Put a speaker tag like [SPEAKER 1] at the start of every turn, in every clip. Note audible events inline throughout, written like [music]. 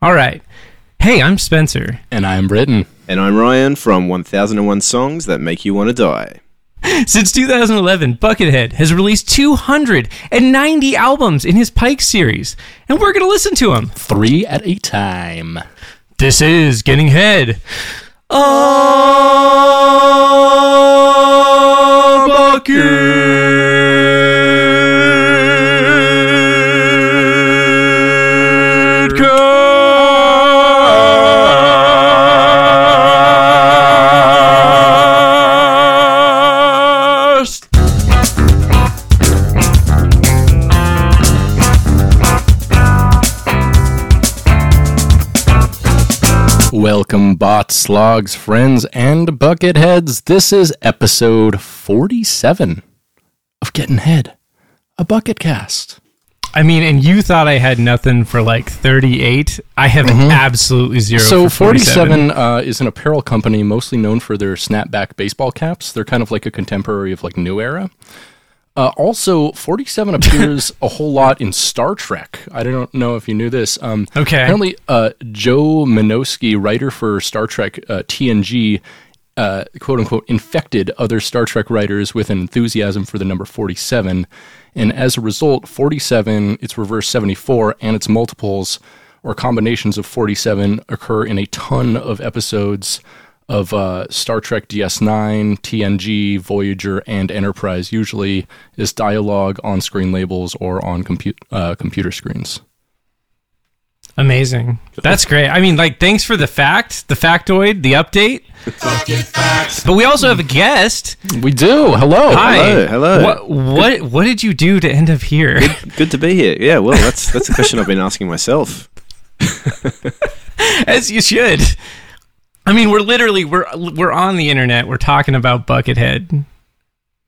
[SPEAKER 1] All right. Hey, I'm Spencer.
[SPEAKER 2] And I'm Britain.
[SPEAKER 3] And I'm Ryan from 1001 Songs That Make You Want to Die.
[SPEAKER 1] Since 2011, Buckethead has released 290 albums in his Pike series, and we're going to listen to them.
[SPEAKER 2] Three at a time.
[SPEAKER 1] This is Getting Head. Oh,
[SPEAKER 2] Welcome, bots, slogs, friends, and bucketheads. This is episode 47 of Getting Head, a bucket cast.
[SPEAKER 1] I mean, and you thought I had nothing for like 38. I have absolutely zero.
[SPEAKER 2] So,
[SPEAKER 1] Oh, for 47.
[SPEAKER 2] 47 uh, is an apparel company mostly known for their snapback baseball caps. They're kind of like a contemporary of like New Era. Uh, also, 47 appears a whole lot in Star Trek. I don't know if you knew this. Um,
[SPEAKER 1] Okay.
[SPEAKER 2] Apparently, uh, Joe Minoski, writer for Star Trek uh, TNG, uh, quote unquote, infected other Star Trek writers with an enthusiasm for the number 47. And as a result, 47, its reverse 74, and its multiples or combinations of 47 occur in a ton of episodes of uh, Star Trek DS9, TNG, Voyager, and Enterprise, usually is dialogue on screen labels or on compu- uh, computer screens.
[SPEAKER 1] Amazing. That's great. I mean, like, thanks for the fact, the factoid, the update. But we also have a guest.
[SPEAKER 2] We do. Hello.
[SPEAKER 1] Hi.
[SPEAKER 3] hello, hello.
[SPEAKER 1] What what what did you do to end up here?
[SPEAKER 3] Good to be here. Yeah, well, that's that's a question I've been asking myself.
[SPEAKER 1] [laughs] As you should. I mean, we're literally we're we're on the internet. We're talking about Buckethead.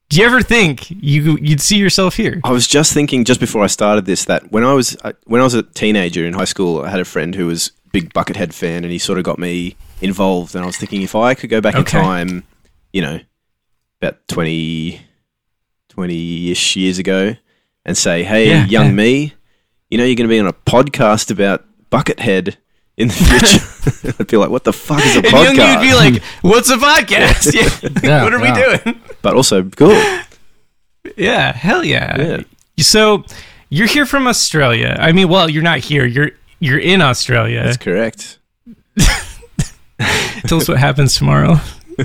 [SPEAKER 1] Do you ever think you you'd see yourself here?
[SPEAKER 3] I was just thinking just before I started this that when I was I- when I was a teenager in high school, I had a friend who was a big Buckethead fan, and he sort of got me involved. And I was thinking if I could go back
[SPEAKER 1] Okay.
[SPEAKER 3] in time, you know, about 20 ish years ago, and say, "Hey,
[SPEAKER 1] Yeah,
[SPEAKER 3] young
[SPEAKER 1] yeah.
[SPEAKER 3] me, you know, you're going to be on a podcast about Buckethead." In the
[SPEAKER 1] [laughs]
[SPEAKER 3] future, [laughs] I'd be like, "What the fuck is a
[SPEAKER 1] And
[SPEAKER 3] podcast?"
[SPEAKER 1] young you'd be like, "What's a podcast? [laughs]
[SPEAKER 3] [laughs]
[SPEAKER 1] Yeah.
[SPEAKER 2] Yeah,
[SPEAKER 1] what are
[SPEAKER 2] yeah.
[SPEAKER 1] we doing?
[SPEAKER 3] but also cool.
[SPEAKER 1] yeah, hell yeah.
[SPEAKER 3] Yeah.
[SPEAKER 1] So you're here from Australia. I mean, well, you're not here. You're you're in Australia.
[SPEAKER 3] That's correct.
[SPEAKER 1] Tell us what happens tomorrow.
[SPEAKER 2] [laughs]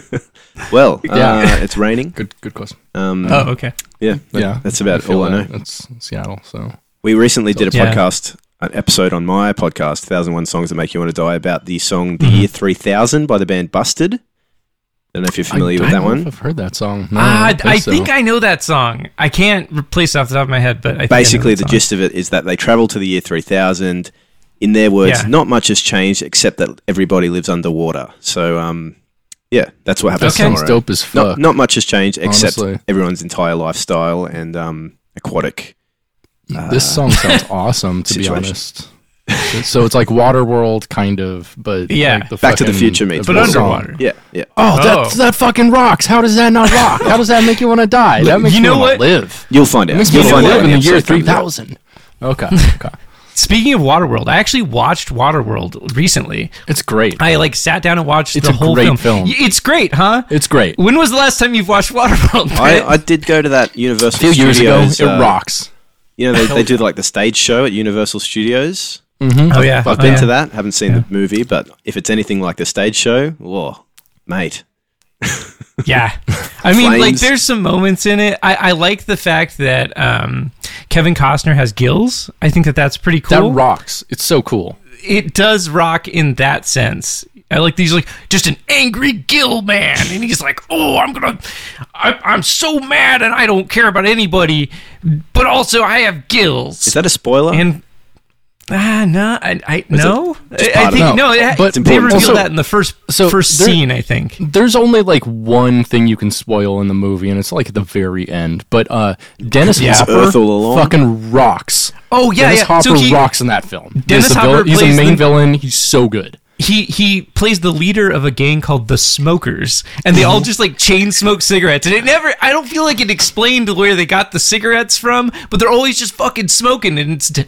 [SPEAKER 3] Well,
[SPEAKER 2] Yeah.
[SPEAKER 3] uh, it's raining.
[SPEAKER 2] Good. Good question.
[SPEAKER 3] Um,
[SPEAKER 1] Oh, okay.
[SPEAKER 3] yeah, that-
[SPEAKER 2] yeah,
[SPEAKER 3] that's about
[SPEAKER 2] feel
[SPEAKER 3] all I know.
[SPEAKER 2] that. That's Seattle. So
[SPEAKER 3] We recently did a
[SPEAKER 1] Yeah.
[SPEAKER 3] podcast, an episode on my podcast, 1001 Songs That Make You Want to Die, about the song
[SPEAKER 2] Mm-hmm.
[SPEAKER 3] The Year 3000 by the band Busted. I don't know if you're familiar
[SPEAKER 2] I,
[SPEAKER 3] with
[SPEAKER 2] I
[SPEAKER 3] that
[SPEAKER 2] don't know
[SPEAKER 3] one.
[SPEAKER 2] if I've heard that song.
[SPEAKER 1] Ah,
[SPEAKER 2] No, Oh, I,
[SPEAKER 1] I
[SPEAKER 2] don't
[SPEAKER 1] think, I,
[SPEAKER 2] so.
[SPEAKER 1] know that song. I can't replace it off the top of my head, but I think I know
[SPEAKER 3] Basically,
[SPEAKER 1] that
[SPEAKER 3] the
[SPEAKER 1] song.
[SPEAKER 3] gist of it is that they travel to the year 3000. In their words,
[SPEAKER 1] Yeah.
[SPEAKER 3] not much has changed except that everybody lives underwater. So, um, yeah, that's what
[SPEAKER 2] that
[SPEAKER 3] happens
[SPEAKER 2] sounds
[SPEAKER 3] tomorrow.
[SPEAKER 2] dope as fuck.
[SPEAKER 3] Not, not much has changed except
[SPEAKER 2] Honestly.
[SPEAKER 3] everyone's entire lifestyle and um, aquatic
[SPEAKER 2] this song sounds [laughs] awesome. To be
[SPEAKER 3] situation.
[SPEAKER 2] [laughs] honest. So it's like Waterworld, kind of, but
[SPEAKER 1] Yeah.
[SPEAKER 2] like the
[SPEAKER 3] Back to the
[SPEAKER 2] fucking-
[SPEAKER 3] Future meets
[SPEAKER 2] the
[SPEAKER 1] But
[SPEAKER 2] song.
[SPEAKER 1] underwater.
[SPEAKER 3] Yeah, yeah.
[SPEAKER 2] Oh,
[SPEAKER 1] Oh.
[SPEAKER 2] that that fucking rocks! How does that not rock? How does that make you want to die? That makes
[SPEAKER 1] you
[SPEAKER 2] you
[SPEAKER 1] know
[SPEAKER 2] want
[SPEAKER 1] what?
[SPEAKER 2] to live.
[SPEAKER 3] You'll find
[SPEAKER 2] It
[SPEAKER 3] out.
[SPEAKER 2] makes me
[SPEAKER 3] You'll
[SPEAKER 2] want
[SPEAKER 3] find
[SPEAKER 2] to live
[SPEAKER 3] out
[SPEAKER 2] in the
[SPEAKER 3] when
[SPEAKER 2] year
[SPEAKER 3] episode
[SPEAKER 2] three
[SPEAKER 3] comes out.
[SPEAKER 2] thousand. [laughs] Okay, okay,
[SPEAKER 1] Speaking of Waterworld, I actually watched Waterworld recently.
[SPEAKER 2] it's great.
[SPEAKER 1] I like sat down and watched
[SPEAKER 2] It's
[SPEAKER 1] the
[SPEAKER 2] a
[SPEAKER 1] whole
[SPEAKER 2] great
[SPEAKER 1] film.
[SPEAKER 2] film.
[SPEAKER 1] Y- It's great, huh?
[SPEAKER 2] It's great.
[SPEAKER 1] when was the last time you've watched [laughs] Waterworld?
[SPEAKER 3] I,
[SPEAKER 1] Brett?
[SPEAKER 3] I did go to that Universal
[SPEAKER 2] A few years ago,
[SPEAKER 3] Studios.
[SPEAKER 2] it
[SPEAKER 3] uh,
[SPEAKER 2] rocks.
[SPEAKER 3] You know, they, they do like the stage show at Universal Studios.
[SPEAKER 1] oh yeah,
[SPEAKER 3] I've
[SPEAKER 1] oh,
[SPEAKER 3] been
[SPEAKER 1] yeah.
[SPEAKER 3] to that. Haven't seen the movie, but if it's anything like the stage show, whoa, mate.
[SPEAKER 1] Yeah. I mean, like,
[SPEAKER 3] Flames.
[SPEAKER 1] there's some moments in it. I, I like the fact that um, Kevin Costner has gills. I think that that's pretty
[SPEAKER 2] That
[SPEAKER 1] cool.
[SPEAKER 2] rocks. It's so cool.
[SPEAKER 1] it does rock in that sense. I like these like just an angry gill man, and he's like, "Oh, I'm gonna, I, I'm so mad, and I don't care about anybody, but also I have gills."
[SPEAKER 3] Is that a spoiler?
[SPEAKER 1] and ah, no, I, I no, I, I
[SPEAKER 3] part of
[SPEAKER 1] think no.
[SPEAKER 2] it? No,
[SPEAKER 1] It,
[SPEAKER 2] but it's
[SPEAKER 1] they
[SPEAKER 2] important.
[SPEAKER 1] reveal
[SPEAKER 2] Also-
[SPEAKER 1] that in the first
[SPEAKER 2] so
[SPEAKER 1] first
[SPEAKER 2] there-
[SPEAKER 1] scene, I think.
[SPEAKER 2] There's only like one thing you can spoil in the movie, and it's like at the very end. But uh, Dennis
[SPEAKER 1] It's
[SPEAKER 2] Hopper
[SPEAKER 3] Earth all along.
[SPEAKER 2] fucking rocks.
[SPEAKER 1] Oh yeah,
[SPEAKER 2] Dennis
[SPEAKER 1] yeah.
[SPEAKER 2] Hopper
[SPEAKER 1] so he,
[SPEAKER 2] rocks in that film.
[SPEAKER 1] Dennis
[SPEAKER 2] he's the,
[SPEAKER 1] Hopper
[SPEAKER 2] villain, he's
[SPEAKER 1] plays
[SPEAKER 2] the main
[SPEAKER 1] the-
[SPEAKER 2] villain. He's so good.
[SPEAKER 1] he he plays the leader of a gang called the Smokers, and they
[SPEAKER 3] Mm-hmm.
[SPEAKER 1] all just like chain smoke cigarettes. And it never, I don't feel like it explained where they got the cigarettes from, but they're always just fucking smoking, and it's d-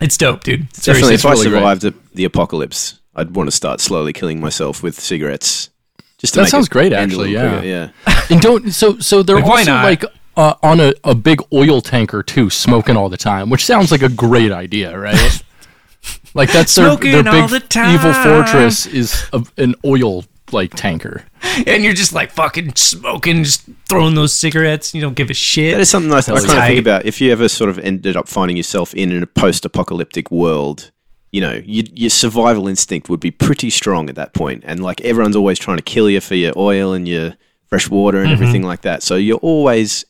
[SPEAKER 1] It's dope, dude. It's very
[SPEAKER 3] Definitely,
[SPEAKER 1] sick.
[SPEAKER 3] if I
[SPEAKER 2] really great.
[SPEAKER 3] survived the, the apocalypse, I'd want to start slowly killing myself with cigarettes. Just to
[SPEAKER 2] That
[SPEAKER 3] make
[SPEAKER 2] sounds
[SPEAKER 3] it
[SPEAKER 2] great,
[SPEAKER 3] end a
[SPEAKER 2] actually,
[SPEAKER 3] little
[SPEAKER 2] yeah.
[SPEAKER 3] quicker, yeah.
[SPEAKER 2] and don't so so they're
[SPEAKER 1] Like, why
[SPEAKER 2] also
[SPEAKER 1] not?
[SPEAKER 2] like uh, on a, a big oil tanker too, smoking all the time, which sounds like a great idea, right?
[SPEAKER 1] [laughs]
[SPEAKER 2] like that's their, their
[SPEAKER 1] Smoking
[SPEAKER 2] big
[SPEAKER 1] all the time.
[SPEAKER 2] evil fortress is a, an oil like tanker.
[SPEAKER 1] And you're just like fucking smoking, just throwing those cigarettes. You don't give a shit.
[SPEAKER 3] That is something I, I kind of
[SPEAKER 1] tight.
[SPEAKER 3] think about. If you ever sort of ended up finding yourself in a post-apocalyptic world, you know, you, your survival instinct would be pretty strong at that point, and like everyone's always trying to kill you for your oil and your fresh water and everything like that. So you're always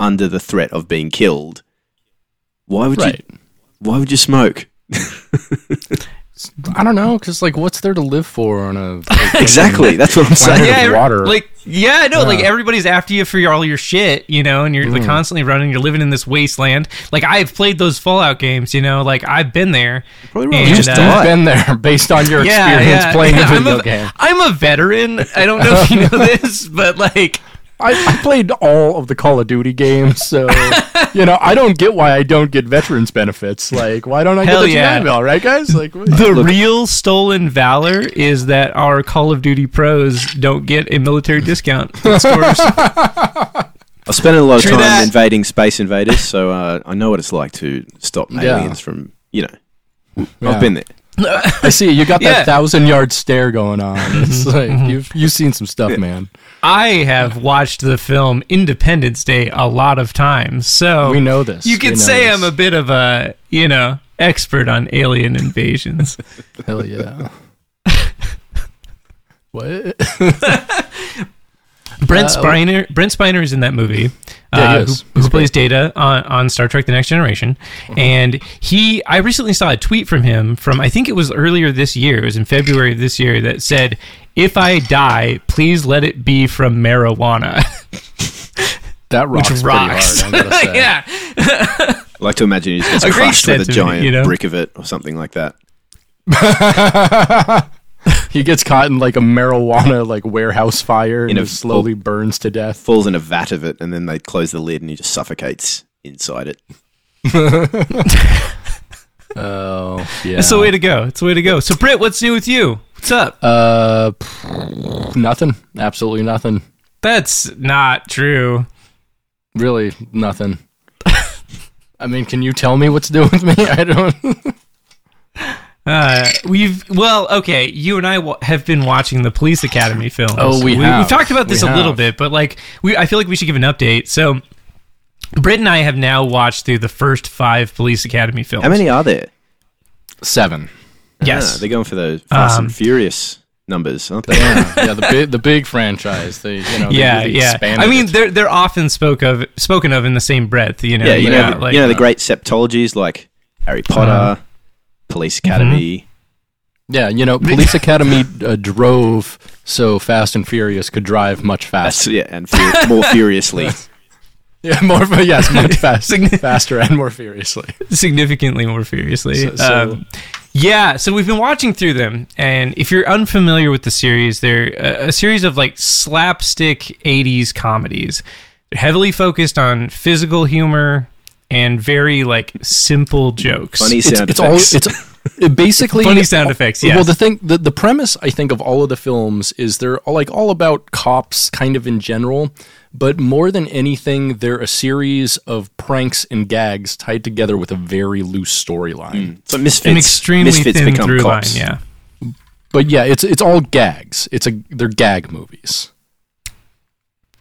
[SPEAKER 3] under the threat of being killed. Why would
[SPEAKER 2] Right.
[SPEAKER 3] you? Why would you smoke?
[SPEAKER 2] I don't know, because like, what's there to live for on a? like,
[SPEAKER 3] Exactly. That's what I'm saying.
[SPEAKER 1] yeah, every-
[SPEAKER 2] water.
[SPEAKER 1] Like yeah, I know. Like everybody's after you for your- all your shit, you know, and you're
[SPEAKER 3] Mm-hmm.
[SPEAKER 1] like constantly running. You're living in this wasteland. Like I've played those Fallout games, you know. Like I've been there.
[SPEAKER 3] Probably wrong.
[SPEAKER 1] And,
[SPEAKER 3] Just
[SPEAKER 1] uh,
[SPEAKER 2] You've
[SPEAKER 3] die.
[SPEAKER 2] been there [laughs] based on your
[SPEAKER 1] Yeah,
[SPEAKER 2] experience
[SPEAKER 1] yeah.
[SPEAKER 2] playing
[SPEAKER 1] [laughs]
[SPEAKER 2] the
[SPEAKER 1] I'm
[SPEAKER 2] video
[SPEAKER 1] a,
[SPEAKER 2] game.
[SPEAKER 1] I'm a veteran. I don't know if you know
[SPEAKER 2] [laughs]
[SPEAKER 1] this, but like,
[SPEAKER 2] I, I played all of the Call of Duty games, [laughs] so you know I don't get why I don't get veterans benefits. Like, why don't I
[SPEAKER 1] Hell
[SPEAKER 2] get the
[SPEAKER 1] yeah.
[SPEAKER 2] Tsunami Bell, right, [laughs] guys? Like, what-
[SPEAKER 1] the real stolen valor is that our Call of Duty pros don't get a military discount at stores.
[SPEAKER 2] [laughs]
[SPEAKER 3] I spent a lot of
[SPEAKER 1] True
[SPEAKER 3] time
[SPEAKER 1] that.
[SPEAKER 3] invading space invaders, so uh, I know what it's like to stop aliens from. You know,
[SPEAKER 2] Yeah.
[SPEAKER 3] I've been there.
[SPEAKER 2] I see you got
[SPEAKER 1] Yeah.
[SPEAKER 2] that thousand yard stare going [laughs] on. It's like you've you've seen some stuff, man.
[SPEAKER 1] I have watched the film Independence Day a lot of times, so
[SPEAKER 2] We know this.
[SPEAKER 1] You
[SPEAKER 2] We know
[SPEAKER 1] could say
[SPEAKER 2] this.
[SPEAKER 1] I'm a bit of a, you know, expert on alien invasions.
[SPEAKER 2] Hell [laughs] yeah. what?
[SPEAKER 1] Brent Spiner, Brent Spiner is in that movie.
[SPEAKER 2] Uh, Yeah, he
[SPEAKER 1] uh,
[SPEAKER 2] is.
[SPEAKER 1] Who, who plays Data on, on Star Trek: The Next Generation?
[SPEAKER 2] Mm-hmm.
[SPEAKER 1] And he, I recently saw a tweet from him from I think it was earlier this year. It was in February of this year that said, "If I die, please let it be from marijuana," [laughs]
[SPEAKER 2] That rocks,
[SPEAKER 1] which
[SPEAKER 2] Oh, pretty
[SPEAKER 1] rocks. [laughs]
[SPEAKER 2] hard, I'm [laughs] gonna say.
[SPEAKER 1] yeah,
[SPEAKER 3] I like to imagine he just
[SPEAKER 1] A
[SPEAKER 3] gets
[SPEAKER 1] great
[SPEAKER 3] crushed with a
[SPEAKER 1] sentiment,
[SPEAKER 3] giant
[SPEAKER 1] you know?
[SPEAKER 3] brick of it or something like that.
[SPEAKER 2] [laughs] He gets caught in like a marijuana like warehouse fire and
[SPEAKER 3] a-
[SPEAKER 2] it slowly burns to death.
[SPEAKER 3] Falls in a vat of it, and then they close the lid, and he just suffocates inside it.
[SPEAKER 2] Oh yeah.
[SPEAKER 1] it's a way to go. It's a way to go. So, Britt, what's new with you? What's up?
[SPEAKER 2] uh, pff, nothing. Absolutely nothing.
[SPEAKER 1] That's not true.
[SPEAKER 2] Really nothing. I mean, can you tell me what's doing with me? [laughs] I don't.
[SPEAKER 1] Uh, we've well, okay. You and I wa have been watching the Police Academy films.
[SPEAKER 2] Oh, we have.
[SPEAKER 1] have talked about this
[SPEAKER 2] We
[SPEAKER 1] a little
[SPEAKER 2] have.
[SPEAKER 1] bit, but like, we I feel like we should give an update. So, Britt and I have now watched through the first five Police Academy films.
[SPEAKER 3] How many are there?
[SPEAKER 2] Seven.
[SPEAKER 1] Yes, Um,
[SPEAKER 3] Ah, they're going for the Fast and Furious numbers,
[SPEAKER 1] [laughs]
[SPEAKER 3] aren't they?
[SPEAKER 2] Yeah, yeah, the big the big franchise. They you know they
[SPEAKER 1] yeah,
[SPEAKER 2] really
[SPEAKER 1] yeah.
[SPEAKER 2] expanded
[SPEAKER 1] I mean,
[SPEAKER 2] it.
[SPEAKER 1] they're they're often spoke of spoken of in the same breath. You know,
[SPEAKER 3] yeah, you know,
[SPEAKER 1] yeah,
[SPEAKER 3] the,
[SPEAKER 1] like, uh, uh-huh.
[SPEAKER 3] you know the great septologies like Harry Potter, Police Academy.
[SPEAKER 1] Mm-hmm.
[SPEAKER 2] yeah, you
[SPEAKER 1] [laughs]
[SPEAKER 2] know, Police Academy uh, drove so Fast and Furious could drive much
[SPEAKER 3] That's
[SPEAKER 2] faster.
[SPEAKER 3] uh, yeah,
[SPEAKER 1] [laughs]
[SPEAKER 3] and fu- more furiously.
[SPEAKER 2] [laughs] Yeah, more yes, much faster,
[SPEAKER 1] Sign-
[SPEAKER 2] faster and more furiously.
[SPEAKER 1] significantly more furiously.
[SPEAKER 2] So- so-
[SPEAKER 1] Um, yeah, so we've been watching through them, and if you're unfamiliar with the series, they're a, a series of like slapstick '80s comedies, heavily focused on physical humor and very like simple jokes.
[SPEAKER 3] Funny
[SPEAKER 2] It's,
[SPEAKER 3] sound
[SPEAKER 2] it's all
[SPEAKER 3] effects.
[SPEAKER 2] it's
[SPEAKER 1] [laughs]
[SPEAKER 2] it basically
[SPEAKER 1] Funny sound effects, yes.
[SPEAKER 2] Well, the thing, the, the premise, I think, of all of the films is they're all, like all about cops, kind of in general, but more than anything, they're a series of pranks and gags tied together with a very loose storyline.
[SPEAKER 1] Mm.
[SPEAKER 3] so misfits,
[SPEAKER 1] An extremely
[SPEAKER 3] misfits
[SPEAKER 1] thin
[SPEAKER 3] become
[SPEAKER 1] through
[SPEAKER 3] cops.
[SPEAKER 1] line. Yeah.
[SPEAKER 2] But yeah, it's it's all gags. It's a they're gag movies.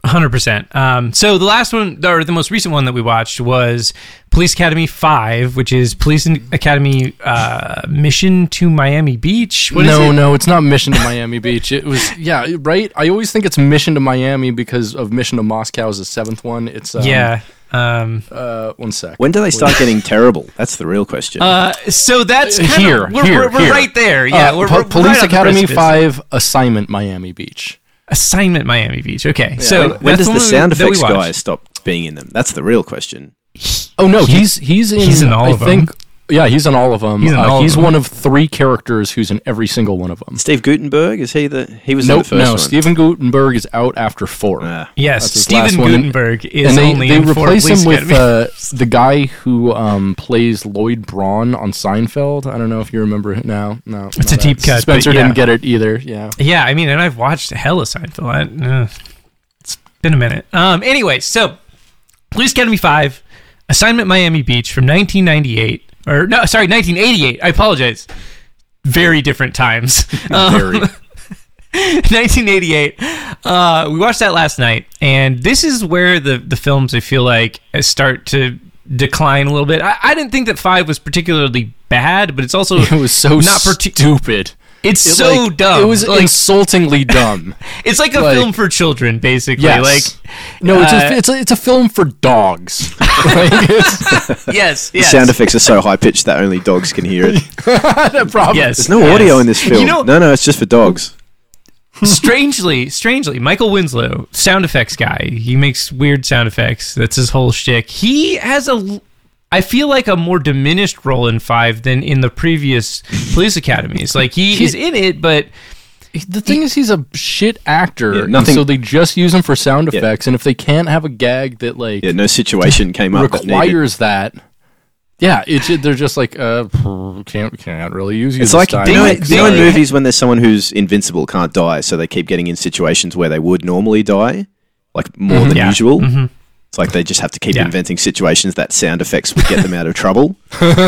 [SPEAKER 1] Hundred percent. Um, so the last one, or the most recent one that we watched, was Police Academy Five, which is Police Academy uh, Mission to Miami Beach. What is
[SPEAKER 2] no,
[SPEAKER 1] it?
[SPEAKER 2] no, it's not Mission to Miami Beach. It was yeah, right. I always think it's Mission to Miami because of Mission to Moscow is the seventh one. It's um,
[SPEAKER 1] Yeah. Um,
[SPEAKER 2] Uh, one sec.
[SPEAKER 3] When do they start getting terrible? That's the real question.
[SPEAKER 1] uh, so that's
[SPEAKER 2] Uh,
[SPEAKER 1] kinda-
[SPEAKER 2] here,
[SPEAKER 1] We're,
[SPEAKER 2] here,
[SPEAKER 1] we're, we're
[SPEAKER 2] here.
[SPEAKER 1] right there. Yeah.
[SPEAKER 2] Uh,
[SPEAKER 1] we're,
[SPEAKER 2] Po-
[SPEAKER 1] we're
[SPEAKER 2] Police
[SPEAKER 1] right on the
[SPEAKER 2] Academy
[SPEAKER 1] precipice.
[SPEAKER 2] Five Assignment Miami Beach.
[SPEAKER 1] Assignment Miami Beach. Okay. So that's
[SPEAKER 3] when does the
[SPEAKER 1] one
[SPEAKER 3] sound
[SPEAKER 1] that we
[SPEAKER 3] effects
[SPEAKER 1] watched.
[SPEAKER 3] guy stop being in them? That's the real question.
[SPEAKER 2] Oh no, he's he's in.
[SPEAKER 1] he's in all
[SPEAKER 2] I
[SPEAKER 1] of 'em.
[SPEAKER 2] think yeah, he's in all of them.
[SPEAKER 1] He's in
[SPEAKER 2] Uh,
[SPEAKER 1] all of
[SPEAKER 2] he's
[SPEAKER 1] them.
[SPEAKER 2] one of three characters who's in every single one of them.
[SPEAKER 3] Steve Gutenberg is he the he was in the
[SPEAKER 2] Nope,
[SPEAKER 3] first
[SPEAKER 2] no,
[SPEAKER 3] one.
[SPEAKER 2] Stephen Gutenberg is out after four.
[SPEAKER 3] Ah.
[SPEAKER 1] Yes,
[SPEAKER 2] his last
[SPEAKER 1] Steven
[SPEAKER 2] one. And-
[SPEAKER 1] Gutenberg is
[SPEAKER 2] and they,
[SPEAKER 1] only
[SPEAKER 2] they
[SPEAKER 1] in
[SPEAKER 2] replace
[SPEAKER 1] four
[SPEAKER 2] him
[SPEAKER 1] Police
[SPEAKER 2] with
[SPEAKER 1] Academy.
[SPEAKER 2] uh, the guy who um, plays Lloyd Braun on Seinfeld. I don't know if you remember it now. No,
[SPEAKER 1] It's
[SPEAKER 2] not
[SPEAKER 1] a deep
[SPEAKER 2] that.
[SPEAKER 1] cut, but
[SPEAKER 2] Spencer
[SPEAKER 1] yeah.
[SPEAKER 2] didn't get it either.
[SPEAKER 1] [laughs]
[SPEAKER 2] Yeah,
[SPEAKER 1] Yeah, I mean, and I've watched hell of Seinfeld. I, uh, it's been a minute. Um, anyway, so Police Academy Five, Assignment Miami Beach from 1998, or no, sorry, 1988. I apologize. Very different
[SPEAKER 2] [laughs]
[SPEAKER 1] times. Um,
[SPEAKER 2] Very.
[SPEAKER 1] [laughs] 1988. Uh, we watched that last night, and this is where the the films I feel like start to decline a little bit. I, I didn't think that Five was particularly bad, but it's also
[SPEAKER 2] [laughs] it was so
[SPEAKER 1] not parti-
[SPEAKER 2] stupid.
[SPEAKER 1] It's
[SPEAKER 2] It,
[SPEAKER 1] so
[SPEAKER 2] like,
[SPEAKER 1] dumb.
[SPEAKER 2] It was
[SPEAKER 1] like, [laughs]
[SPEAKER 2] insultingly dumb.
[SPEAKER 1] it's like a
[SPEAKER 2] like-
[SPEAKER 1] film for children, basically.
[SPEAKER 2] yes. no, it's
[SPEAKER 1] uh,
[SPEAKER 2] a, it's a, it's a film for dogs. [laughs] Like, it's-
[SPEAKER 1] Like yes,
[SPEAKER 3] The
[SPEAKER 1] yes,
[SPEAKER 3] sound effects are so high pitched that only dogs can hear
[SPEAKER 1] [laughs]
[SPEAKER 3] it.
[SPEAKER 2] no problem.
[SPEAKER 1] yes.
[SPEAKER 3] There's no audio in this film.
[SPEAKER 1] You know,
[SPEAKER 3] no, no, it's just for dogs.
[SPEAKER 1] strangely, strangely, Michael Winslow, sound effects guy. He makes weird sound effects. That's his whole shtick. He has a, l- I feel like a more diminished role in Five than in the previous Police Academies. Like he, is in it, but
[SPEAKER 2] The thing is, he's a shit actor.
[SPEAKER 3] Yeah, nothing-
[SPEAKER 2] and So they just use him for sound effects, and if they can't have a gag that like
[SPEAKER 3] Yeah, no situation came up. that needed-
[SPEAKER 2] requires that. Yeah, it's they're just like uh can't can't really use you.
[SPEAKER 3] It's
[SPEAKER 2] this
[SPEAKER 3] like
[SPEAKER 2] time.
[SPEAKER 3] you know,
[SPEAKER 1] Like,
[SPEAKER 3] you know in
[SPEAKER 1] they-
[SPEAKER 3] movies when there's someone who's invincible can't die, so they keep getting in situations where they would normally die, like more than
[SPEAKER 1] Mm-hmm. Yeah.
[SPEAKER 3] usual. It's like they just have to keep
[SPEAKER 1] Yeah.
[SPEAKER 3] inventing situations that sound effects would get them out
[SPEAKER 1] [laughs]
[SPEAKER 3] of trouble.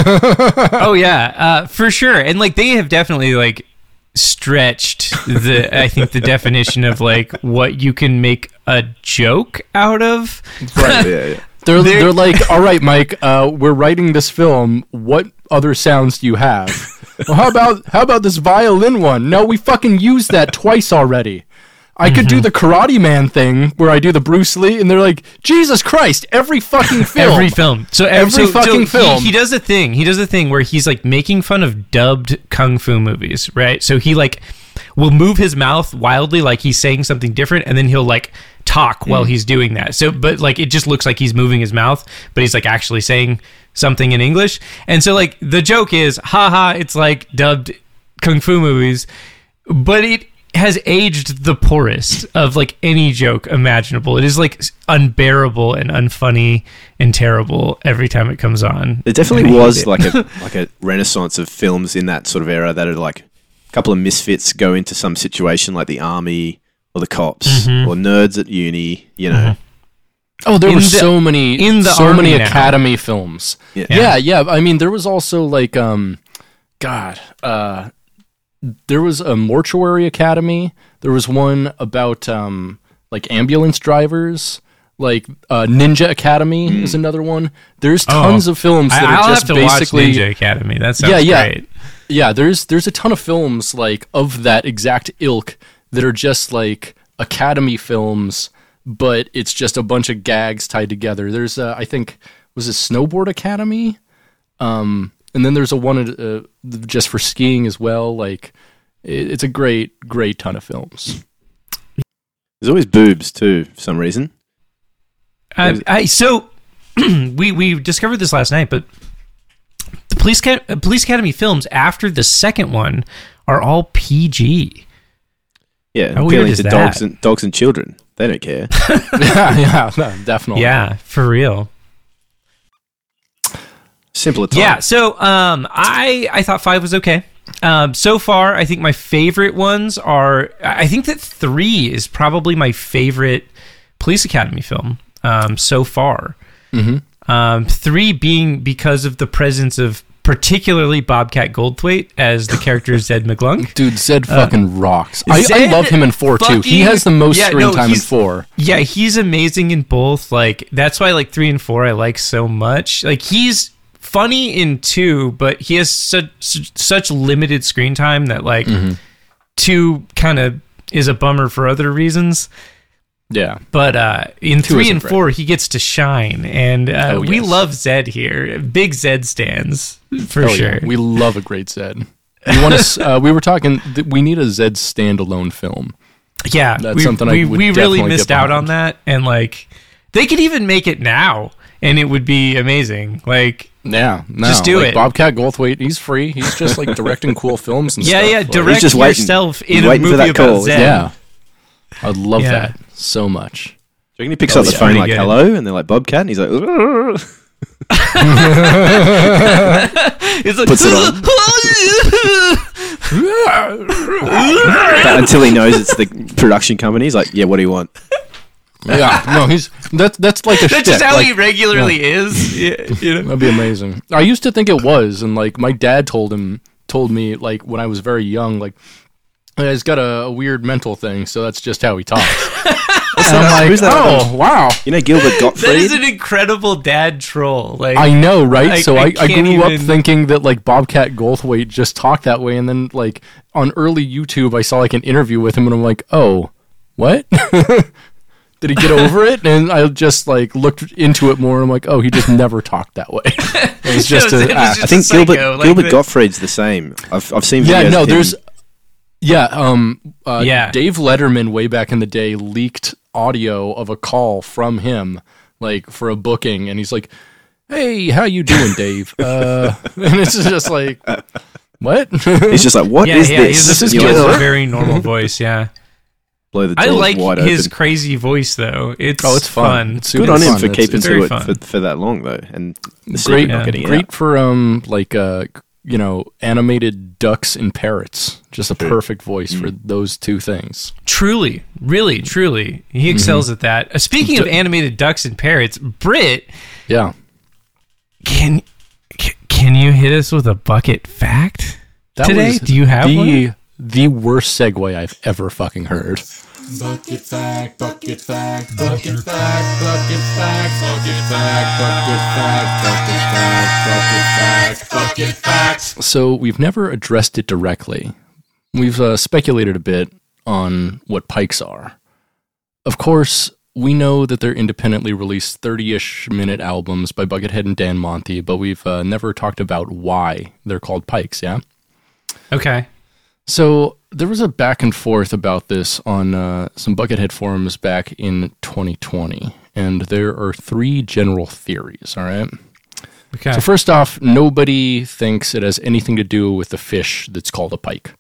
[SPEAKER 1] oh yeah, uh, for sure. And like they have definitely like stretched the I think the definition of like what you can make a joke out of.
[SPEAKER 3] right? Yeah, yeah.
[SPEAKER 2] they're
[SPEAKER 1] they're-
[SPEAKER 2] they're, like, all right, Mike, uh, we're writing this film. What other sounds do you have? well, how about how about this violin one? No, we fucking used that twice already. I could do the Karate Man thing where I do the Bruce Lee, and they're like, Jesus Christ, every fucking film.
[SPEAKER 1] Every film. So every,
[SPEAKER 2] Every fucking film.
[SPEAKER 1] He, he does a thing. He does a thing where he's like making fun of dubbed kung fu movies, right? So he like will move his mouth wildly, like he's saying something different, and then he'll like talk while
[SPEAKER 2] Mm.
[SPEAKER 1] he's doing that. So, but like it just looks like he's moving his mouth, but he's like actually saying something in English. And so like the joke is, haha, it's like dubbed kung fu movies, but it has aged the poorest of like any joke imaginable. It is like s- unbearable and unfunny and terrible every time it comes on.
[SPEAKER 3] There
[SPEAKER 1] [laughs]
[SPEAKER 3] definitely was like a like a renaissance of films in that sort of era that are like a couple of misfits go into some situation like the army or the cops
[SPEAKER 1] Mm-hmm.
[SPEAKER 3] or nerds at uni. You know,
[SPEAKER 2] Oh, there
[SPEAKER 1] In
[SPEAKER 2] were
[SPEAKER 1] the-
[SPEAKER 2] so many
[SPEAKER 1] in the
[SPEAKER 2] so many
[SPEAKER 1] Army now.
[SPEAKER 2] Academy films.
[SPEAKER 3] Yeah.
[SPEAKER 2] Yeah. yeah, I mean, there was also like um God, uh there was a mortuary academy. There was one about um like ambulance drivers. Like uh, Ninja Academy is another one. There's tons of films that
[SPEAKER 1] Hmm. Oh. I,
[SPEAKER 2] are
[SPEAKER 1] will
[SPEAKER 2] just
[SPEAKER 1] have to
[SPEAKER 2] basically
[SPEAKER 1] watch Ninja Academy. That sounds
[SPEAKER 2] Yeah, yeah.
[SPEAKER 1] great.
[SPEAKER 2] yeah, there's there's a ton of films like of that exact ilk that are just like Academy films, but it's just a bunch of gags tied together. There's uh, I think was it Snowboard Academy, um, and then there's a one uh, just for skiing as well. Like it, it's a great great ton of films.
[SPEAKER 1] [laughs]
[SPEAKER 2] [laughs]
[SPEAKER 3] there's always boobs too for some reason.
[SPEAKER 1] I, I, so [clears throat] we we discovered this last night, but the police Ca- uh, police academy films after the second one are all PG.
[SPEAKER 3] Yeah,
[SPEAKER 1] How
[SPEAKER 3] appealing
[SPEAKER 1] weird is
[SPEAKER 3] to
[SPEAKER 1] Oh, that?
[SPEAKER 3] dogs and dogs and children. They don't care.
[SPEAKER 2] yeah, yeah, no, definitely.
[SPEAKER 1] Yeah, for real.
[SPEAKER 3] Simpler time.
[SPEAKER 1] Yeah. So um, I I thought five was okay. Um, so far, I think my favorite ones are. I I think that three is probably my favorite Police Academy film um, so far. Um, three being because of the presence of particularly Bobcat Goldthwait as the character Zed McGlunk.
[SPEAKER 2] Dude, Zed fucking rocks. I, I
[SPEAKER 1] Uh, Zed
[SPEAKER 2] love him in four too.
[SPEAKER 1] fucking-
[SPEAKER 2] He has the most
[SPEAKER 1] Yeah,
[SPEAKER 2] screen
[SPEAKER 1] no,
[SPEAKER 2] time in
[SPEAKER 1] he's-
[SPEAKER 2] four.
[SPEAKER 1] Yeah, he's amazing in both. Like that's why like three and four I like so much. Like he's funny in two, but he has such such limited screen time that like
[SPEAKER 2] Mm-hmm.
[SPEAKER 1] two kind of is a bummer for other reasons.
[SPEAKER 2] Yeah,
[SPEAKER 1] But uh, in three
[SPEAKER 2] isn't
[SPEAKER 1] and
[SPEAKER 2] great.
[SPEAKER 1] four, he gets to shine, and uh,
[SPEAKER 2] Oh,
[SPEAKER 1] we
[SPEAKER 2] yes.
[SPEAKER 1] love Zed here. Big Zed stands for
[SPEAKER 2] Oh,
[SPEAKER 1] sure.
[SPEAKER 2] yeah. We love a great Zed. You want to? Uh, we were talking. Th- we need a Zed standalone film.
[SPEAKER 1] Yeah,
[SPEAKER 2] That's
[SPEAKER 1] we,
[SPEAKER 2] something I
[SPEAKER 1] we,
[SPEAKER 2] would
[SPEAKER 1] we really
[SPEAKER 2] definitely get
[SPEAKER 1] missed out
[SPEAKER 2] behind.
[SPEAKER 1] on that, and like they could even make it now, and it would be amazing. Like
[SPEAKER 2] Yeah, no,
[SPEAKER 1] Just do
[SPEAKER 2] like
[SPEAKER 1] it.
[SPEAKER 2] Bobcat Goldthwait, he's free. He's just [laughs] like directing cool films and
[SPEAKER 1] Yeah,
[SPEAKER 2] stuff.
[SPEAKER 1] yeah.
[SPEAKER 2] Like,
[SPEAKER 1] Direct
[SPEAKER 3] just waiting-
[SPEAKER 1] yourself
[SPEAKER 3] he's
[SPEAKER 1] in a
[SPEAKER 3] waiting for
[SPEAKER 1] movie
[SPEAKER 3] that
[SPEAKER 1] about
[SPEAKER 3] call.
[SPEAKER 1] Zen.
[SPEAKER 2] yeah. I love
[SPEAKER 1] Yeah.
[SPEAKER 2] that so [laughs] much.
[SPEAKER 3] Do you reckon he picks
[SPEAKER 2] Oh,
[SPEAKER 3] up the
[SPEAKER 2] yeah.
[SPEAKER 3] phone
[SPEAKER 1] Pretty
[SPEAKER 3] like
[SPEAKER 1] good.
[SPEAKER 3] hello, and they're like Bobcat, and he's like, [laughs] "Ugh."
[SPEAKER 1] It's like,
[SPEAKER 3] Puts it But until he knows it's the production company, he's like, yeah, what do you want?
[SPEAKER 2] Yeah, no, he's that's that's like
[SPEAKER 1] [laughs]
[SPEAKER 2] a
[SPEAKER 1] that's
[SPEAKER 2] shtick,
[SPEAKER 1] just how
[SPEAKER 2] like,
[SPEAKER 1] he regularly is. Yeah, you know? [laughs]
[SPEAKER 2] That'd be amazing. I used to think it was, and like my dad told him, told me like when I was very young, like "Yeah, he's got a, a weird mental thing, so that's just how he talks. [laughs] and I'm like,
[SPEAKER 3] Who's that?
[SPEAKER 2] oh wow,
[SPEAKER 3] You
[SPEAKER 1] [laughs]
[SPEAKER 3] know Gilbert
[SPEAKER 1] That is
[SPEAKER 3] Gottfried?
[SPEAKER 1] an incredible dad troll. [laughs] Like,
[SPEAKER 2] I know, right?
[SPEAKER 1] I-
[SPEAKER 2] so
[SPEAKER 1] I
[SPEAKER 2] I, I,
[SPEAKER 1] can't
[SPEAKER 2] grew up
[SPEAKER 1] even-
[SPEAKER 2] thinking that like Bobcat Goldthwait just talked that way, and then like on early YouTube, I saw like an interview with him, and I'm like, oh, what? [laughs] Did he get over it? And I just like looked into it more, and I'm like, oh, he just never talked that way. [laughs] It was just
[SPEAKER 1] was- [laughs]
[SPEAKER 2] an
[SPEAKER 1] it was
[SPEAKER 2] act.
[SPEAKER 3] Ah, I
[SPEAKER 1] just
[SPEAKER 3] think
[SPEAKER 1] a psycho,
[SPEAKER 3] Gilbert
[SPEAKER 1] like
[SPEAKER 3] Gilbert
[SPEAKER 1] the-
[SPEAKER 3] Gottfried's the same. I've I've seen videos.
[SPEAKER 2] yeah no
[SPEAKER 3] of him.
[SPEAKER 2] there's yeah um uh,
[SPEAKER 1] Yeah.
[SPEAKER 2] dave letterman way back in the day leaked audio of a call from him like for a booking and he's like hey how you doing dave
[SPEAKER 3] [laughs]
[SPEAKER 2] uh and it's just like what
[SPEAKER 3] He's just like, what
[SPEAKER 1] yeah,
[SPEAKER 3] is
[SPEAKER 1] yeah,
[SPEAKER 3] this?
[SPEAKER 1] He's,
[SPEAKER 3] You
[SPEAKER 1] he has
[SPEAKER 3] know,
[SPEAKER 1] a
[SPEAKER 3] [laughs]
[SPEAKER 1] very normal voice. Yeah,
[SPEAKER 3] blow the
[SPEAKER 1] I
[SPEAKER 3] doors
[SPEAKER 1] like
[SPEAKER 3] wide
[SPEAKER 1] his
[SPEAKER 3] open.
[SPEAKER 1] crazy voice though. It's
[SPEAKER 2] [laughs] oh it's fun,
[SPEAKER 1] fun.
[SPEAKER 2] It's
[SPEAKER 3] Good
[SPEAKER 2] super
[SPEAKER 3] on him
[SPEAKER 2] fun.
[SPEAKER 3] for
[SPEAKER 2] It's-
[SPEAKER 3] keeping
[SPEAKER 2] it's
[SPEAKER 1] very
[SPEAKER 3] to it
[SPEAKER 1] fun.
[SPEAKER 3] for, for that long though, and the secret
[SPEAKER 2] great
[SPEAKER 3] not getting
[SPEAKER 2] great
[SPEAKER 3] out.
[SPEAKER 2] for um like uh you know animated ducks and parrots just a perfect voice for
[SPEAKER 3] Mm.
[SPEAKER 2] those two things
[SPEAKER 1] Truly, really, truly, he
[SPEAKER 3] Mm-hmm.
[SPEAKER 1] excels at that. Uh, speaking of animated ducks and parrots, Brit,
[SPEAKER 2] yeah
[SPEAKER 1] can c- can you hit us with a bucket fact
[SPEAKER 2] That
[SPEAKER 1] today?
[SPEAKER 2] was
[SPEAKER 1] Do you have one?
[SPEAKER 2] the the worst segue I've ever fucking heard.
[SPEAKER 4] Bucket fact, bucket fact, bucket fact, bucket fact, bucket fact, bucket fact, bucket fact, bucket fact, bucket facts.
[SPEAKER 2] So we've never addressed it directly. We've uh, speculated a bit on what pikes are. Of course, we know that they're independently released 30-ish minute albums by Buckethead and Dan Monty, but we've uh, never talked about why they're called pikes, yeah?
[SPEAKER 1] Okay.
[SPEAKER 2] So there was a back and forth about this on uh, some Buckethead forums back in 2020, and there are three general theories, all right?
[SPEAKER 1] Okay.
[SPEAKER 2] So first off, nobody thinks it has anything to do with the fish that's called a pike,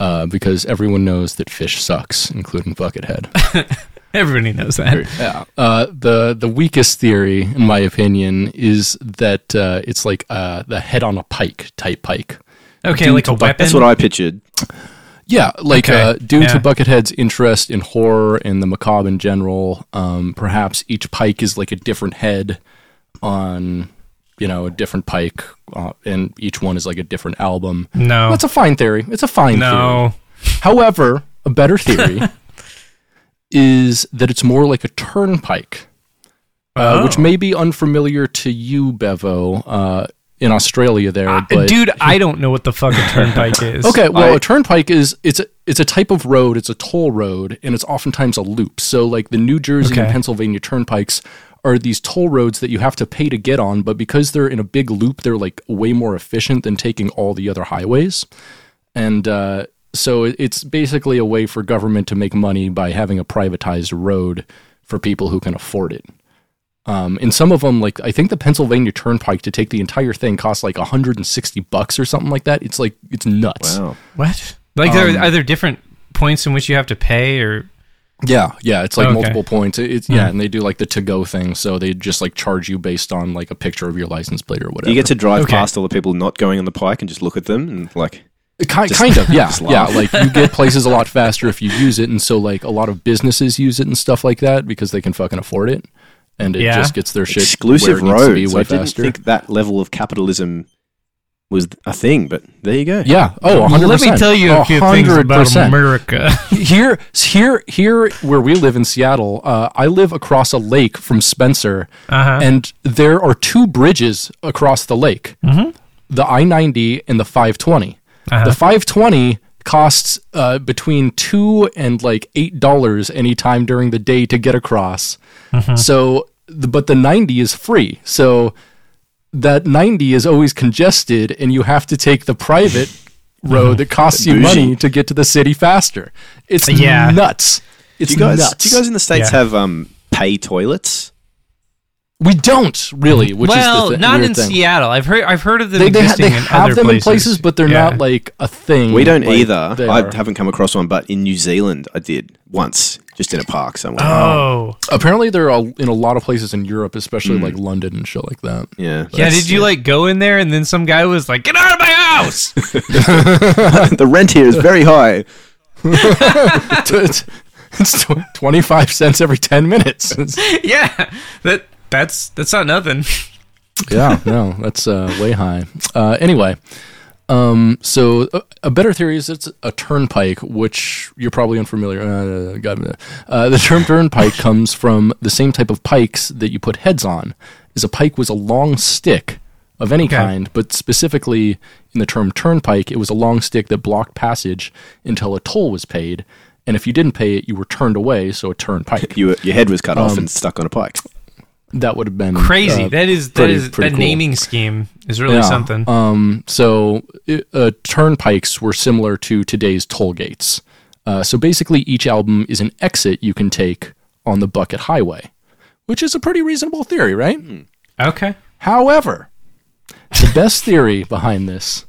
[SPEAKER 2] uh, because everyone knows that fish sucks, including Buckethead.
[SPEAKER 1] Everybody knows that.
[SPEAKER 2] yeah. Uh, the the weakest theory, in my opinion, is that uh, it's like uh, the head on a pike type pike.
[SPEAKER 1] Okay,
[SPEAKER 2] Dude,
[SPEAKER 1] like a
[SPEAKER 2] but
[SPEAKER 1] weapon.
[SPEAKER 3] That's what I pictured.
[SPEAKER 2] Yeah, like
[SPEAKER 1] Okay,
[SPEAKER 2] uh, due
[SPEAKER 1] yeah.
[SPEAKER 2] to Buckethead's interest in horror and the macabre in general, um, perhaps each pike is like a different head on, you know, a different pike, uh, and each one is like a different album.
[SPEAKER 1] no.
[SPEAKER 2] That's a fine theory. It's a fine theory.
[SPEAKER 1] no.
[SPEAKER 2] However, a
[SPEAKER 1] [laughs]
[SPEAKER 2] better theory is that it's more like a turnpike, uh, which
[SPEAKER 1] Oh.
[SPEAKER 2] may be unfamiliar to you, Bevo, uh, in Australia there. but
[SPEAKER 1] Dude, I don't know what the fuck a
[SPEAKER 2] [laughs]
[SPEAKER 1] turnpike is.
[SPEAKER 2] Okay, well,
[SPEAKER 3] I-
[SPEAKER 2] a turnpike is it's a, it's a type of road. It's a toll road, and it's oftentimes a loop. So, like the New Jersey and
[SPEAKER 1] Okay.
[SPEAKER 2] Pennsylvania turnpikes are these toll roads that you have to pay to get on, but because they're in a big loop, they're like way more efficient than taking all the other highways. And uh, so, it- it's basically a way for government to make money by having a privatized road for people who can afford it. Um, and some of them, like I think the Pennsylvania Turnpike to take the entire thing costs like 160 bucks or something like that. It's like it's nuts.
[SPEAKER 3] Wow.
[SPEAKER 1] What? Like there
[SPEAKER 2] Um,
[SPEAKER 1] are, are there different points in which you have to pay or
[SPEAKER 2] Yeah, yeah, it's like
[SPEAKER 1] Okay. Hmm.
[SPEAKER 2] multiple points. It- It's yeah, and they do like the to go thing, so they just like charge you based on like a picture of your license plate or whatever.
[SPEAKER 3] You get to drive
[SPEAKER 1] Okay.
[SPEAKER 3] past all the people not going on the pike and just look at them and like,
[SPEAKER 2] Ki- kind
[SPEAKER 3] [laughs]
[SPEAKER 2] of, yeah,
[SPEAKER 3] just
[SPEAKER 2] yeah.
[SPEAKER 3] laugh.
[SPEAKER 2] Like you
[SPEAKER 3] [laughs]
[SPEAKER 2] get places a lot faster if you use it, and so like a lot of businesses use it and stuff like that because they can fucking afford it, and it
[SPEAKER 1] Yeah.
[SPEAKER 2] just gets their shit
[SPEAKER 3] exclusive
[SPEAKER 2] where it needs to be
[SPEAKER 3] roads.
[SPEAKER 2] way
[SPEAKER 3] I didn't
[SPEAKER 2] faster.
[SPEAKER 3] think that level of capitalism was a thing, but there you go.
[SPEAKER 2] yeah. Oh, 100
[SPEAKER 1] Let me tell you a few things about
[SPEAKER 2] [laughs]
[SPEAKER 1] America.
[SPEAKER 2] here, here, here, where we live in Seattle, uh, I live across a lake from Spencer,
[SPEAKER 1] Uh-huh.
[SPEAKER 2] and there are two bridges across the lake: the I ninety and the five The five twenty costs uh, between two and like eight dollars any time during the day to get across. So, the, but the ninety is free. So that ninety is always congested, and you have to take the private. Road that costs you
[SPEAKER 3] Bougie.
[SPEAKER 2] money to get to the city faster. It's
[SPEAKER 1] Yeah.
[SPEAKER 2] nuts. It's
[SPEAKER 3] Do you guys,
[SPEAKER 2] nuts.
[SPEAKER 3] do you guys in the states
[SPEAKER 1] Yeah.
[SPEAKER 3] have um, pay toilets?
[SPEAKER 2] We don't really, which is
[SPEAKER 1] well,
[SPEAKER 2] the thi-
[SPEAKER 1] not
[SPEAKER 2] weird
[SPEAKER 1] in
[SPEAKER 2] thing.
[SPEAKER 1] Seattle. I've heard I've heard of them
[SPEAKER 2] They, they, ha-
[SPEAKER 1] existing
[SPEAKER 2] they
[SPEAKER 1] in
[SPEAKER 2] have
[SPEAKER 1] other
[SPEAKER 2] them
[SPEAKER 1] places.
[SPEAKER 2] in places, but they're
[SPEAKER 1] Yeah.
[SPEAKER 2] not like a thing.
[SPEAKER 3] We don't
[SPEAKER 2] like
[SPEAKER 3] either.
[SPEAKER 2] they
[SPEAKER 3] I
[SPEAKER 2] Mm, are.
[SPEAKER 3] haven't come across one, but in New Zealand, I did once, just in a park somewhere.
[SPEAKER 1] Oh,
[SPEAKER 2] Apparently, they're all in a lot of places in Europe, especially
[SPEAKER 3] Hmm.
[SPEAKER 2] like London and shit like that. [laughs]
[SPEAKER 3] Yeah.
[SPEAKER 1] yeah. Did you like go in there and then some guy was like, "Get out of my house!"
[SPEAKER 3] [laughs] the rent here is very high.
[SPEAKER 2] it's it's tw- 25 cents every 10 minutes. It's-
[SPEAKER 1] [laughs] yeah, that that's that's not nothing. [laughs]
[SPEAKER 2] yeah, no, that's uh, way high. Uh, anyway, um, so a, a better theory is it's a turnpike, which you're probably unfamiliar. Uh, God, uh, the term turnpike comes from the same type of pikes that you put heads on. Is a pike was a long stick of any kind, but specifically in the term turnpike, it was a long stick that blocked passage until a toll was paid. And if you didn't pay it, you were turned away, so a turnpike.
[SPEAKER 3] [laughs] You, were- your head was cut off
[SPEAKER 2] Um,
[SPEAKER 3] and stuck on a pike.
[SPEAKER 2] that would have been
[SPEAKER 1] Crazy.
[SPEAKER 2] uh,
[SPEAKER 1] that is that
[SPEAKER 2] pretty-
[SPEAKER 1] is
[SPEAKER 2] pretty
[SPEAKER 1] that
[SPEAKER 2] cool.
[SPEAKER 1] naming scheme is really
[SPEAKER 2] Yeah.
[SPEAKER 1] something.
[SPEAKER 2] Um, so i- uh, turnpikes were similar to today's toll gates. Uh, so basically, each album is an exit you can take on the Bucket Highway, which is a pretty reasonable theory, right?
[SPEAKER 1] okay.
[SPEAKER 2] However, the best theory behind this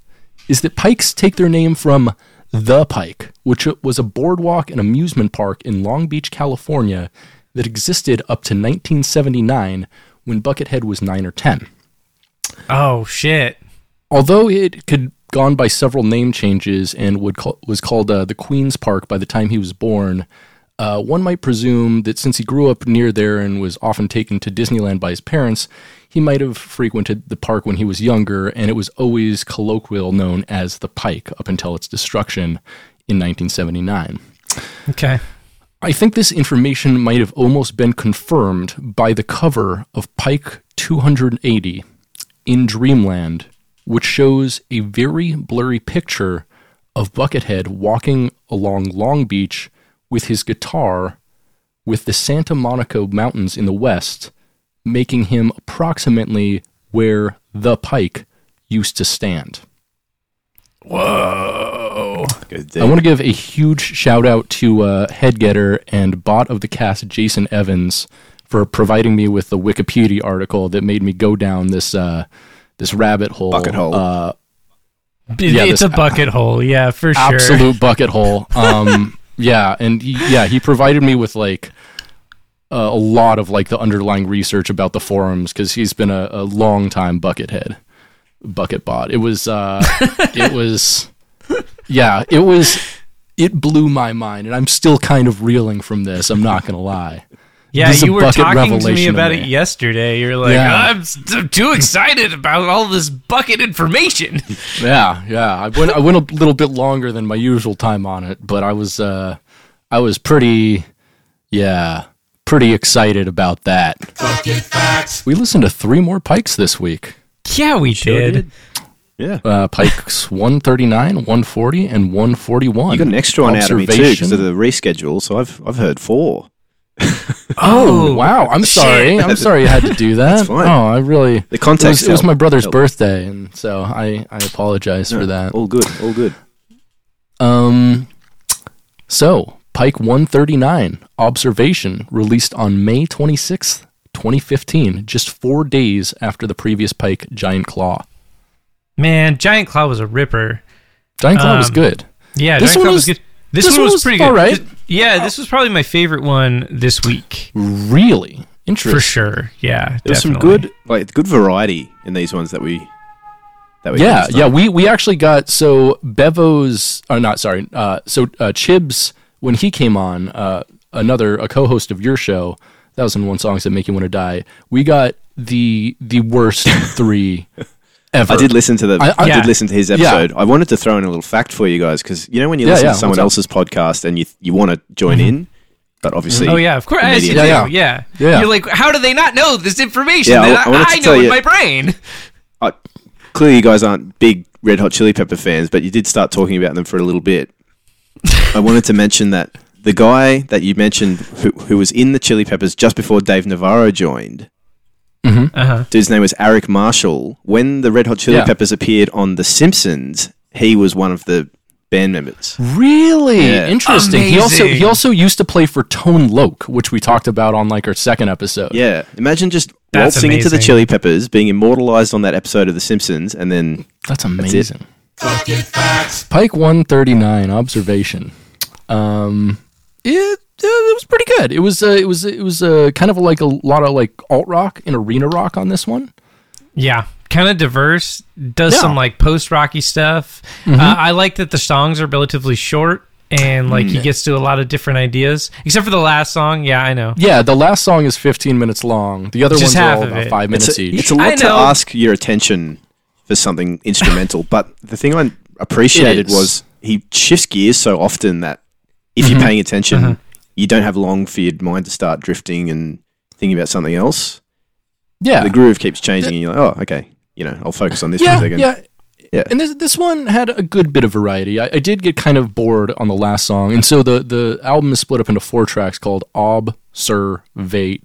[SPEAKER 2] is that pikes take their name from the Pike, which was a boardwalk and amusement park in Long Beach, California, that existed up to 1979 when Buckethead was nine or ten.
[SPEAKER 1] Oh shit.
[SPEAKER 2] Although it could gone by several name changes and would call, was called uh, the Queen's Park by the time he was born, uh, one might presume that since he grew up near there and was often taken to Disneyland by his parents, he might have frequented the park when he was younger, and it was always colloquial known as the Pike up until its destruction in 1979.
[SPEAKER 1] Okay.
[SPEAKER 2] I think this information might have almost been confirmed by the cover of Pike 280 in Dreamland, which shows a very blurry picture of Buckethead walking along Long Beach with his guitar with the Santa Monica Mountains in the west, making him approximately where the Pike used to stand.
[SPEAKER 1] Whoa.
[SPEAKER 3] Good
[SPEAKER 2] I
[SPEAKER 3] there.
[SPEAKER 2] want to give a huge shout out to uh, headgetter and bot of the cast, Jason Evans, for providing me with the Wikipedia article that made me go down this uh, this rabbit hole,
[SPEAKER 3] Bucket hole.
[SPEAKER 2] uh, Yeah,
[SPEAKER 1] it's
[SPEAKER 2] this-
[SPEAKER 1] a bucket hole. Yeah, for sure.
[SPEAKER 2] absolute bucket hole. Um, [laughs] yeah, and he, yeah, he provided me with like uh, a lot of like the underlying research about the forums because he's been a, a long time bucket head, bucket bot. It was, uh, it was, yeah, it was. It blew my mind, and I'm still kind of reeling from this. I'm not gonna lie.
[SPEAKER 1] Yeah,
[SPEAKER 2] This is a
[SPEAKER 1] you were
[SPEAKER 2] bucket
[SPEAKER 1] talking to me
[SPEAKER 2] revelation to
[SPEAKER 1] about
[SPEAKER 2] me.
[SPEAKER 1] it yesterday. You're like,
[SPEAKER 2] Yeah.
[SPEAKER 1] I'm s- I'm too excited about all this bucket information. [laughs]
[SPEAKER 2] Yeah, yeah. I went I went a little bit longer than my usual time on it, but I was uh I was pretty yeah, pretty excited about that.
[SPEAKER 4] Bucket facts.
[SPEAKER 2] We listened to three more pikes this week.
[SPEAKER 1] yeah, we did.
[SPEAKER 3] yeah.
[SPEAKER 2] Uh pikes 139, 140 and 141.
[SPEAKER 3] You got an extra one out of me too
[SPEAKER 2] Observation.
[SPEAKER 3] because of the reschedule. So I've I've heard four.
[SPEAKER 1] Oh,
[SPEAKER 2] Wow, I'm sorry.
[SPEAKER 3] [laughs]
[SPEAKER 2] I'm sorry you had to do that.
[SPEAKER 3] fine.
[SPEAKER 2] Oh, I really
[SPEAKER 3] The
[SPEAKER 2] it was,
[SPEAKER 3] context
[SPEAKER 2] it was
[SPEAKER 3] helped.
[SPEAKER 2] my brother's
[SPEAKER 3] Helped.
[SPEAKER 2] birthday and so I I apologize for that.
[SPEAKER 3] All good. All good.
[SPEAKER 2] Um, so Pike 139 observation released on May 26th, 2015, just four days after the previous Pike Giant Claw.
[SPEAKER 1] Man, Giant Claw was a ripper.
[SPEAKER 2] Giant Claw was
[SPEAKER 1] Um,
[SPEAKER 2] good.
[SPEAKER 1] Yeah,
[SPEAKER 2] This
[SPEAKER 1] Giant
[SPEAKER 2] one
[SPEAKER 1] Claw
[SPEAKER 2] was-
[SPEAKER 1] good. This, one, was pretty good.
[SPEAKER 2] all right.
[SPEAKER 1] Th- yeah, this was probably my favorite one this week
[SPEAKER 2] Really
[SPEAKER 1] for
[SPEAKER 2] interesting.
[SPEAKER 1] sure. Yeah,
[SPEAKER 3] There was some
[SPEAKER 1] definitely.
[SPEAKER 3] good like good variety in these ones that we that we
[SPEAKER 2] Yeah,
[SPEAKER 3] missed.
[SPEAKER 2] yeah. We we actually got so Bevo's or not sorry. Uh, so uh, Chibs when he came on, uh, another a co-host of your show, Thousand and One Songs That Make You Want to Die. We got the the worst three ever.
[SPEAKER 3] [laughs] I did listen to the
[SPEAKER 2] I-
[SPEAKER 3] I,
[SPEAKER 2] I-
[SPEAKER 1] Yeah.
[SPEAKER 3] did listen to his episode. I wanted to throw in a little fact for you guys because you know when you
[SPEAKER 2] Yeah,
[SPEAKER 3] listen
[SPEAKER 2] yeah,
[SPEAKER 3] to someone
[SPEAKER 2] what's up? Mm-hmm.
[SPEAKER 3] else's podcast and you you want to join in, but obviously
[SPEAKER 1] Oh yeah, of course. As you
[SPEAKER 3] Comedian.
[SPEAKER 2] Yeah,
[SPEAKER 1] do, yeah.
[SPEAKER 2] Yeah.
[SPEAKER 1] You're like, how do they not know this information
[SPEAKER 3] Yeah, I-
[SPEAKER 1] that
[SPEAKER 3] I
[SPEAKER 1] I,
[SPEAKER 3] wanted
[SPEAKER 1] I
[SPEAKER 3] to
[SPEAKER 1] know
[SPEAKER 3] tell
[SPEAKER 1] in
[SPEAKER 3] you-
[SPEAKER 1] my brain?
[SPEAKER 3] I, clearly you guys aren't big Red Hot Chili Pepper fans, but you did start talking about them for a little bit. I wanted to mention that the guy that you mentioned who, who was in the Chili Peppers just before Dave Navarro joined,
[SPEAKER 1] Uh-huh.
[SPEAKER 3] dude's name was Eric Marshall. When the Red Hot Chili
[SPEAKER 2] Yeah.
[SPEAKER 3] Peppers appeared on The Simpsons, he was one of the band members.
[SPEAKER 2] Really
[SPEAKER 3] Yeah.
[SPEAKER 2] interesting. He also he
[SPEAKER 1] Amazing.
[SPEAKER 2] also used to play for Tone Loc, which we talked about on like our second episode.
[SPEAKER 3] Yeah, imagine just
[SPEAKER 1] That's
[SPEAKER 3] waltzing into the
[SPEAKER 1] amazing.
[SPEAKER 3] Chili Peppers, being immortalized on that episode of The Simpsons, and then
[SPEAKER 2] That's
[SPEAKER 3] it.
[SPEAKER 2] amazing.
[SPEAKER 4] Bucket facts.
[SPEAKER 2] Pike 139 observation. Um, it uh, it was pretty good. It was uh, it was it was uh, kind of like a lot of like alt rock and arena rock on this one.
[SPEAKER 1] Yeah, kind of diverse. Does
[SPEAKER 2] Yeah. Mm-hmm.
[SPEAKER 1] some like post rocky stuff. Uh, I like that the songs are relatively short and like
[SPEAKER 2] Mm.
[SPEAKER 1] he gets to a lot of different ideas. Except for the last song. Yeah, I know.
[SPEAKER 2] Yeah, the last song is 15 minutes long. The other
[SPEAKER 1] Just
[SPEAKER 2] ones are
[SPEAKER 1] half
[SPEAKER 2] all
[SPEAKER 1] of
[SPEAKER 2] about
[SPEAKER 1] it.
[SPEAKER 2] five minutes
[SPEAKER 3] it's a,
[SPEAKER 2] each.
[SPEAKER 3] it's a
[SPEAKER 1] I
[SPEAKER 3] lot to
[SPEAKER 1] know.
[SPEAKER 3] ask your attention for something instrumental. but the thing I appreciated
[SPEAKER 2] It is.
[SPEAKER 3] was he shifts gears so often that if
[SPEAKER 2] Mm-hmm.
[SPEAKER 3] you're paying attention, you don't have long for your mind to start drifting and thinking about something else.
[SPEAKER 2] yeah,
[SPEAKER 3] The groove keeps changing, and you're like, oh, okay, you know, I'll focus on this for a
[SPEAKER 2] Ah. yeah,
[SPEAKER 3] second.
[SPEAKER 2] yeah.
[SPEAKER 3] Yeah.
[SPEAKER 2] And this this one had a good bit of variety. I, I did get kind of bored on the last song, and so the the album is split up into four tracks called Observate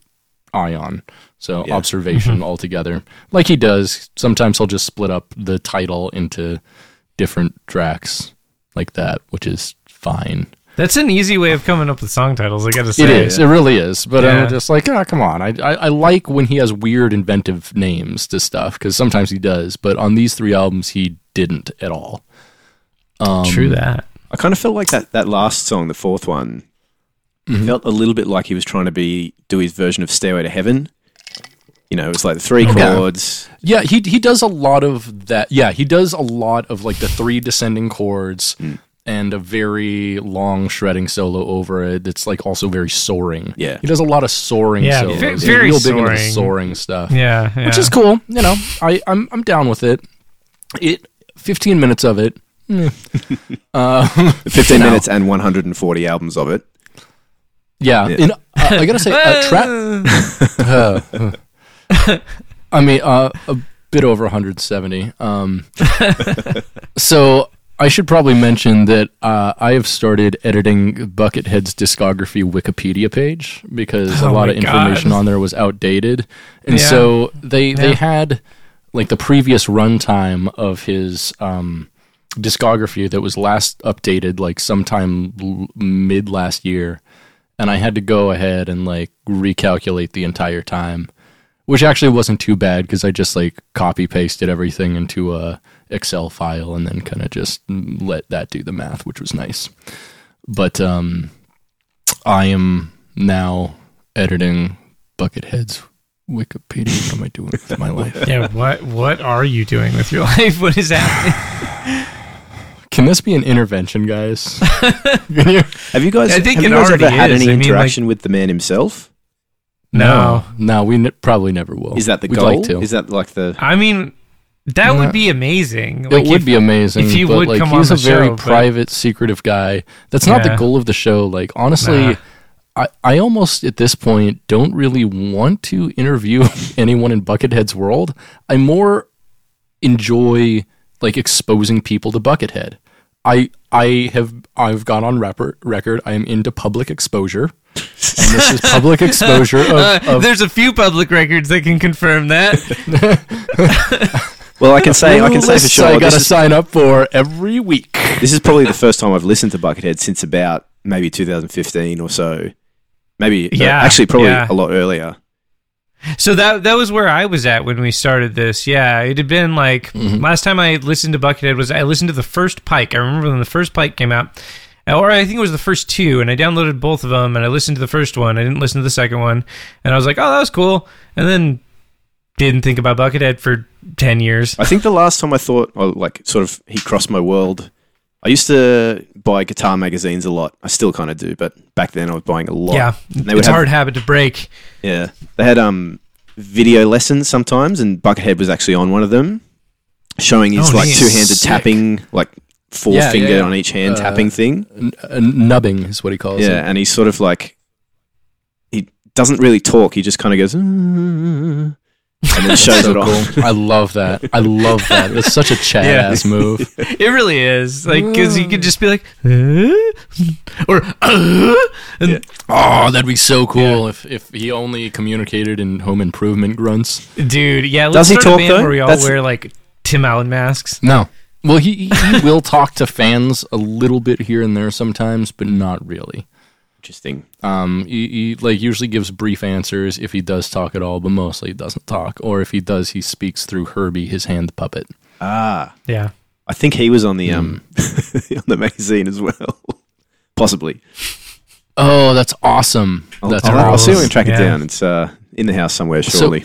[SPEAKER 2] Ion. So observation altogether, like he does. Sometimes he'll just split up the title into different tracks like that, which is fine.
[SPEAKER 1] That's an easy way of coming up with song titles. I gotta say.
[SPEAKER 2] It is. It really is. But
[SPEAKER 1] Yeah.
[SPEAKER 2] I'm just like, ah, come on. I, I I like when he has weird, inventive names to stuff because sometimes he does. But on these three albums, he didn't at all.
[SPEAKER 1] True that.
[SPEAKER 3] I kind of felt like that, that last song, the fourth one,
[SPEAKER 2] Mm-hmm.
[SPEAKER 3] felt a little bit like he was trying to be do his version of Stairway to Heaven. You know, it was like the three
[SPEAKER 2] Yeah.
[SPEAKER 3] chords.
[SPEAKER 2] Yeah, he he does a lot of that. Yeah, he does a lot of like the three descending chords and a very long shredding solo over it. That's like also very soaring.
[SPEAKER 3] Yeah.
[SPEAKER 2] he does a lot of soaring.
[SPEAKER 1] Yeah,
[SPEAKER 2] solos.
[SPEAKER 1] ve-
[SPEAKER 2] He's
[SPEAKER 1] very
[SPEAKER 2] real big into
[SPEAKER 1] soaring.
[SPEAKER 2] the soaring stuff.
[SPEAKER 1] Yeah, yeah.
[SPEAKER 2] which is cool. You know, I I'm I'm down with it. It 15 minutes of it.
[SPEAKER 3] 15 minutes and 140 albums of it.
[SPEAKER 2] Yeah, and uh, I gotta say,
[SPEAKER 1] [laughs]
[SPEAKER 2] uh, tra- [laughs] I mean, uh, a bit over 170.
[SPEAKER 1] [laughs]
[SPEAKER 2] Um, so I should probably mention that uh, I have started editing Buckethead's discography Wikipedia page because a
[SPEAKER 1] Oh
[SPEAKER 2] lot
[SPEAKER 1] my
[SPEAKER 2] of information
[SPEAKER 1] God.
[SPEAKER 2] on there was outdated, and
[SPEAKER 1] Yeah.
[SPEAKER 2] so they they
[SPEAKER 1] Yeah.
[SPEAKER 2] had like the previous runtime of his. Um, discography that was last updated like sometime l- mid last year and I had to go ahead and like recalculate the entire time, which actually wasn't too bad because I just like copy pasted everything into a Excel file and then kind of just let that do the math, which was nice. But um, I am now editing Buckethead's Wikipedia. What am I doing with [laughs] my life?
[SPEAKER 1] Yeah. What What are you doing with your [laughs] life? What is happening?
[SPEAKER 2] Can this be an intervention,
[SPEAKER 3] [laughs]
[SPEAKER 2] guys? Can you-
[SPEAKER 3] Have you guys?
[SPEAKER 1] I think
[SPEAKER 3] have
[SPEAKER 1] it
[SPEAKER 3] you guys
[SPEAKER 1] already
[SPEAKER 3] ever had
[SPEAKER 1] is.
[SPEAKER 3] any
[SPEAKER 1] I mean, like-
[SPEAKER 3] interaction with the man himself?
[SPEAKER 1] No.
[SPEAKER 2] no, we n- probably never will.
[SPEAKER 3] Is that the
[SPEAKER 2] We'd
[SPEAKER 3] goal?
[SPEAKER 2] Like to.
[SPEAKER 3] Is that like the?
[SPEAKER 1] I mean, that
[SPEAKER 2] No.
[SPEAKER 1] would be amazing.
[SPEAKER 2] it would
[SPEAKER 1] if-
[SPEAKER 2] be amazing
[SPEAKER 1] if he
[SPEAKER 2] but
[SPEAKER 1] would
[SPEAKER 2] like
[SPEAKER 1] come on
[SPEAKER 2] he's
[SPEAKER 1] the
[SPEAKER 2] a very
[SPEAKER 1] show, but-
[SPEAKER 2] private secretive guy that's not the
[SPEAKER 1] Yeah.
[SPEAKER 2] goal of the show like honestly
[SPEAKER 1] Nah.
[SPEAKER 2] I, I almost at this point don't really want to interview [laughs] anyone in buckethead's world i more enjoy like exposing people to buckethead i i have i've gone on rapper, record i am into public exposure and this
[SPEAKER 1] [laughs]
[SPEAKER 2] is public exposure of,
[SPEAKER 1] Uh,
[SPEAKER 2] of
[SPEAKER 1] there's a few public records that can confirm that.
[SPEAKER 3] [laughs] Well, I can say I can say for
[SPEAKER 2] lists i
[SPEAKER 3] sure.
[SPEAKER 2] gotta
[SPEAKER 3] This is,
[SPEAKER 2] sign up for every week
[SPEAKER 3] this is probably the first time I've listened to Buckethead since about maybe 2015 or so. Maybe no,
[SPEAKER 1] Yeah,
[SPEAKER 3] actually probably
[SPEAKER 1] yeah.
[SPEAKER 3] a lot earlier.
[SPEAKER 1] So that that was where I was at when we started this. Yeah, it had been like
[SPEAKER 3] Mm-hmm.
[SPEAKER 1] last time I listened to Buckethead was I listened to the first Pike. I remember when the first Pike came out, or I think it was the first two, and I downloaded both of them and I listened to the first one. I didn't listen to the second one, and I was like, oh, that was cool, and then didn't think about Buckethead for ten years.
[SPEAKER 3] I think the last time I thought, oh, like, sort of, he crossed my world. I used to buy guitar magazines a lot. I still kind of do, but back then I was buying a lot.
[SPEAKER 1] Yeah,
[SPEAKER 3] And
[SPEAKER 1] it's
[SPEAKER 3] they would
[SPEAKER 1] a
[SPEAKER 3] have-
[SPEAKER 1] hard habit to break.
[SPEAKER 3] Yeah, they had um video lessons sometimes, and Buckethead was actually on one of them, showing his
[SPEAKER 1] Oh,
[SPEAKER 3] like
[SPEAKER 1] nice.
[SPEAKER 3] two handed
[SPEAKER 2] Sick.
[SPEAKER 3] tapping, like four
[SPEAKER 2] Yeah, yeah,
[SPEAKER 3] finger
[SPEAKER 2] yeah.
[SPEAKER 3] on each hand
[SPEAKER 2] Uh,
[SPEAKER 3] tapping thing.
[SPEAKER 2] N- uh, nubbing is what he calls it
[SPEAKER 3] Yeah, and he's sort of like he doesn't really talk. He just kind of goes "Mm,"
[SPEAKER 2] [laughs]
[SPEAKER 3] and then shows
[SPEAKER 2] so
[SPEAKER 3] it off.
[SPEAKER 2] cool. I love that. I love that. That's
[SPEAKER 3] [laughs]
[SPEAKER 2] such a Chad
[SPEAKER 1] Yeah.
[SPEAKER 2] ass move.
[SPEAKER 1] It really is like because you
[SPEAKER 3] Mm.
[SPEAKER 1] could just be like, "Huh?" or uh, and
[SPEAKER 2] Oh, that'd be so cool if, if he only communicated in home improvement grunts.
[SPEAKER 1] Dude, yeah.
[SPEAKER 3] Does
[SPEAKER 1] Let's
[SPEAKER 3] he
[SPEAKER 1] start
[SPEAKER 3] talk,
[SPEAKER 1] a band
[SPEAKER 3] though?
[SPEAKER 1] Where we all
[SPEAKER 3] That's-
[SPEAKER 1] wear like Tim Allen masks.
[SPEAKER 2] No. Well,
[SPEAKER 3] [laughs]
[SPEAKER 2] he, he will talk to fans a little bit here and there sometimes, but not really.
[SPEAKER 3] Interesting.
[SPEAKER 2] Um, he, he like usually gives brief answers if he does talk at all, but mostly he doesn't talk. Or if he does, he speaks through Herbie, his hand puppet.
[SPEAKER 3] Ah,
[SPEAKER 1] Yeah.
[SPEAKER 3] I think he was on the um [laughs] on the magazine as well, possibly.
[SPEAKER 2] Oh, that's awesome! That's
[SPEAKER 3] Oh, I'll, I'll see if we
[SPEAKER 2] awesome.
[SPEAKER 3] can track it
[SPEAKER 1] Yeah.
[SPEAKER 3] down. It's uh, in the house somewhere, surely.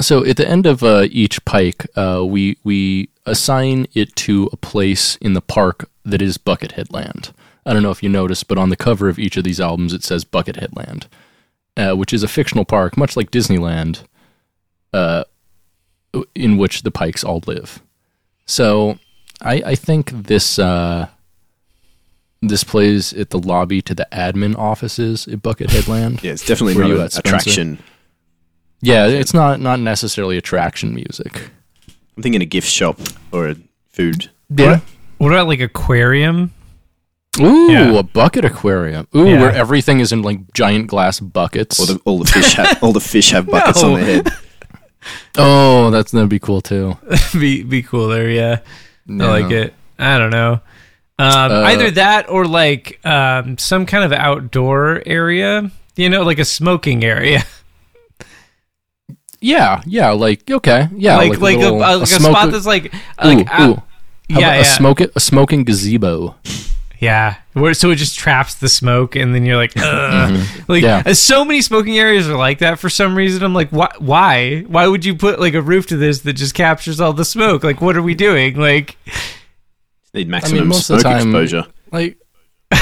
[SPEAKER 2] So at the end of uh, each pike, uh, we we assign it to a place in the park that is Buckethead Land. I don't know if you noticed, but on the cover of each of these albums, it says Buckethead Land, uh, which is a fictional park, much like Disneyland, uh, in which the pikes all live. So I, I think this uh, this plays at the lobby to the admin offices at Buckethead Land.
[SPEAKER 3] yeah, it's definitely
[SPEAKER 2] Were
[SPEAKER 3] not
[SPEAKER 2] you
[SPEAKER 3] an
[SPEAKER 2] at Spencer?
[SPEAKER 3] attraction.
[SPEAKER 2] Yeah, it's not not necessarily attraction music.
[SPEAKER 3] I'm thinking a gift shop or a food.
[SPEAKER 1] What, what about like aquarium?
[SPEAKER 2] Ooh,
[SPEAKER 1] Yeah.
[SPEAKER 2] a bucket aquarium. Ooh,
[SPEAKER 1] Yeah.
[SPEAKER 2] where everything is in like giant glass buckets.
[SPEAKER 3] All the, all the
[SPEAKER 2] [laughs]
[SPEAKER 3] fish have all the fish have buckets
[SPEAKER 1] No.
[SPEAKER 3] on their head.
[SPEAKER 2] oh, that's that'd be cool too.
[SPEAKER 1] [laughs] be be cooler, yeah.
[SPEAKER 2] Yeah.
[SPEAKER 1] I like it. I don't know. Um,
[SPEAKER 2] Uh,
[SPEAKER 1] either that or like um, some kind of outdoor area, you know, like a smoking area, [laughs]
[SPEAKER 2] Yeah, yeah, like okay, yeah,
[SPEAKER 1] like like,
[SPEAKER 2] little-
[SPEAKER 1] a, a, like a,
[SPEAKER 2] smoke-
[SPEAKER 1] spot that's like
[SPEAKER 2] ooh,
[SPEAKER 1] like out-
[SPEAKER 2] ooh. How
[SPEAKER 1] yeah
[SPEAKER 2] about
[SPEAKER 1] yeah
[SPEAKER 2] a smoke a smoking gazebo.
[SPEAKER 1] yeah. Where, so it just traps the smoke, and then you're
[SPEAKER 2] [laughs]
[SPEAKER 1] like, Ugh. like
[SPEAKER 2] Mm-hmm. Yeah.
[SPEAKER 1] uh, so many smoking areas are like that for some reason. I'm like, why why why would you put like a roof to this that just captures all the smoke? Like, what are we doing? Like,
[SPEAKER 3] Need maximum
[SPEAKER 2] most of
[SPEAKER 3] smoke
[SPEAKER 2] the time-
[SPEAKER 3] exposure.
[SPEAKER 2] Like, [laughs]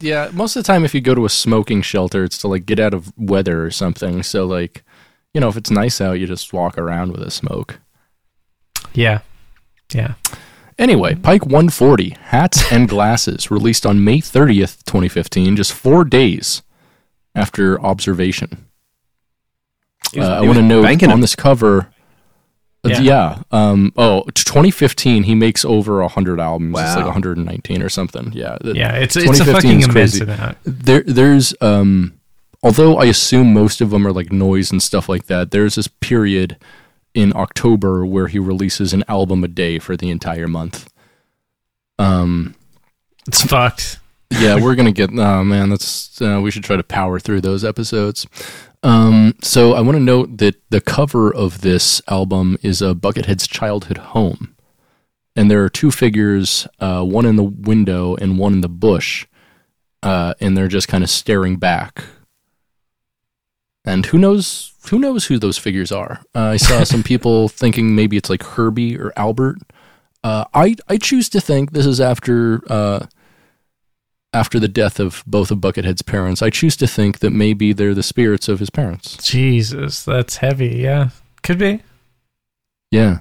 [SPEAKER 2] yeah, most of the time if you go to a smoking shelter, it's to like get out of weather or something. So like, you know, if it's nice out, you just walk around with a smoke.
[SPEAKER 1] yeah, yeah.
[SPEAKER 2] Anyway, Pike 140, Hats and Glasses, [laughs] released on May 30th, 2015, just four days after observation.
[SPEAKER 3] He was-
[SPEAKER 2] Uh, I
[SPEAKER 3] he
[SPEAKER 2] want to
[SPEAKER 3] was
[SPEAKER 2] note
[SPEAKER 3] banking
[SPEAKER 2] on
[SPEAKER 3] it.
[SPEAKER 2] this cover. uh,
[SPEAKER 1] Yeah.
[SPEAKER 2] Yeah. um, oh, t- 2015, he makes over 100 albums. It's like
[SPEAKER 3] Wow.
[SPEAKER 2] 119 or something. Yeah. th-
[SPEAKER 1] Yeah, it's it's a
[SPEAKER 2] 2015
[SPEAKER 1] fucking
[SPEAKER 2] is
[SPEAKER 1] immense
[SPEAKER 2] crazy.
[SPEAKER 1] amount.
[SPEAKER 2] There, there's, um, although I assume most of them are like noise and stuff like that, there's this period in October where he releases an album a day for the entire month. Um,
[SPEAKER 1] It's fucked.
[SPEAKER 2] yeah, we're gonna get. Oh man, that's uh, we should try to power through those episodes. Um, so I want to note that the cover of this album is a Buckethead's childhood home, and there are two figures, uh, one in the window and one in the bush, uh, and they're just kind of staring back. And who knows? Who knows who those figures are? Uh, I saw [laughs] some people thinking maybe it's like Herbie or Albert. Uh, I I choose to think this is after. Uh, after the death of both of Buckethead's parents, I choose to think that maybe they're the spirits of his parents.
[SPEAKER 1] Jesus, that's heavy. Yeah, could be.
[SPEAKER 2] Yeah.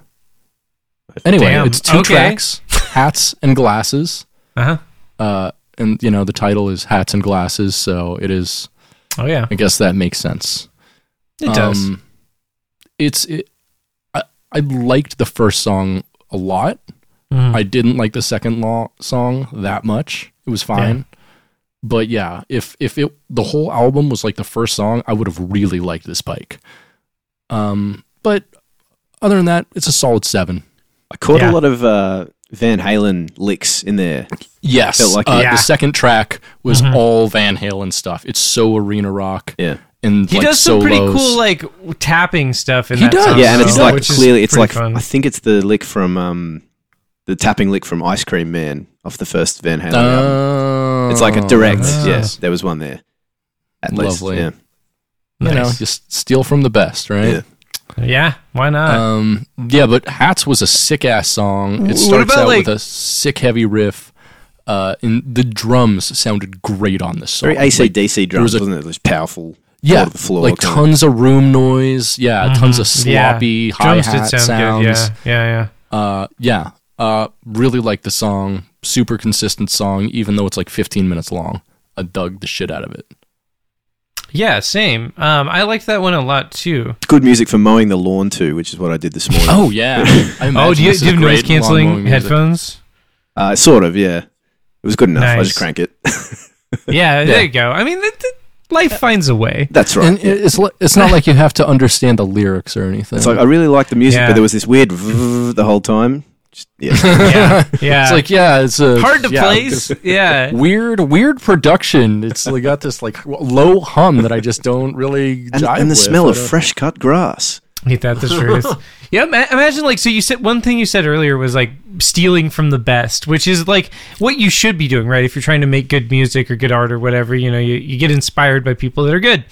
[SPEAKER 2] Anyway,
[SPEAKER 1] Damn,
[SPEAKER 2] it's two
[SPEAKER 1] okay.
[SPEAKER 2] tracks, hats and glasses.
[SPEAKER 1] Uh huh.
[SPEAKER 2] Uh, and you know the title is hats and glasses, so it is.
[SPEAKER 1] Oh yeah,
[SPEAKER 2] I guess that makes sense.
[SPEAKER 1] it does.
[SPEAKER 2] Um, it's. It, I I liked the first song a lot.
[SPEAKER 1] Mhm.
[SPEAKER 2] I didn't like the second law song that much. It was fine. But yeah, if if it the whole album was like the first song, I would have really liked this Pike. Um, but other than that, it's a solid seven.
[SPEAKER 3] I caught
[SPEAKER 1] Yeah.
[SPEAKER 3] a lot of uh, Van Halen licks in there.
[SPEAKER 2] Yes,
[SPEAKER 3] Felt like
[SPEAKER 2] uh,
[SPEAKER 3] it.
[SPEAKER 1] Yeah. Mm-hmm.
[SPEAKER 2] the second track was all Van Halen stuff. It's so arena rock.
[SPEAKER 3] Yeah.
[SPEAKER 2] and
[SPEAKER 1] he
[SPEAKER 2] like,
[SPEAKER 1] does some pretty
[SPEAKER 2] solos.
[SPEAKER 1] cool like w- tapping stuff in
[SPEAKER 2] He
[SPEAKER 1] that
[SPEAKER 2] does.
[SPEAKER 1] song,
[SPEAKER 3] Yeah, and it's
[SPEAKER 1] though,
[SPEAKER 3] like
[SPEAKER 1] which is
[SPEAKER 3] clearly, it's
[SPEAKER 1] pretty
[SPEAKER 3] like
[SPEAKER 1] fun.
[SPEAKER 3] I think it's the lick from um, the tapping lick from Ice Cream Man off the first Van Halen album.
[SPEAKER 2] Oh,
[SPEAKER 3] It's like a direct.
[SPEAKER 1] Ah.
[SPEAKER 3] Yeah, there was one there. At least,
[SPEAKER 2] Lovely. Oh,
[SPEAKER 3] yeah.
[SPEAKER 2] You know,
[SPEAKER 1] Nice.
[SPEAKER 2] just steal from the best, right?
[SPEAKER 3] Yeah.
[SPEAKER 1] yeah, why not?
[SPEAKER 2] Um, yeah, but Hats was a sick ass song.
[SPEAKER 1] What
[SPEAKER 2] It starts
[SPEAKER 1] about,
[SPEAKER 2] out
[SPEAKER 1] like-
[SPEAKER 2] with a sick heavy riff. Uh, and the drums sounded great on this song.
[SPEAKER 3] Very ACDC drums,
[SPEAKER 2] was a-
[SPEAKER 3] wasn't it? It was powerful.
[SPEAKER 2] yeah,
[SPEAKER 3] floor to the floor
[SPEAKER 2] like
[SPEAKER 3] kind of-
[SPEAKER 2] tons of room noise. Yeah, tons of
[SPEAKER 1] Mm-hmm. Yeah.
[SPEAKER 2] sloppy hi
[SPEAKER 1] Drums did
[SPEAKER 2] hat
[SPEAKER 1] sound
[SPEAKER 2] sounds.
[SPEAKER 1] good. Yeah, yeah, yeah.
[SPEAKER 2] Uh, yeah. Uh, really like the song. Super consistent song, even though it's like 15 minutes long. I dug the shit out of it.
[SPEAKER 1] Yeah, same. Um, I liked that one a lot too.
[SPEAKER 3] Good music for mowing the lawn too, which is what I did this morning.
[SPEAKER 2] Oh yeah. I
[SPEAKER 1] [laughs] Oh,
[SPEAKER 2] imagine
[SPEAKER 1] do you,
[SPEAKER 2] this
[SPEAKER 1] do you
[SPEAKER 2] is
[SPEAKER 1] have noise
[SPEAKER 2] great lawn mowing
[SPEAKER 1] canceling
[SPEAKER 2] music.
[SPEAKER 1] headphones?
[SPEAKER 3] Uh, sort of, yeah. It was good enough. I
[SPEAKER 1] Nice.
[SPEAKER 3] just crank it.
[SPEAKER 1] [laughs]
[SPEAKER 3] [laughs]
[SPEAKER 1] yeah, there you go. I mean, th- th- life finds a way.
[SPEAKER 3] That's right.
[SPEAKER 2] And it- it's li- it's not like you have to understand the lyrics or anything.
[SPEAKER 3] It's like I really liked the music,
[SPEAKER 1] Yeah.
[SPEAKER 3] but there was this weird vroom the whole time. Just,
[SPEAKER 2] [laughs]
[SPEAKER 3] yeah.
[SPEAKER 1] [laughs] Yeah, yeah.
[SPEAKER 2] It's like yeah, it's a,
[SPEAKER 1] hard to
[SPEAKER 2] yeah,
[SPEAKER 1] place.
[SPEAKER 2] it's
[SPEAKER 1] Yeah,
[SPEAKER 2] Weird, weird production. It's like got this like low hum that I just don't really.
[SPEAKER 3] and,
[SPEAKER 2] jive
[SPEAKER 3] and the
[SPEAKER 2] with.
[SPEAKER 3] smell
[SPEAKER 2] I
[SPEAKER 3] of
[SPEAKER 2] don't-
[SPEAKER 3] fresh cut grass.
[SPEAKER 1] Ain't that the
[SPEAKER 2] [laughs]
[SPEAKER 1] truth? yeah, ma- imagine like so. You said one thing you said earlier was like stealing from the best, which is like what you should be doing, right? If you're trying to make good music or good art or whatever, you know, you, you get inspired by people that are good.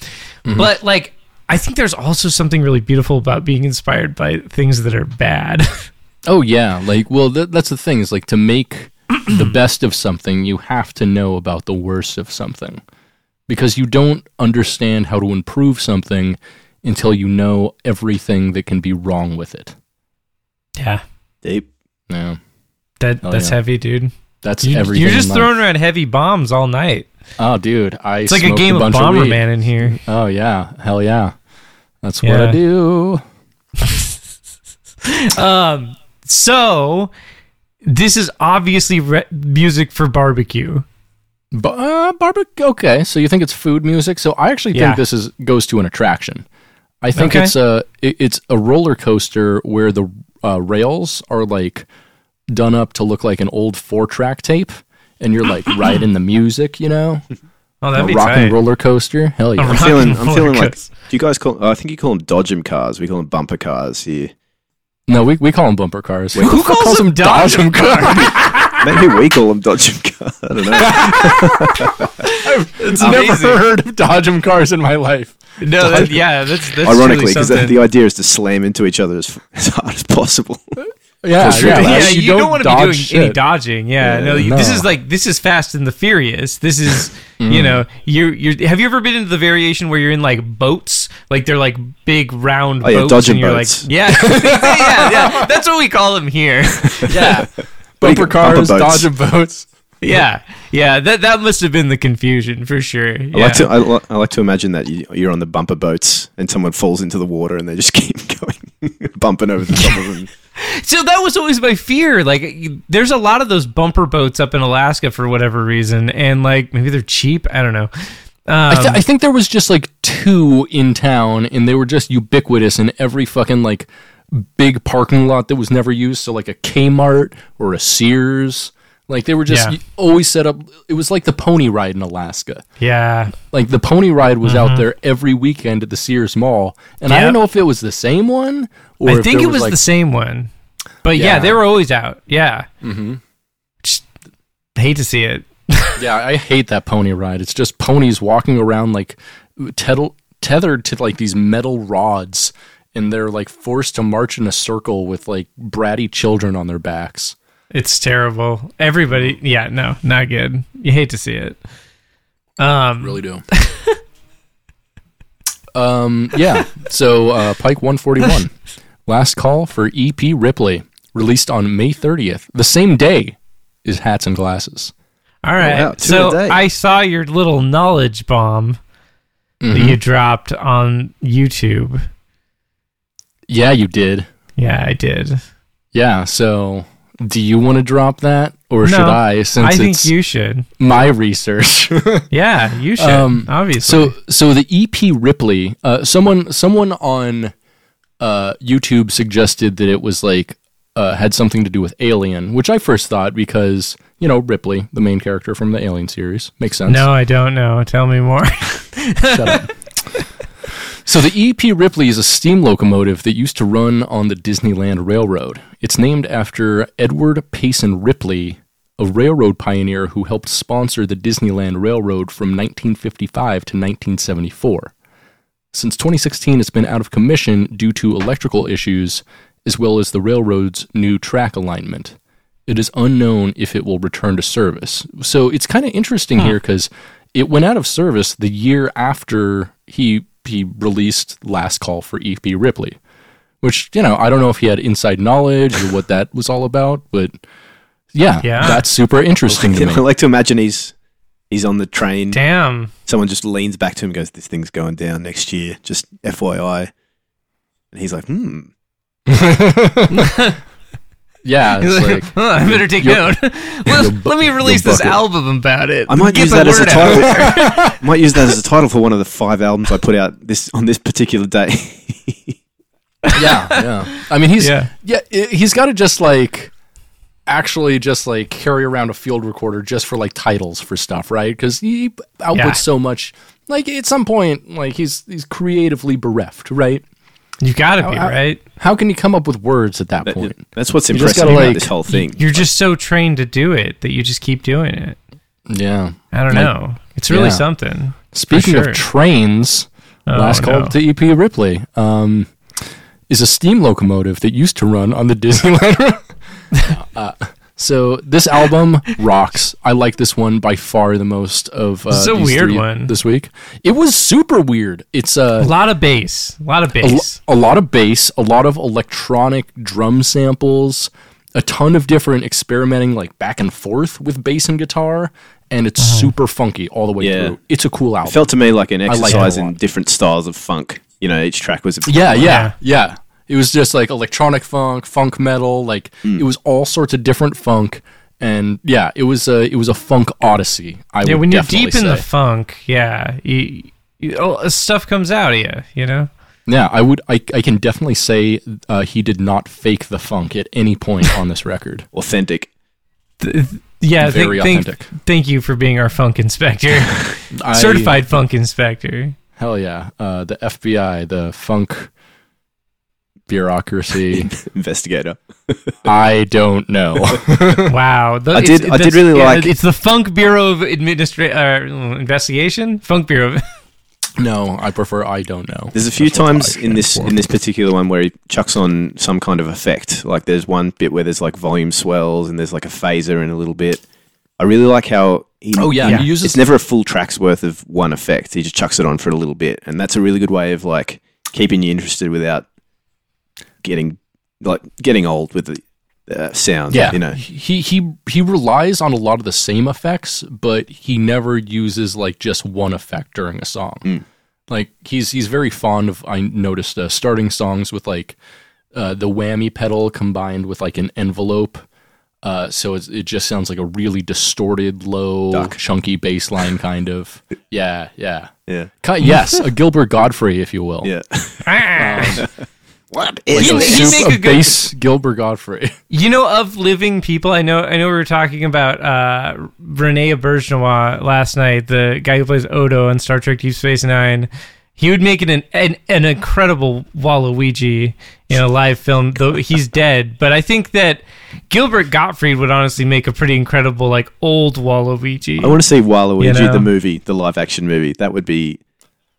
[SPEAKER 2] Mm-hmm.
[SPEAKER 1] But like, I think there's also something really beautiful about being inspired by things that are bad. [laughs]
[SPEAKER 2] Oh yeah, like well, th- that's the thing is like to [clears throat] make the best of something, you have to know about the worst of something, because you don't understand how to improve something until you know everything that can be wrong with it.
[SPEAKER 1] yeah, [laughs]
[SPEAKER 3] Deep.
[SPEAKER 2] Yeah,
[SPEAKER 1] that
[SPEAKER 2] Oh,
[SPEAKER 1] that's
[SPEAKER 2] yeah.
[SPEAKER 1] heavy, dude.
[SPEAKER 2] that's
[SPEAKER 1] You,
[SPEAKER 2] everything.
[SPEAKER 1] you're just
[SPEAKER 2] in life.
[SPEAKER 1] throwing around heavy bombs all night.
[SPEAKER 2] Oh, dude, I.
[SPEAKER 1] It's like a
[SPEAKER 2] smoked
[SPEAKER 1] game of
[SPEAKER 2] bunch weed.
[SPEAKER 1] Bomberman in here.
[SPEAKER 2] Oh yeah, hell yeah, that's what
[SPEAKER 1] Yeah.
[SPEAKER 2] I do.
[SPEAKER 1] Um, so this is obviously re- music for barbecue.
[SPEAKER 2] B- uh, barbecue. Okay, so you think it's food music? So I actually
[SPEAKER 1] Yeah.
[SPEAKER 2] think this is goes to an attraction. I think
[SPEAKER 1] Okay.
[SPEAKER 2] it's a it- it's a roller coaster where the uh, rails are like done up to look like an old four track tape, and
[SPEAKER 1] [coughs]
[SPEAKER 2] you're like riding the music, you know,
[SPEAKER 1] Oh, that'd
[SPEAKER 2] a
[SPEAKER 1] be
[SPEAKER 2] rock
[SPEAKER 1] tight.
[SPEAKER 2] and roller coaster. Hell yeah!
[SPEAKER 1] rock-
[SPEAKER 3] I'm feeling. I'm
[SPEAKER 1] Roller
[SPEAKER 3] feeling like.
[SPEAKER 1] coaster.
[SPEAKER 3] Do you guys call? Oh, I think you call them dodgem cars. We call them bumper cars here.
[SPEAKER 2] No, we, we call them bumper cars. Who
[SPEAKER 1] calls them Dodgem [laughs]
[SPEAKER 2] cars?
[SPEAKER 3] Maybe we call them dodgem cars. I don't know.
[SPEAKER 2] I've never heard of Dodgem cars in my life.
[SPEAKER 1] No, that, yeah, that's that's
[SPEAKER 3] Ironically, because
[SPEAKER 1] because
[SPEAKER 3] the idea is to slam into each other as, [laughs] as hard as possible.
[SPEAKER 2] Yeah,
[SPEAKER 3] That's
[SPEAKER 2] yeah,
[SPEAKER 1] [laughs]
[SPEAKER 3] right.
[SPEAKER 1] yeah,
[SPEAKER 2] like,
[SPEAKER 1] you, don't, want to be
[SPEAKER 2] dodge
[SPEAKER 1] doing any
[SPEAKER 2] shit.
[SPEAKER 1] dodging. Yeah, no, you- this
[SPEAKER 2] no.
[SPEAKER 1] is like this is Fast and the Furious. This
[SPEAKER 3] [laughs]
[SPEAKER 1] is
[SPEAKER 3] Mm-hmm.
[SPEAKER 1] you know you you have you ever been into the variation where you're in like boats, like they're like big round
[SPEAKER 3] Oh, yeah,
[SPEAKER 1] boats,
[SPEAKER 3] dodging
[SPEAKER 1] and you're
[SPEAKER 3] boats.
[SPEAKER 1] like yeah, [laughs] yeah, yeah, that's what we call them
[SPEAKER 3] [laughs]
[SPEAKER 1] here.
[SPEAKER 2] yeah.
[SPEAKER 3] Bumper
[SPEAKER 2] Bumper cars,
[SPEAKER 3] boats.
[SPEAKER 2] Dodgem boats.
[SPEAKER 1] [laughs] yeah, yeah, that that must have been the confusion for sure.
[SPEAKER 3] I
[SPEAKER 1] Yeah.
[SPEAKER 3] like to. I, li- I like to imagine that you, you're on the bumper boats and someone falls into the water and they just [laughs] keep going, bumping over the top of them.
[SPEAKER 1] So that was always my fear. Like, you- there's a lot of those bumper boats up in Alaska for whatever reason, and like maybe they're cheap. I don't know.
[SPEAKER 2] I,
[SPEAKER 1] Um,
[SPEAKER 2] th- I think there was just like two in town, and they were just ubiquitous in every fucking like big parking lot that was never used. So like a Kmart or a Sears, like they were just
[SPEAKER 1] Yeah.
[SPEAKER 2] always set up. It was like the pony ride in Alaska.
[SPEAKER 1] Yeah,
[SPEAKER 2] Like the pony ride was
[SPEAKER 1] Mm-hmm.
[SPEAKER 2] out there every weekend at the Sears Mall, and I
[SPEAKER 1] Yep.
[SPEAKER 2] don't know if it was the same one or
[SPEAKER 1] I
[SPEAKER 2] if
[SPEAKER 1] think
[SPEAKER 2] there
[SPEAKER 1] it was
[SPEAKER 2] like,
[SPEAKER 1] the same one. But yeah.
[SPEAKER 2] Yeah.
[SPEAKER 1] they were always out. Yeah. Mm-hmm. Just hate to see it.
[SPEAKER 2] Yeah, I hate that pony ride. It's just ponies walking around like tettle- tethered to like these metal rods, and they're like forced to march in a circle with like bratty children on their backs.
[SPEAKER 1] It's terrible. Everybody. Yeah, no, not good. You hate to see it. Um,
[SPEAKER 2] Really do. [laughs] um. Yeah. So uh, Pike One Forty One, last call for EP Ripley, released on May thirtieth, the same day is Hats and Glasses.
[SPEAKER 1] all right.
[SPEAKER 3] wow, two
[SPEAKER 1] so
[SPEAKER 3] a day.
[SPEAKER 1] I saw your little knowledge bomb that you dropped on YouTube.
[SPEAKER 2] Yeah, you did.
[SPEAKER 1] Yeah, I did.
[SPEAKER 2] Yeah. So. Do you want to drop that, or should
[SPEAKER 1] No,
[SPEAKER 2] I? Since
[SPEAKER 1] I think
[SPEAKER 2] it's
[SPEAKER 1] you should.
[SPEAKER 2] my research.
[SPEAKER 1] Yeah, you should.
[SPEAKER 2] Um,
[SPEAKER 1] obviously.
[SPEAKER 2] so so the EP Ripley, uh, someone someone on uh, YouTube suggested that it was like uh, had something to do with Alien, which I first thought because you know Ripley, the main character from the Alien series, makes sense.
[SPEAKER 1] no, I don't know. Tell me more. [laughs]
[SPEAKER 2] Shut up. So the EP Ripley is a steam locomotive that used to run on the Disneyland Railroad. It's named after Edward Payson Ripley, a railroad pioneer who helped sponsor the Disneyland Railroad from 1955 to 1974. Since 2016, it's been out of commission due to electrical issues as well as the railroad's new track alignment. It is unknown if it will return to service. So it's kind of interesting here 'cause here because it went out of service the year after he he released Last Call for E.P. Ripley, which you know I don't know if he had inside knowledge or what that was all about, but yeah,
[SPEAKER 1] Yeah.
[SPEAKER 2] that's super interesting
[SPEAKER 3] [laughs]
[SPEAKER 2] to me.
[SPEAKER 3] I like to imagine he's he's on the train.
[SPEAKER 1] Damn.
[SPEAKER 3] Someone just leans back to him, and goes, "This thing's going down next year." Just FYI, and he's like, "Hmm."
[SPEAKER 2] Yeah,
[SPEAKER 1] [laughs]
[SPEAKER 2] it's like
[SPEAKER 1] Huh, I better take
[SPEAKER 2] Your-
[SPEAKER 1] note. [laughs] let,
[SPEAKER 2] bu-
[SPEAKER 1] let me
[SPEAKER 2] your
[SPEAKER 1] release this
[SPEAKER 2] bucket.
[SPEAKER 1] album about it.
[SPEAKER 3] I might
[SPEAKER 1] Get
[SPEAKER 3] use
[SPEAKER 1] the
[SPEAKER 3] that as a
[SPEAKER 1] word out. [laughs]
[SPEAKER 3] title. I [laughs] might use that as a title for one of the five albums I put out this on this particular day.
[SPEAKER 2] yeah, yeah. I mean, he's
[SPEAKER 1] Yeah.
[SPEAKER 2] yeah, i he's got to just like actually just like carry around a field recorder just for like titles for stuff, right? Because he outputs
[SPEAKER 1] Yeah.
[SPEAKER 2] so much. Like at some point, like he's he's creatively bereft, right?
[SPEAKER 1] You gotta be
[SPEAKER 2] how-
[SPEAKER 1] right.
[SPEAKER 2] How can you come up with words at that point?
[SPEAKER 3] [laughs] That's what's
[SPEAKER 2] just
[SPEAKER 3] impressive
[SPEAKER 2] gotta,
[SPEAKER 3] about
[SPEAKER 2] like,
[SPEAKER 3] this whole thing.
[SPEAKER 1] You're just so trained to do it that you just keep doing it.
[SPEAKER 2] Yeah.
[SPEAKER 1] I don't know. It's really
[SPEAKER 2] yeah.
[SPEAKER 1] something.
[SPEAKER 2] Speaking
[SPEAKER 1] sure. Oh,
[SPEAKER 2] of trains, last call
[SPEAKER 1] no.
[SPEAKER 2] to E.P. Ripley um, is a steam locomotive that used to run on the [laughs] Disneyland. Run. Uh, so this album rocks. I like this one by far the most of. Uh,
[SPEAKER 1] This is a
[SPEAKER 2] these
[SPEAKER 1] weird
[SPEAKER 2] three
[SPEAKER 1] one.
[SPEAKER 2] this week. It was super weird. It's uh,
[SPEAKER 1] A lot of bass. A lot of
[SPEAKER 2] a, lo-
[SPEAKER 1] bass.
[SPEAKER 2] a lot of bass, a lot of electronic drum samples, a ton of different experimenting like back and forth with bass and guitar, and it's
[SPEAKER 1] Uh-huh.
[SPEAKER 2] super funky all the way
[SPEAKER 3] Yeah.
[SPEAKER 2] through. It's a cool album.
[SPEAKER 3] It felt to me like an
[SPEAKER 2] like that
[SPEAKER 3] exercise
[SPEAKER 2] a lot.
[SPEAKER 3] in different styles of funk. You know, each track was a
[SPEAKER 1] Oh,
[SPEAKER 2] yeah, yeah, yeah. It was just like electronic funk, funk metal, like it was all sorts of different funk. And yeah, it was a it was a funk odyssey. I
[SPEAKER 1] yeah,
[SPEAKER 2] would
[SPEAKER 1] when you're
[SPEAKER 2] definitely
[SPEAKER 1] deep in the
[SPEAKER 2] say.
[SPEAKER 1] funk, yeah, you, you, oh, stuff comes out of you. You know.
[SPEAKER 2] yeah, I would I, I can definitely say uh, he did not fake the funk at any point on
[SPEAKER 1] [laughs]
[SPEAKER 2] this record.
[SPEAKER 3] authentic. [laughs]
[SPEAKER 1] Yeah,
[SPEAKER 2] Very
[SPEAKER 1] thank, thank,
[SPEAKER 2] authentic.
[SPEAKER 1] thank you for being our funk
[SPEAKER 2] [laughs]
[SPEAKER 1] inspector,
[SPEAKER 2] I- uh,
[SPEAKER 1] certified funk inspector.
[SPEAKER 2] Hell yeah. Uh, the FBI, the funk
[SPEAKER 3] [laughs]
[SPEAKER 2] bureaucracy.
[SPEAKER 3] investigator.
[SPEAKER 2] I don't know. [laughs]
[SPEAKER 1] Wow, the-
[SPEAKER 3] I
[SPEAKER 1] it's-
[SPEAKER 3] did- I did
[SPEAKER 1] that's-
[SPEAKER 3] really like-
[SPEAKER 1] It's the Funk Bureau of Administration uh, Investigation. Funk Bureau. Of, [laughs]
[SPEAKER 2] no, I prefer I don't know.
[SPEAKER 3] There's a few
[SPEAKER 2] That's what
[SPEAKER 3] times
[SPEAKER 2] I
[SPEAKER 3] in this
[SPEAKER 2] stand
[SPEAKER 3] in this particular one where he chucks on some kind of effect. Like there's one bit where there's like volume swells and there's like a phaser in a little bit. I really like how he
[SPEAKER 2] Oh, yeah, he uses-
[SPEAKER 3] it's never a full track's worth of one effect. He just chucks it on for a little bit, and that's a really good way of like keeping you interested without getting like getting old with the uh, sound.
[SPEAKER 2] Yeah,
[SPEAKER 3] you know.
[SPEAKER 2] he he he relies on a lot of the same effects, but he never uses like just one effect during a song.
[SPEAKER 3] Hmm.
[SPEAKER 2] Like he's he's very fond of. I noticed uh, starting songs with like uh, the whammy pedal combined with like an envelope. Uh, so it's, it just sounds like a really distorted, low, chunky bass line, kind
[SPEAKER 3] [laughs]
[SPEAKER 2] of. yeah, yeah.
[SPEAKER 3] Yeah,
[SPEAKER 2] Ki- yes,
[SPEAKER 3] [laughs]
[SPEAKER 2] a Gilbert Godfrey, if you will.
[SPEAKER 1] [laughs]
[SPEAKER 3] yeah.
[SPEAKER 1] Ah.
[SPEAKER 3] what
[SPEAKER 2] Like
[SPEAKER 3] is
[SPEAKER 2] a,
[SPEAKER 1] He'd- he'd
[SPEAKER 2] soup
[SPEAKER 1] make
[SPEAKER 2] of
[SPEAKER 1] a good-
[SPEAKER 2] bass Gilbert Godfrey.
[SPEAKER 1] You know, of living people, I know. I know we were talking about uh, Rene Bergenois last night, the guy who plays Odo on Star Trek: Deep Space Nine. He would make it an an, an incredible Waluigi in a live film, though he's dead. But I think that Gilbert Gottfried would honestly make a pretty incredible, like old
[SPEAKER 3] I
[SPEAKER 1] Waluigi.
[SPEAKER 3] want to see Waluigi
[SPEAKER 1] You know?
[SPEAKER 3] the movie, the live action movie. That would be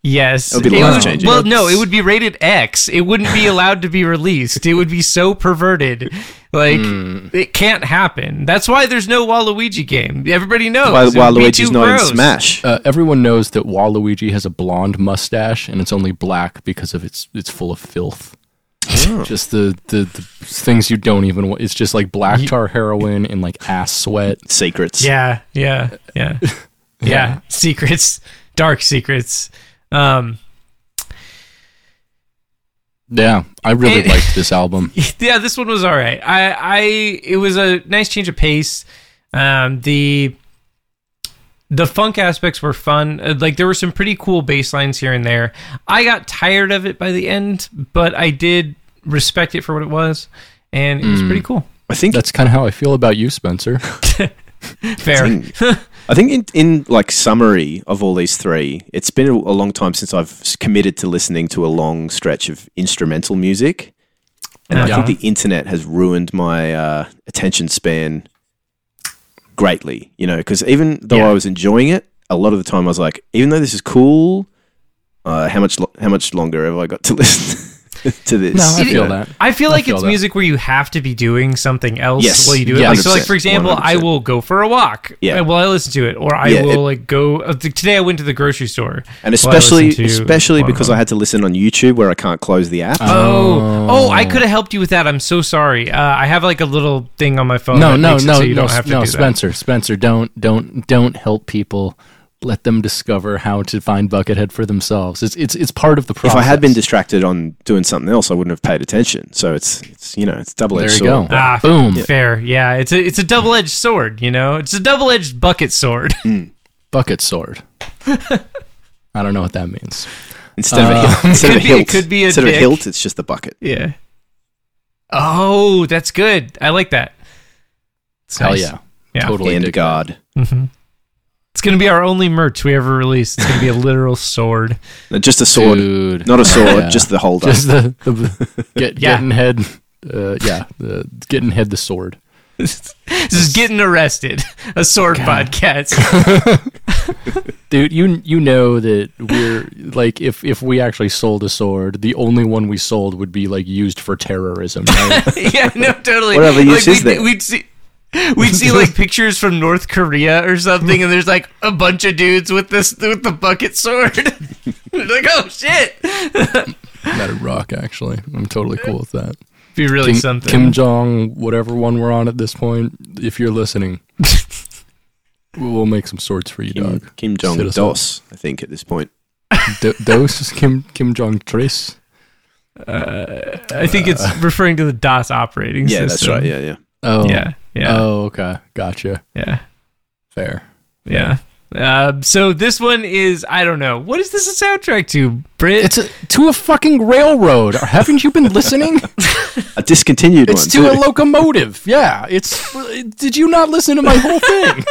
[SPEAKER 1] Yes,
[SPEAKER 3] It would be
[SPEAKER 1] It
[SPEAKER 3] life-changing.
[SPEAKER 1] well, no, it would be rated X. It wouldn't be allowed to be released. It would be so perverted, like
[SPEAKER 3] Hmm.
[SPEAKER 1] it can't happen. That's why there's no Waluigi game. Everybody knows
[SPEAKER 3] why
[SPEAKER 1] It would Oh, be
[SPEAKER 3] Waluigi's
[SPEAKER 1] too
[SPEAKER 3] not
[SPEAKER 1] gross.
[SPEAKER 3] in Smash.
[SPEAKER 2] Uh, everyone knows that Waluigi has a blonde mustache, and it's only black because of it's it's full of filth. [laughs] Just the, the the things you don't even want. It's just like black tar heroin and like ass sweat.
[SPEAKER 3] Secrets.
[SPEAKER 1] Yeah, yeah,
[SPEAKER 3] [laughs]
[SPEAKER 1] yeah, yeah. Secrets, dark secrets. Um,
[SPEAKER 2] Yeah, I really
[SPEAKER 1] It-
[SPEAKER 2] liked this album.
[SPEAKER 1] [laughs] yeah, this one was all right. I, I, it was a nice change of pace. Um, the the funk aspects were fun. Uh, Like there were some pretty cool bass lines here and there. I got tired of it by the end, but I did respect it for what it was, and it was
[SPEAKER 3] Hmm.
[SPEAKER 1] pretty cool.
[SPEAKER 3] I think
[SPEAKER 2] That's kind of how I feel about you, Spencer.
[SPEAKER 1] Fair. [laughs]
[SPEAKER 3] I think in, in like summary of all these three, it's been a, a long time since I've s- committed to listening to a long stretch of instrumental music, and I
[SPEAKER 1] Yeah.
[SPEAKER 3] think the internet has ruined my uh, attention span greatly. You know, because even though
[SPEAKER 1] Yeah.
[SPEAKER 3] I was enjoying it, a lot of the time I was like, even though this is cool, uh, how much lo- how much longer have I got to [laughs] listen to this?
[SPEAKER 2] No, I
[SPEAKER 3] You
[SPEAKER 2] feel
[SPEAKER 3] know?
[SPEAKER 2] that.
[SPEAKER 1] I feel
[SPEAKER 2] I
[SPEAKER 1] like
[SPEAKER 2] feel
[SPEAKER 1] it's
[SPEAKER 2] that.
[SPEAKER 1] music where you have to be doing something else
[SPEAKER 3] Yes.
[SPEAKER 1] while you do it.
[SPEAKER 2] Yeah.
[SPEAKER 1] Like, so, like for
[SPEAKER 3] 100%,
[SPEAKER 1] example, I
[SPEAKER 3] 100%.
[SPEAKER 1] will go for a walk
[SPEAKER 3] Yeah.
[SPEAKER 1] uh, while I listen to it, or I
[SPEAKER 3] Yeah,
[SPEAKER 1] will
[SPEAKER 3] it-
[SPEAKER 1] like go. Uh, th- today I went to the grocery store, while I
[SPEAKER 3] And especially,
[SPEAKER 1] listened to
[SPEAKER 3] especially
[SPEAKER 1] Wanna
[SPEAKER 3] because
[SPEAKER 1] Walk.
[SPEAKER 3] I had to listen on YouTube where I can't close the app.
[SPEAKER 1] Oh, oh! I could have helped you with that. I'm so sorry. Uh, I have like a little thing on my phone.
[SPEAKER 2] No,
[SPEAKER 1] Oh, that
[SPEAKER 2] no,
[SPEAKER 1] makes it
[SPEAKER 2] no,
[SPEAKER 1] so you
[SPEAKER 2] no,
[SPEAKER 1] don't have to
[SPEAKER 2] no,
[SPEAKER 1] do that.
[SPEAKER 2] Spencer, Spencer, don't, don't, don't help people. Let them discover how to find Buckethead for themselves. It's it's it's part of the
[SPEAKER 3] if
[SPEAKER 2] process.
[SPEAKER 3] I had been distracted on doing something else, I wouldn't have paid attention. So it's, it's you know, it's double
[SPEAKER 2] there
[SPEAKER 3] edged
[SPEAKER 2] you
[SPEAKER 3] sword.
[SPEAKER 2] go.
[SPEAKER 1] Ah,
[SPEAKER 2] Boom.
[SPEAKER 1] Fair. Yeah, it's a it's a double edged sword. You know, it's a double edged bucket sword. [laughs]
[SPEAKER 2] bucket sword. I don't know what that means.
[SPEAKER 3] Instead of a, hilt,
[SPEAKER 1] could
[SPEAKER 3] instead
[SPEAKER 1] be- Uh, [laughs]
[SPEAKER 3] of a
[SPEAKER 1] it
[SPEAKER 3] hilt,
[SPEAKER 1] could be a
[SPEAKER 3] instead of a
[SPEAKER 1] dick.
[SPEAKER 3] hilt, it's just the bucket.
[SPEAKER 1] yeah. Oh, that's good. I like that. It's
[SPEAKER 2] Hell
[SPEAKER 1] nice.
[SPEAKER 2] yeah.
[SPEAKER 1] Yeah.
[SPEAKER 2] Totally.
[SPEAKER 3] and
[SPEAKER 2] dig that.
[SPEAKER 3] God.
[SPEAKER 1] It's gonna be our only merch we ever release. It's gonna be a literal sword.
[SPEAKER 3] Uh, Just a sword.
[SPEAKER 2] Dude.
[SPEAKER 3] Not a sword,
[SPEAKER 2] Yeah.
[SPEAKER 3] just the
[SPEAKER 2] [laughs]
[SPEAKER 3] holder.
[SPEAKER 2] Just the, the get,
[SPEAKER 1] Yeah.
[SPEAKER 2] getting head. Uh, yeah. The, getting head the sword.
[SPEAKER 1] this is getting arrested. [laughs] A sword podcast.
[SPEAKER 2] Dude, you you know that we're like if if we actually sold a sword, the only one we sold would be like used for terrorism.
[SPEAKER 1] [laughs]
[SPEAKER 2] right?
[SPEAKER 1] yeah, no, totally.
[SPEAKER 3] What other use
[SPEAKER 1] we'd,
[SPEAKER 3] is there?
[SPEAKER 1] we'd see. We'd see
[SPEAKER 3] [laughs]
[SPEAKER 1] like pictures from North Korea or something, and there's like a bunch of dudes with this with the bucket sword. [laughs] like, oh shit!
[SPEAKER 2] That'd rock. Actually, I'm totally cool with that.
[SPEAKER 1] Be really
[SPEAKER 2] Kim,
[SPEAKER 1] something.
[SPEAKER 2] Kim Jong, whatever one we're on at this point, if
[SPEAKER 1] [laughs]
[SPEAKER 2] you're listening, we'll make some swords for you,
[SPEAKER 3] Kim,
[SPEAKER 2] dog.
[SPEAKER 3] Kim Jong
[SPEAKER 2] Sit us
[SPEAKER 3] Dos, I think, at this point.
[SPEAKER 2] D- those Kim Kim Jong Tres.
[SPEAKER 1] I think it's referring to the DOS operating
[SPEAKER 3] uh, Yeah, that's
[SPEAKER 1] system.
[SPEAKER 3] right. Yeah, yeah.
[SPEAKER 2] Oh
[SPEAKER 1] Yeah, yeah,
[SPEAKER 2] Oh, okay. Gotcha.
[SPEAKER 3] Uh,
[SPEAKER 1] yeah.
[SPEAKER 2] Fair.
[SPEAKER 1] Yeah. Uh, so this one is I don't know what is this a soundtrack to? Brit?
[SPEAKER 2] It's a, to a fucking railroad. [laughs] Haven't you been [laughs] listening?
[SPEAKER 3] A discontinued
[SPEAKER 2] It's
[SPEAKER 3] one.
[SPEAKER 2] to a
[SPEAKER 3] too.
[SPEAKER 2] locomotive. Yeah. It's. Did you not listen to my [laughs] whole thing?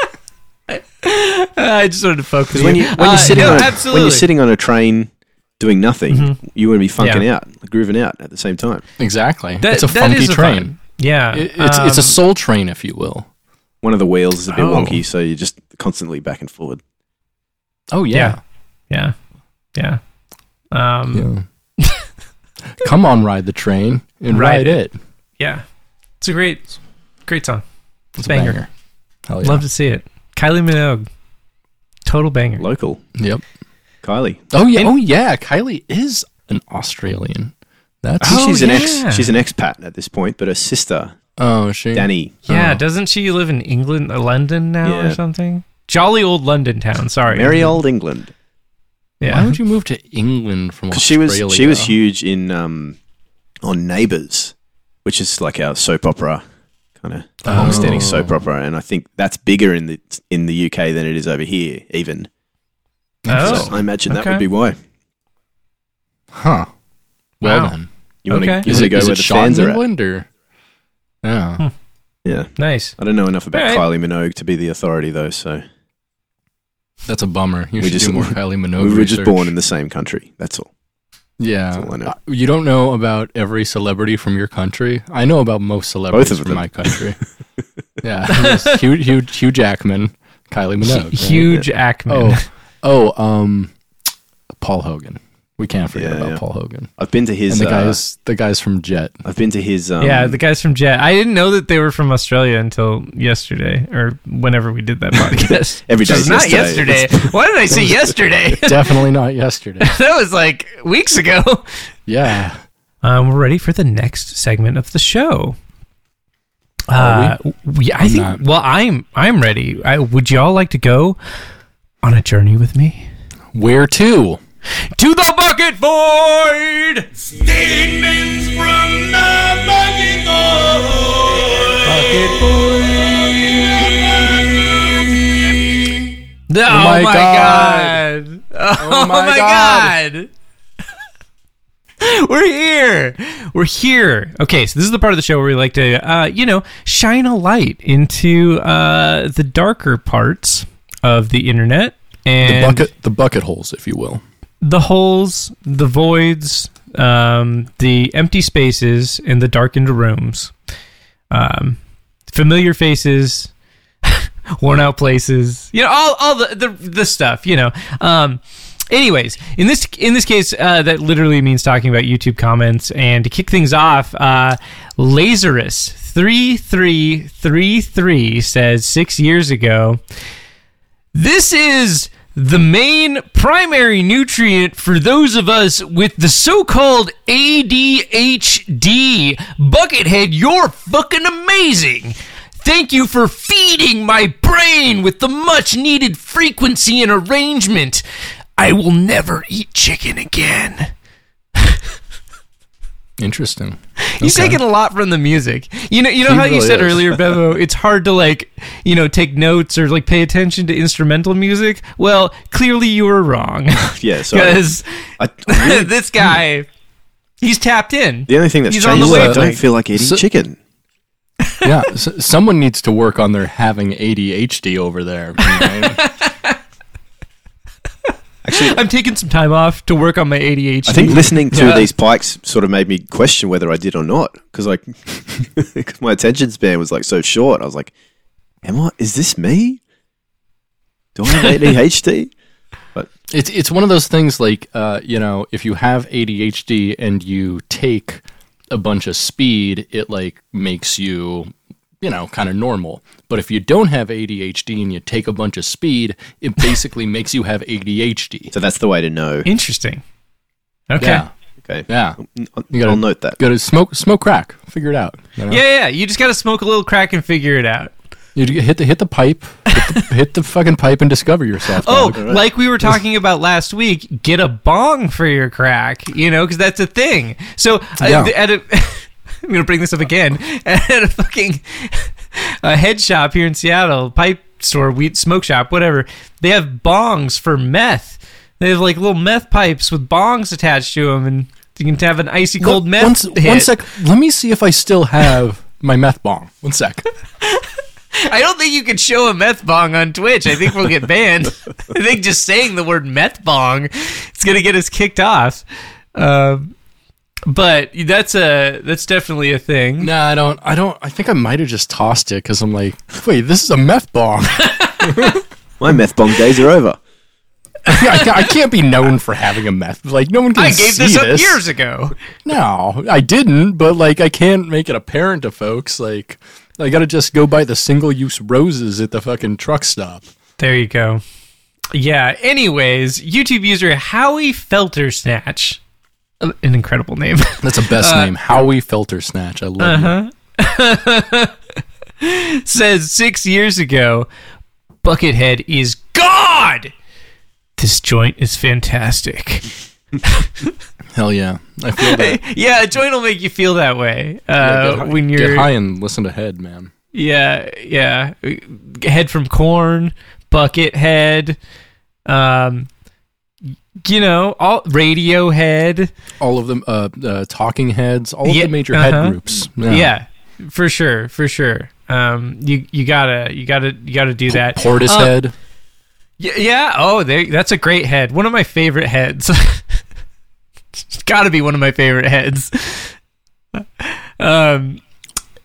[SPEAKER 1] [laughs] I just wanted to focus.
[SPEAKER 3] Because when you when
[SPEAKER 1] Uh,
[SPEAKER 3] you're sitting
[SPEAKER 1] no,
[SPEAKER 3] on a,
[SPEAKER 1] absolutely. Mm-hmm.
[SPEAKER 3] when you're sitting on a train doing nothing, you want to be funking
[SPEAKER 1] Yeah.
[SPEAKER 3] out, grooving out at the same time.
[SPEAKER 2] Exactly.
[SPEAKER 1] That-
[SPEAKER 2] it's a
[SPEAKER 1] that
[SPEAKER 2] funky
[SPEAKER 1] is
[SPEAKER 2] train.
[SPEAKER 1] fun- Yeah,
[SPEAKER 2] It- it's it's a
[SPEAKER 1] um,
[SPEAKER 2] soul train, if you will.
[SPEAKER 3] One of the wheels is a bit
[SPEAKER 1] Oh.
[SPEAKER 3] wonky, so you're just constantly back and forward.
[SPEAKER 2] Oh yeah.
[SPEAKER 1] yeah, yeah. Um, yeah.
[SPEAKER 2] Yeah. [laughs] Come on, ride the train and
[SPEAKER 1] Ride
[SPEAKER 2] ride it.
[SPEAKER 1] it's a great, great song.
[SPEAKER 2] It's
[SPEAKER 1] Banger.
[SPEAKER 2] Hell yeah.
[SPEAKER 1] Love to see it. Kylie Minogue, total banger.
[SPEAKER 3] Local,
[SPEAKER 2] Yep.
[SPEAKER 3] Kylie.
[SPEAKER 2] Oh yeah. oh yeah. Kylie is an Australian. That's
[SPEAKER 1] Oh,
[SPEAKER 3] she's an
[SPEAKER 1] yeah.
[SPEAKER 3] ex. She's an expat at this point, but her sister
[SPEAKER 2] oh she.
[SPEAKER 3] Danny.
[SPEAKER 1] Yeah,
[SPEAKER 2] Oh.
[SPEAKER 1] doesn't she live in England, uh, London now or
[SPEAKER 3] Yeah.
[SPEAKER 1] something? Jolly old London town. Sorry,
[SPEAKER 3] Merry old England.
[SPEAKER 1] Yeah,
[SPEAKER 2] Why would you move to England from
[SPEAKER 3] 'Cause
[SPEAKER 2] Australia?
[SPEAKER 3] she was she was huge in um, on Neighbours, which is like our soap opera kind of long-standing
[SPEAKER 2] Oh.
[SPEAKER 3] soap opera, and I think that's bigger in the in the UK than it is over here. Even
[SPEAKER 1] Oh,
[SPEAKER 3] I imagine that
[SPEAKER 1] okay.
[SPEAKER 3] would be why.
[SPEAKER 2] Huh. Well
[SPEAKER 1] Wow.
[SPEAKER 2] then,
[SPEAKER 3] You want to
[SPEAKER 1] Okay.
[SPEAKER 2] is it,
[SPEAKER 3] go
[SPEAKER 2] is
[SPEAKER 3] where
[SPEAKER 2] it
[SPEAKER 3] the
[SPEAKER 2] shot
[SPEAKER 3] fans
[SPEAKER 2] in
[SPEAKER 3] are at?
[SPEAKER 2] England or? Yeah.
[SPEAKER 3] Yeah,
[SPEAKER 1] [laughs] nice.
[SPEAKER 3] I don't know enough about
[SPEAKER 1] Alright.
[SPEAKER 3] Kylie Minogue to be the authority though, so
[SPEAKER 2] That's a bummer. You
[SPEAKER 3] We
[SPEAKER 2] should
[SPEAKER 3] just-
[SPEAKER 2] do
[SPEAKER 3] [laughs]
[SPEAKER 2] more Kylie Minogue.
[SPEAKER 3] we were just
[SPEAKER 2] research.
[SPEAKER 3] born in the same country. That's all.
[SPEAKER 2] Yeah.
[SPEAKER 3] all I know.
[SPEAKER 2] Uh, You don't know about every celebrity from your country. I know about most celebrities
[SPEAKER 3] Both of
[SPEAKER 2] from
[SPEAKER 3] them.
[SPEAKER 2] my country.
[SPEAKER 3] [laughs]
[SPEAKER 2] yeah. [laughs] there's Hugh, Hugh, Hugh Jackman, Kylie Minogue. right?
[SPEAKER 1] Huge Ackman.
[SPEAKER 2] Oh, oh, um, Paul Hogan. We can't forget
[SPEAKER 3] Yeah,
[SPEAKER 2] about
[SPEAKER 3] yeah.
[SPEAKER 2] Paul Hogan.
[SPEAKER 3] I've been to his.
[SPEAKER 2] And the
[SPEAKER 3] uh,
[SPEAKER 2] guys, the guys from Jet.
[SPEAKER 3] I've been to his. Um,
[SPEAKER 1] yeah, the guys from Jet. I didn't know that they were from Australia until yesterday or whenever we did that podcast.
[SPEAKER 3] Every
[SPEAKER 1] Which
[SPEAKER 3] day's
[SPEAKER 1] was not
[SPEAKER 3] yesterday.
[SPEAKER 1] yesterday. Why did I say yesterday? [laughs]
[SPEAKER 2] Definitely not yesterday.
[SPEAKER 1] that was like weeks ago.
[SPEAKER 2] Yeah.
[SPEAKER 1] Um, we're ready for the next segment of the show. Uh, we, I think.
[SPEAKER 2] not.
[SPEAKER 1] Well, I'm I'm ready. I, would y'all like to go on a journey with me
[SPEAKER 2] Where to?
[SPEAKER 1] to the bucket void?
[SPEAKER 4] Statements from the bucket Bucket
[SPEAKER 1] Oh, my
[SPEAKER 2] my
[SPEAKER 1] god.
[SPEAKER 2] God.
[SPEAKER 1] [laughs] Oh, my, god. [laughs] We're here. We're here. Okay, so this is the part of the show where we like to, uh, you know, shine a light into uh, the darker parts of the internet
[SPEAKER 2] The
[SPEAKER 1] and
[SPEAKER 2] bucket, the bucket holes, if you will.
[SPEAKER 1] the holes, the voids, um, the empty spaces, and the darkened rooms. Um, familiar faces, [laughs] worn out places. You know, all, all the, the the stuff. You know. Um, anyways, in this in this case, uh, that literally means talking about YouTube comments. And to kick things off, uh, Lazarus three three three three says six years ago. This is the main primary nutrient for those of us with the so called ADHD. Buckethead, you're fucking amazing. Thank you for feeding my brain with the much needed frequency and arrangement. I will never eat chicken again.
[SPEAKER 2] Interesting.
[SPEAKER 1] He's taking a lot from the music. You know, you know
[SPEAKER 2] He
[SPEAKER 1] how you
[SPEAKER 2] really
[SPEAKER 1] said
[SPEAKER 2] is. [laughs]
[SPEAKER 1] earlier, Bevo. It's hard to like, you know, take notes or like pay attention to instrumental music. Well, clearly you were wrong. [laughs]
[SPEAKER 3] Yeah, so
[SPEAKER 1] because
[SPEAKER 3] I, I
[SPEAKER 1] [laughs]
[SPEAKER 3] really-
[SPEAKER 1] this guy, he's tapped in.
[SPEAKER 3] the only thing that's
[SPEAKER 1] He's on
[SPEAKER 3] changed
[SPEAKER 1] the
[SPEAKER 3] is I
[SPEAKER 1] wavelength.
[SPEAKER 3] don't feel like eating
[SPEAKER 2] So-
[SPEAKER 3] chicken.
[SPEAKER 2] yeah, [laughs] s someone needs to work on their having ADHD over there. [laughs] you know?
[SPEAKER 1] I'm taking some time off to work on my ADHD.
[SPEAKER 3] I [laughs] think listening to
[SPEAKER 1] Yeah.
[SPEAKER 3] these pikes sort of made me question whether I did or not because like [laughs] 'cause my attention span was like so short. I was like, "Am I? Is this me? Do I have ADHD?"
[SPEAKER 2] It's it's one of those things like uh, you know if you have ADHD and you take a bunch of speed, it like makes you you know kind of normal. But if you don't have ADHD and you take a bunch of speed, it basically makes you have ADHD.
[SPEAKER 3] [laughs] so that's the way to know.
[SPEAKER 1] Interesting. Okay.
[SPEAKER 2] Yeah,
[SPEAKER 1] Yeah.
[SPEAKER 3] Okay,
[SPEAKER 2] yeah.
[SPEAKER 3] I'll,
[SPEAKER 2] You gotta-
[SPEAKER 3] I'll
[SPEAKER 1] [laughs]
[SPEAKER 3] note that.
[SPEAKER 2] Go to smoke smoke crack. Figure it out. you know?
[SPEAKER 1] yeah, You just got to smoke a little crack and figure it out.
[SPEAKER 2] You d- hit the hit the pipe, hit the, hit the fucking pipe, and discover yourself.
[SPEAKER 1] Oh,
[SPEAKER 2] dog.
[SPEAKER 1] like we were talking about last week, get a bong for your crack, you know, because that's a thing. So, uh,
[SPEAKER 2] Yeah.
[SPEAKER 1] th- at a, [laughs] I'm going to bring this up again. [laughs] At a fucking a head shop here in Seattle, pipe store, weed smoke shop, whatever, they have bongs for meth. They have like little meth pipes with bongs attached to them, and you can have an icy cold
[SPEAKER 2] One-
[SPEAKER 1] meth.
[SPEAKER 2] one s- One
[SPEAKER 1] hit.
[SPEAKER 2] sec. Let me see if I still have my meth bong. One sec. [laughs]
[SPEAKER 1] I don't think you could show a meth bong on Twitch. I think we'll get banned. I think just saying the word meth bong, it's gonna get us kicked off. Um, but that's a that's definitely a thing.
[SPEAKER 2] No, I don't. I don't. I think I might have just tossed it because I'm like, wait, this is a meth bomb. [laughs]
[SPEAKER 3] My meth bong days are over.
[SPEAKER 2] I, ca- I can't be known for having a meth. Like no one can
[SPEAKER 1] I gave
[SPEAKER 2] see
[SPEAKER 1] this up years ago.
[SPEAKER 2] No, I didn't. But like, I can't make it apparent to folks. Like, I gotta just go buy the single-use roses at the fucking truck stop.
[SPEAKER 1] There you go. Yeah. Anyways, YouTube user Howie Feltersnatch, an incredible name. [laughs]
[SPEAKER 2] That's the best
[SPEAKER 1] Uh,
[SPEAKER 2] name, Howie Filter Snatch. I love
[SPEAKER 1] uh-huh.
[SPEAKER 2] it.
[SPEAKER 1] says six years ago, Buckethead is God. This joint is fantastic.
[SPEAKER 2] Hell yeah,
[SPEAKER 1] [laughs]
[SPEAKER 2] I feel that.
[SPEAKER 1] yeah, a joint will make you feel that way uh,
[SPEAKER 2] Get hi-
[SPEAKER 1] when
[SPEAKER 2] get
[SPEAKER 1] you're
[SPEAKER 2] high and listen to head, man.
[SPEAKER 1] yeah yeah head from corn bucket head um you know all radio head
[SPEAKER 2] All of them, uh, uh talking heads, all of
[SPEAKER 1] Yeah,
[SPEAKER 2] the major
[SPEAKER 1] uh-huh.
[SPEAKER 2] head groups.
[SPEAKER 1] yeah for sure for sure um you you gotta you gotta you gotta do that
[SPEAKER 2] Portis
[SPEAKER 1] Uh,
[SPEAKER 2] head.
[SPEAKER 1] Y- Yeah. Oh, there, that's a great head. One of my favorite heads. [laughs] it's got to be one of my favorite heads. [laughs] Um,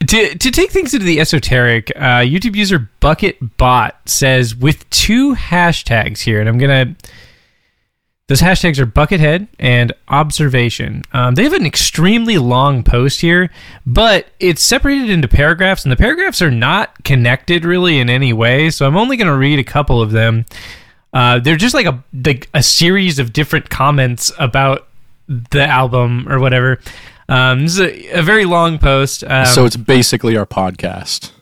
[SPEAKER 1] to to take things into the esoteric, uh, YouTube user Bucket Bot says with two hashtags here, and I'm gonna. Those hashtags are Buckethead and Observation. Um, they have an extremely long post here, but it's separated into paragraphs, and the paragraphs are not connected really in any way. So I'm only going to read a couple of them. Uh, they're just like a like a series of different comments about the album or whatever. Um, this is a, a very long post. Um,
[SPEAKER 2] so it's basically our podcast.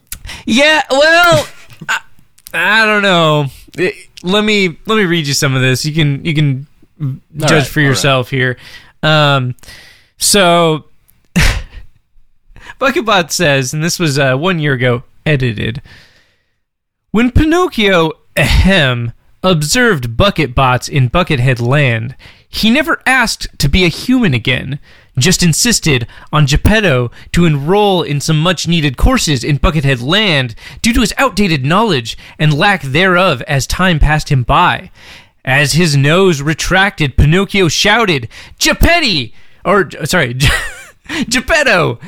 [SPEAKER 1] yeah, well, [laughs] I, I don't know. Eh, Let me let me read you some of this. You can you can judge
[SPEAKER 2] right,
[SPEAKER 1] for
[SPEAKER 2] all right.
[SPEAKER 1] yourself here. Um, so [laughs] Bucketbot says, and this was uh, one year ago, edited. When Pinocchio, ahem, observed bucket bots in Buckethead Land, he never asked to be a human again, just insisted on Geppetto to enroll in some much needed courses in Buckethead Land due to his outdated knowledge and lack thereof as time passed him by. As his nose retracted, Pinocchio shouted, Geppetto! Or, sorry, [laughs] Geppetto!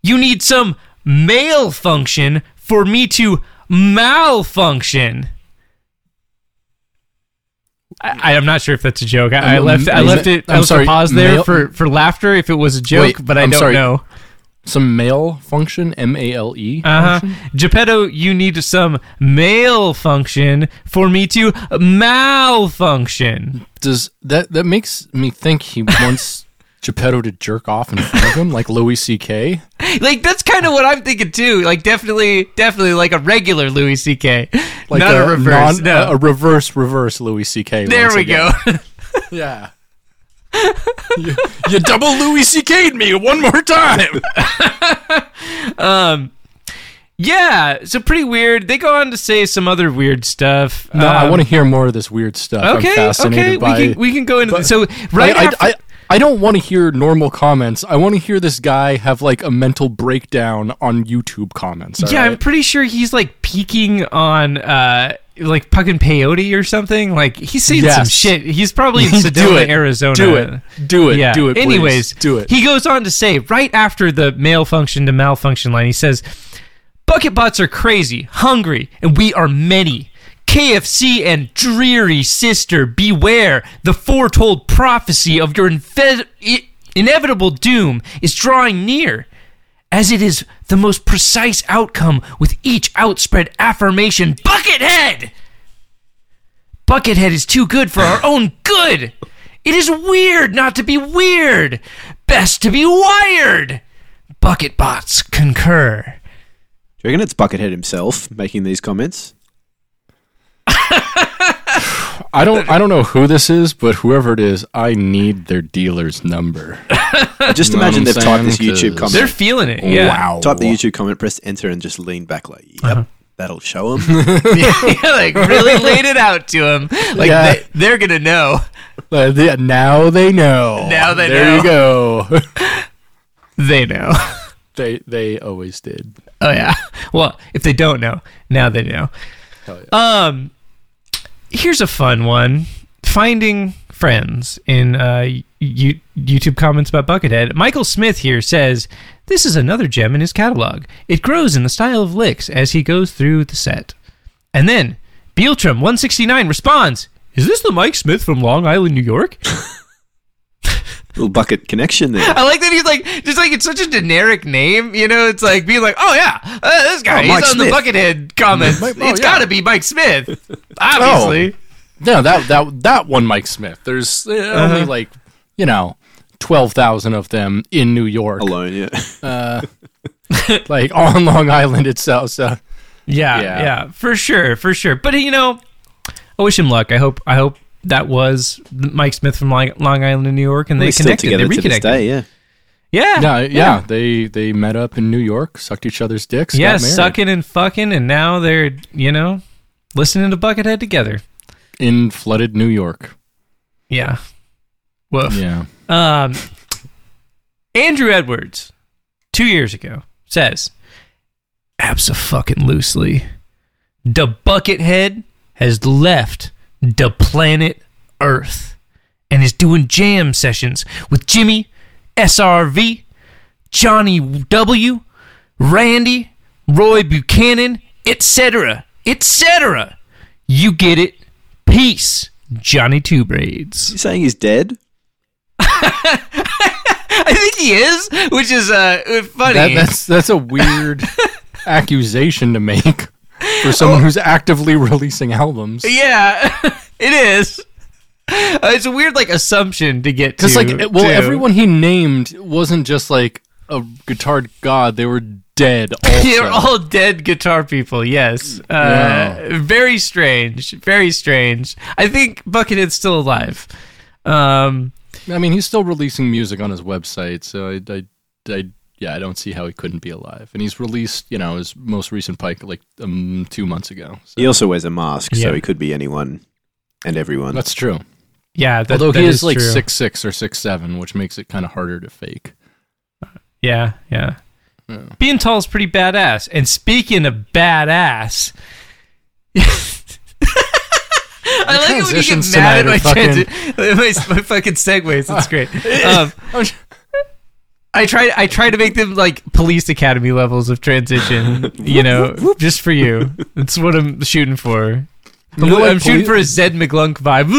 [SPEAKER 1] You need some male function for me to malfunction. I, I am not sure if that's a joke. I, I
[SPEAKER 2] Um,
[SPEAKER 1] left. I
[SPEAKER 2] is
[SPEAKER 1] left
[SPEAKER 2] it-
[SPEAKER 1] it. I
[SPEAKER 2] I'm
[SPEAKER 1] left
[SPEAKER 2] sorry,
[SPEAKER 1] a pause there
[SPEAKER 2] male-
[SPEAKER 1] for, for laughter if it was a joke,
[SPEAKER 2] Wait,
[SPEAKER 1] but I
[SPEAKER 2] I'm
[SPEAKER 1] don't
[SPEAKER 2] sorry.
[SPEAKER 1] know.
[SPEAKER 2] Some male function, M A L E.
[SPEAKER 1] Uh
[SPEAKER 2] function?
[SPEAKER 1] huh. Geppetto, you need some male function for me to malfunction.
[SPEAKER 2] Does that that makes me
[SPEAKER 1] [laughs]
[SPEAKER 2] think he wants Geppetto to jerk off in front of him like Louis C.K.
[SPEAKER 1] Like that's kind of what I'm thinking too. Like definitely, definitely like a regular Louis C.K.
[SPEAKER 2] Like
[SPEAKER 1] Not a, reverse.
[SPEAKER 2] non-
[SPEAKER 1] no.
[SPEAKER 2] a, a reverse reverse Louis C.K.
[SPEAKER 1] there
[SPEAKER 2] once
[SPEAKER 1] we
[SPEAKER 2] again.
[SPEAKER 1] go. [laughs]
[SPEAKER 2] Yeah. you, you double Louis C.K.'d me one
[SPEAKER 1] [laughs]
[SPEAKER 2] more time.
[SPEAKER 1] yeah. So pretty weird. They go on to say some other weird stuff.
[SPEAKER 2] No, I
[SPEAKER 1] Um,
[SPEAKER 2] want to hear more of this weird stuff. I'm
[SPEAKER 1] Okay,
[SPEAKER 2] fascinated
[SPEAKER 1] okay,
[SPEAKER 2] by
[SPEAKER 1] we can we can go into the, so right
[SPEAKER 2] I, I-
[SPEAKER 1] after.
[SPEAKER 2] I, I, I don't want to hear normal comments. I want to hear this guy have like a mental breakdown on YouTube comments. all
[SPEAKER 1] yeah, I'm
[SPEAKER 2] right?
[SPEAKER 1] pretty sure he's like peaking on uh like fucking peyote or something. Like he's saying some
[SPEAKER 2] Yes.
[SPEAKER 1] shit. He's probably in
[SPEAKER 2] [laughs] do
[SPEAKER 1] Sedona,
[SPEAKER 2] it.
[SPEAKER 1] Arizona.
[SPEAKER 2] Do it. Do it.
[SPEAKER 1] Yeah.
[SPEAKER 2] Do it. please.
[SPEAKER 1] Anyways,
[SPEAKER 2] do it.
[SPEAKER 1] He goes on to say right after the male function to malfunction line, he says, "Bucket butts are crazy, hungry, and we are many." KFC and dreary sister, beware! The foretold prophecy of your infe- i- inevitable doom is drawing near as it is the most precise outcome with each outspread affirmation. Buckethead! Buckethead is too good for our own good! It is weird not to be weird! Best to be wired! Bucket bots concur.
[SPEAKER 3] Do you reckon it's Buckethead himself making these comments?
[SPEAKER 2] I don't. I don't know who this is, but whoever it is, I need their dealer's number.
[SPEAKER 3] I just
[SPEAKER 2] Know what
[SPEAKER 3] imagine
[SPEAKER 2] I'm
[SPEAKER 3] they've typed this
[SPEAKER 2] saying?
[SPEAKER 3] YouTube
[SPEAKER 2] 'Cause-
[SPEAKER 3] comment.
[SPEAKER 1] They're feeling it, [laughs] yeah.
[SPEAKER 2] Wow.
[SPEAKER 3] Type the YouTube comment, press enter, and just lean back like, yep,
[SPEAKER 1] Uh-huh.
[SPEAKER 3] that'll
[SPEAKER 1] [laughs]
[SPEAKER 3] show them.
[SPEAKER 1] [laughs] Yeah, like really laid it out to them. Like
[SPEAKER 2] Yeah.
[SPEAKER 1] they, they're gonna know.
[SPEAKER 2] Uh, yeah, now they know.
[SPEAKER 1] Now they
[SPEAKER 2] there
[SPEAKER 1] know.
[SPEAKER 2] you go. [laughs]
[SPEAKER 1] They know.
[SPEAKER 2] they they always did.
[SPEAKER 1] Oh yeah. [laughs] Well, if they don't know, now they know. Um, here's a fun one: finding friends in uh, you, YouTube comments about Buckethead. Michael Smith here says this is another gem in his catalog. It grows in the style of licks as he goes through the set, and then Beeltram 169 responds. Is this the Mike Smith from Long Island, New York?
[SPEAKER 3] Little bucket connection there.
[SPEAKER 1] [laughs] I like that he's like, just like it's such a generic name, you know. It's like being like, oh yeah, uh, this guy,
[SPEAKER 3] Oh,
[SPEAKER 1] he's
[SPEAKER 3] Mike
[SPEAKER 1] on the
[SPEAKER 3] Smith.
[SPEAKER 1] Buckethead comments.
[SPEAKER 2] Mike-
[SPEAKER 1] It's
[SPEAKER 2] oh, yeah.
[SPEAKER 1] got to be Mike
[SPEAKER 3] [laughs]
[SPEAKER 1] Smith,
[SPEAKER 3] Oh.
[SPEAKER 1] obviously.
[SPEAKER 2] No, that that that one, Mike Smith. There's uh,
[SPEAKER 1] Uh-huh.
[SPEAKER 2] only like you know twelve thousand of them in New York,
[SPEAKER 3] Alone, yeah.
[SPEAKER 2] like [laughs] on Long Island itself. So
[SPEAKER 1] Yeah, yeah,
[SPEAKER 2] Yeah.
[SPEAKER 1] for sure, for sure. But you know, I wish him luck. I hope, I hope that was Mike Smith from Long Long Island in New York, and they
[SPEAKER 3] They're still
[SPEAKER 1] connected. They
[SPEAKER 3] together to this
[SPEAKER 1] reconnected.
[SPEAKER 3] day, yeah.
[SPEAKER 1] Yeah,
[SPEAKER 2] yeah, yeah, they they met up in New York, sucked each other's dicks.
[SPEAKER 1] yeah,
[SPEAKER 2] got married.
[SPEAKER 1] sucking and fucking, and now they're you know listening to Buckethead together.
[SPEAKER 2] in flooded New York.
[SPEAKER 1] Yeah. Woof.
[SPEAKER 2] Yeah,
[SPEAKER 1] Um, Andrew Edwards, two years ago, says, abso-fucking-loosely, the Buckethead has left the planet Earth and is doing jam sessions with Jimmy, SRV, Johnny W., Randy, Roy Buchanan, etc., etc. You get it. Peace, Johnny Two Braids.
[SPEAKER 3] You saying he's dead?
[SPEAKER 1] I think he is, which is uh
[SPEAKER 2] that,
[SPEAKER 1] funny.
[SPEAKER 2] that's that's a weird accusation to make for someone who's actively [laughs] releasing albums.
[SPEAKER 1] yeah, [laughs] it is. Uh, it's a weird like assumption to get to.
[SPEAKER 2] Because like, it- well,
[SPEAKER 1] to- [laughs]
[SPEAKER 2] everyone he named wasn't just like a guitar god; they were dead. Also.
[SPEAKER 1] They're all dead guitar people. Yes, uh,
[SPEAKER 2] Yeah.
[SPEAKER 1] very strange. Very strange. I think Buckethead's still alive. Um,
[SPEAKER 2] I mean, he's still releasing music on his website, so I, I, I, yeah, I don't see how he couldn't be alive. And he's released, you know, his most recent pike like um, two months ago. So.
[SPEAKER 3] He also wears a mask,
[SPEAKER 1] Yeah.
[SPEAKER 3] so he could be anyone and everyone.
[SPEAKER 2] That's true.
[SPEAKER 1] yeah, that,
[SPEAKER 2] Although
[SPEAKER 1] that
[SPEAKER 2] he is, like
[SPEAKER 1] true.
[SPEAKER 2] six six or six seven, which makes it kind of harder to [laughs] fake.
[SPEAKER 1] Yeah, yeah. Being tall is pretty badass. And speaking of [laughs] badass, I like it when you get
[SPEAKER 2] transitions
[SPEAKER 1] mad at
[SPEAKER 2] tonight
[SPEAKER 1] my,
[SPEAKER 2] are fucking-
[SPEAKER 1] transi- [laughs] my, my fucking segues. It's
[SPEAKER 2] [laughs]
[SPEAKER 1] great. Um, I try I try to make them like police academy levels of transition, you
[SPEAKER 2] [laughs]
[SPEAKER 1] know, just for you. That's what I'm shooting for.
[SPEAKER 2] You know, like,
[SPEAKER 1] I'm shooting
[SPEAKER 2] police-
[SPEAKER 1] for a Zed McClunk vibe.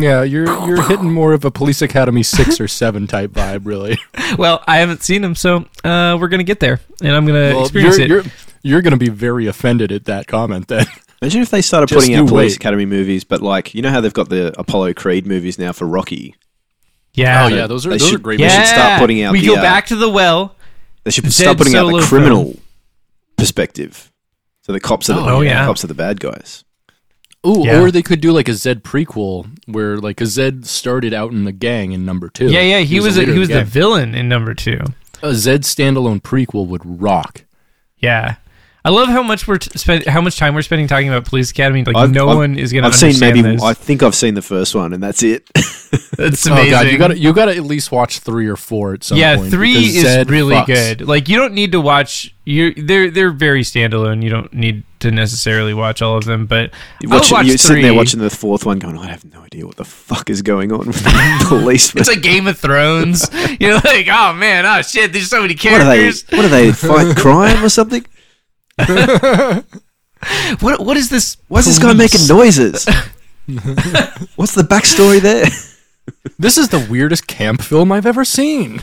[SPEAKER 2] Yeah, you're you're hitting more of a Police Academy six [laughs] or seven type vibe, really.
[SPEAKER 1] [laughs] well, I haven't seen them, so uh, we're gonna get there, and I'm gonna
[SPEAKER 2] Well,
[SPEAKER 1] experience
[SPEAKER 2] you're,
[SPEAKER 1] it.
[SPEAKER 2] you're you're gonna be very offended at that comment. Then
[SPEAKER 3] Imagine if they started
[SPEAKER 2] Just
[SPEAKER 3] putting out
[SPEAKER 2] you
[SPEAKER 3] Police
[SPEAKER 2] wait.
[SPEAKER 3] Academy movies, but like, you know how they've got the Apollo Creed movies now for Rocky?
[SPEAKER 1] Yeah.
[SPEAKER 2] [laughs] Oh, yeah, those are-
[SPEAKER 3] They
[SPEAKER 2] those are
[SPEAKER 3] should-
[SPEAKER 2] great
[SPEAKER 3] They
[SPEAKER 2] movies.
[SPEAKER 3] should start putting out
[SPEAKER 1] We
[SPEAKER 3] the,
[SPEAKER 1] go
[SPEAKER 3] uh,
[SPEAKER 1] back to the well.
[SPEAKER 3] They should
[SPEAKER 1] Dead
[SPEAKER 3] start putting out
[SPEAKER 1] solo
[SPEAKER 3] the
[SPEAKER 1] film.
[SPEAKER 3] criminal perspective. So the cops are the
[SPEAKER 1] Oh, yeah.
[SPEAKER 3] cops are the bad guys.
[SPEAKER 2] Ooh,
[SPEAKER 1] Yeah.
[SPEAKER 2] or they could do like a Zed prequel where like a Zed started out in the gang in number two.
[SPEAKER 1] Yeah, yeah. He, was,
[SPEAKER 2] the
[SPEAKER 1] a,
[SPEAKER 2] leader
[SPEAKER 1] he
[SPEAKER 2] of
[SPEAKER 1] was the
[SPEAKER 2] gang.
[SPEAKER 1] villain in number two.
[SPEAKER 2] a Zed standalone prequel would rock.
[SPEAKER 1] Yeah. I love how much we're t- spend, how much time we're spending talking about Police Academy. Like
[SPEAKER 3] I've-
[SPEAKER 1] no
[SPEAKER 3] I've-
[SPEAKER 1] one is going to
[SPEAKER 3] I've seen maybe.
[SPEAKER 1] this. [laughs]
[SPEAKER 3] I think I've seen the first one, and that's it. [laughs]
[SPEAKER 1] That's
[SPEAKER 2] Oh
[SPEAKER 1] amazing.
[SPEAKER 2] god, you gotta you gotta at least watch three or four at some
[SPEAKER 1] yeah,
[SPEAKER 2] point.
[SPEAKER 1] three
[SPEAKER 2] because
[SPEAKER 1] is
[SPEAKER 2] Zed
[SPEAKER 1] really
[SPEAKER 2] fucks.
[SPEAKER 1] good. Like you don't need to watch. You they're they're very standalone. You don't need to necessarily watch all of them. But
[SPEAKER 3] You
[SPEAKER 1] I'll
[SPEAKER 3] watch it-
[SPEAKER 1] watch
[SPEAKER 3] you're sitting there
[SPEAKER 1] three.
[SPEAKER 3] watching the fourth one, going, "I have no idea what the fuck is going on with
[SPEAKER 1] [laughs]
[SPEAKER 3] the
[SPEAKER 1] [laughs]
[SPEAKER 3] policeman."
[SPEAKER 1] It's like Game of Thrones. [laughs] You're like, oh man, oh shit. There's so many
[SPEAKER 3] what are they?
[SPEAKER 1] characters.
[SPEAKER 3] What are
[SPEAKER 1] [laughs]
[SPEAKER 3] they? Fight crime or something?
[SPEAKER 1] What what is this?
[SPEAKER 3] Why is this guy
[SPEAKER 1] police?
[SPEAKER 3] making
[SPEAKER 2] [laughs]
[SPEAKER 3] noises? What's the backstory there?
[SPEAKER 2] This is the weirdest camp film I've ever seen.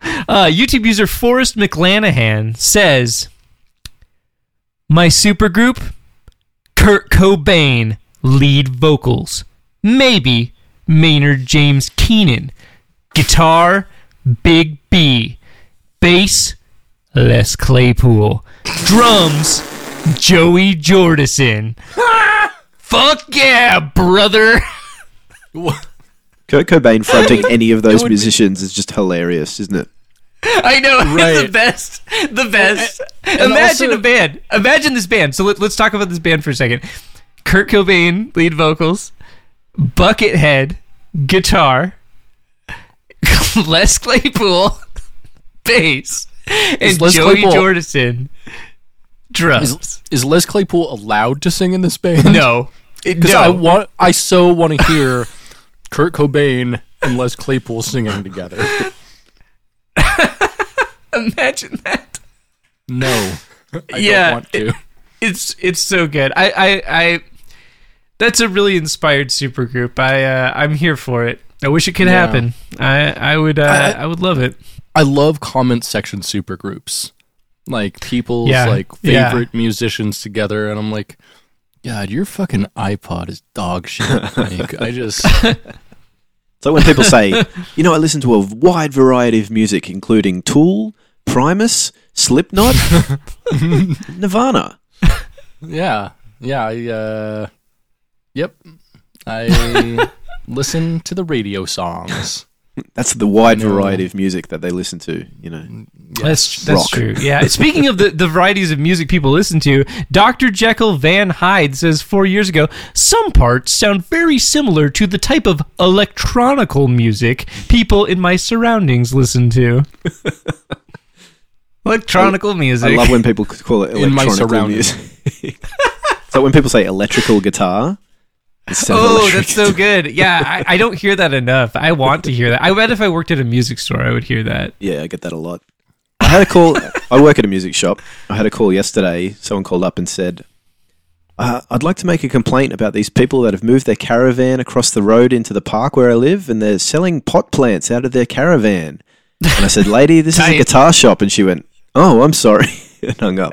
[SPEAKER 1] Uh, YouTube user Forrest McLanahan says, "My supergroup, Kurt Cobain, lead vocals. Maybe Maynard James Keenan, guitar, Big B, bass, Les Claypool, drums, Joey Jordison. [laughs] Fuck yeah, brother! [laughs]
[SPEAKER 3] Kurt [laughs] Cobain fronting any of those
[SPEAKER 2] would be-
[SPEAKER 3] musicians is just hilarious, isn't it?
[SPEAKER 1] I know [laughs] it's the
[SPEAKER 2] Right.
[SPEAKER 1] best, the best.
[SPEAKER 2] and
[SPEAKER 1] Imagine a
[SPEAKER 2] also-
[SPEAKER 1] band. Imagine this band. So let, let's talk about this band for a second. Kurt Cobain lead vocals, Buckethead guitar, [laughs] Les Claypool [laughs] bass, and
[SPEAKER 2] Is Les
[SPEAKER 1] Joey
[SPEAKER 2] Claypool-
[SPEAKER 1] Jordison drums.
[SPEAKER 2] Is, is Les Claypool allowed to sing in this band?
[SPEAKER 1] no, It-
[SPEAKER 2] Because
[SPEAKER 1] [laughs] no.
[SPEAKER 2] I want, I so want to hear Kurt Cobain and Les Claypool singing together.
[SPEAKER 1] imagine that.
[SPEAKER 2] No, I
[SPEAKER 1] Yeah,
[SPEAKER 2] don't want to.
[SPEAKER 1] it's it's so good. I I, I that's a really inspired supergroup. I uh, I'm here for it. I wish it could
[SPEAKER 2] Yeah.
[SPEAKER 1] happen. I I would uh, I, would love it.
[SPEAKER 2] I love comment section supergroups, like people's
[SPEAKER 1] Yeah,
[SPEAKER 2] like
[SPEAKER 1] yeah.
[SPEAKER 2] favorite musicians together, and I'm like, God, your fucking iPod is dog shit. Like, I just
[SPEAKER 3] So when people [laughs] say, you know, I listen to a wide variety of music, including Tool, Primus, [laughs] Slipknot, Nirvana.
[SPEAKER 2] yeah, yeah, I uh, yep,
[SPEAKER 1] [laughs]
[SPEAKER 2] I listen to the radio songs.
[SPEAKER 3] That's the wide
[SPEAKER 2] No.
[SPEAKER 3] variety of music that they listen to, you know.
[SPEAKER 1] That's
[SPEAKER 2] Yes.
[SPEAKER 1] that's
[SPEAKER 3] Rock.
[SPEAKER 1] true. Yeah. Speaking of the, the varieties of music people listen to, Dr. Jekyll Van Hyde says four years ago, some parts sound very similar to the type of electronical music people in my surroundings listen to. [laughs] electronical music.
[SPEAKER 3] I love when people c- call it
[SPEAKER 2] In my
[SPEAKER 3] electronic
[SPEAKER 2] surroundings.
[SPEAKER 3] music. [laughs] so when people say electrical guitar, instead of
[SPEAKER 1] Oh,
[SPEAKER 3] electric
[SPEAKER 1] that's so good.
[SPEAKER 3] [laughs]
[SPEAKER 1] Yeah, I, I don't hear that enough. I want to hear that. I bet if I worked at a music store, I would hear
[SPEAKER 3] [laughs]
[SPEAKER 1] that.
[SPEAKER 3] Yeah, I get that a lot. I had a call. I work at a music shop. I had a call yesterday. Someone called up and said, uh, "I'd like to make a complaint about these people that have moved their caravan across the road into the park where I live, and they're selling pot plants out of their caravan." And I said, "Lady, this is a
[SPEAKER 1] Tight.
[SPEAKER 3] guitar shop," and she went, "Oh, I'm sorry," [laughs] and hung up.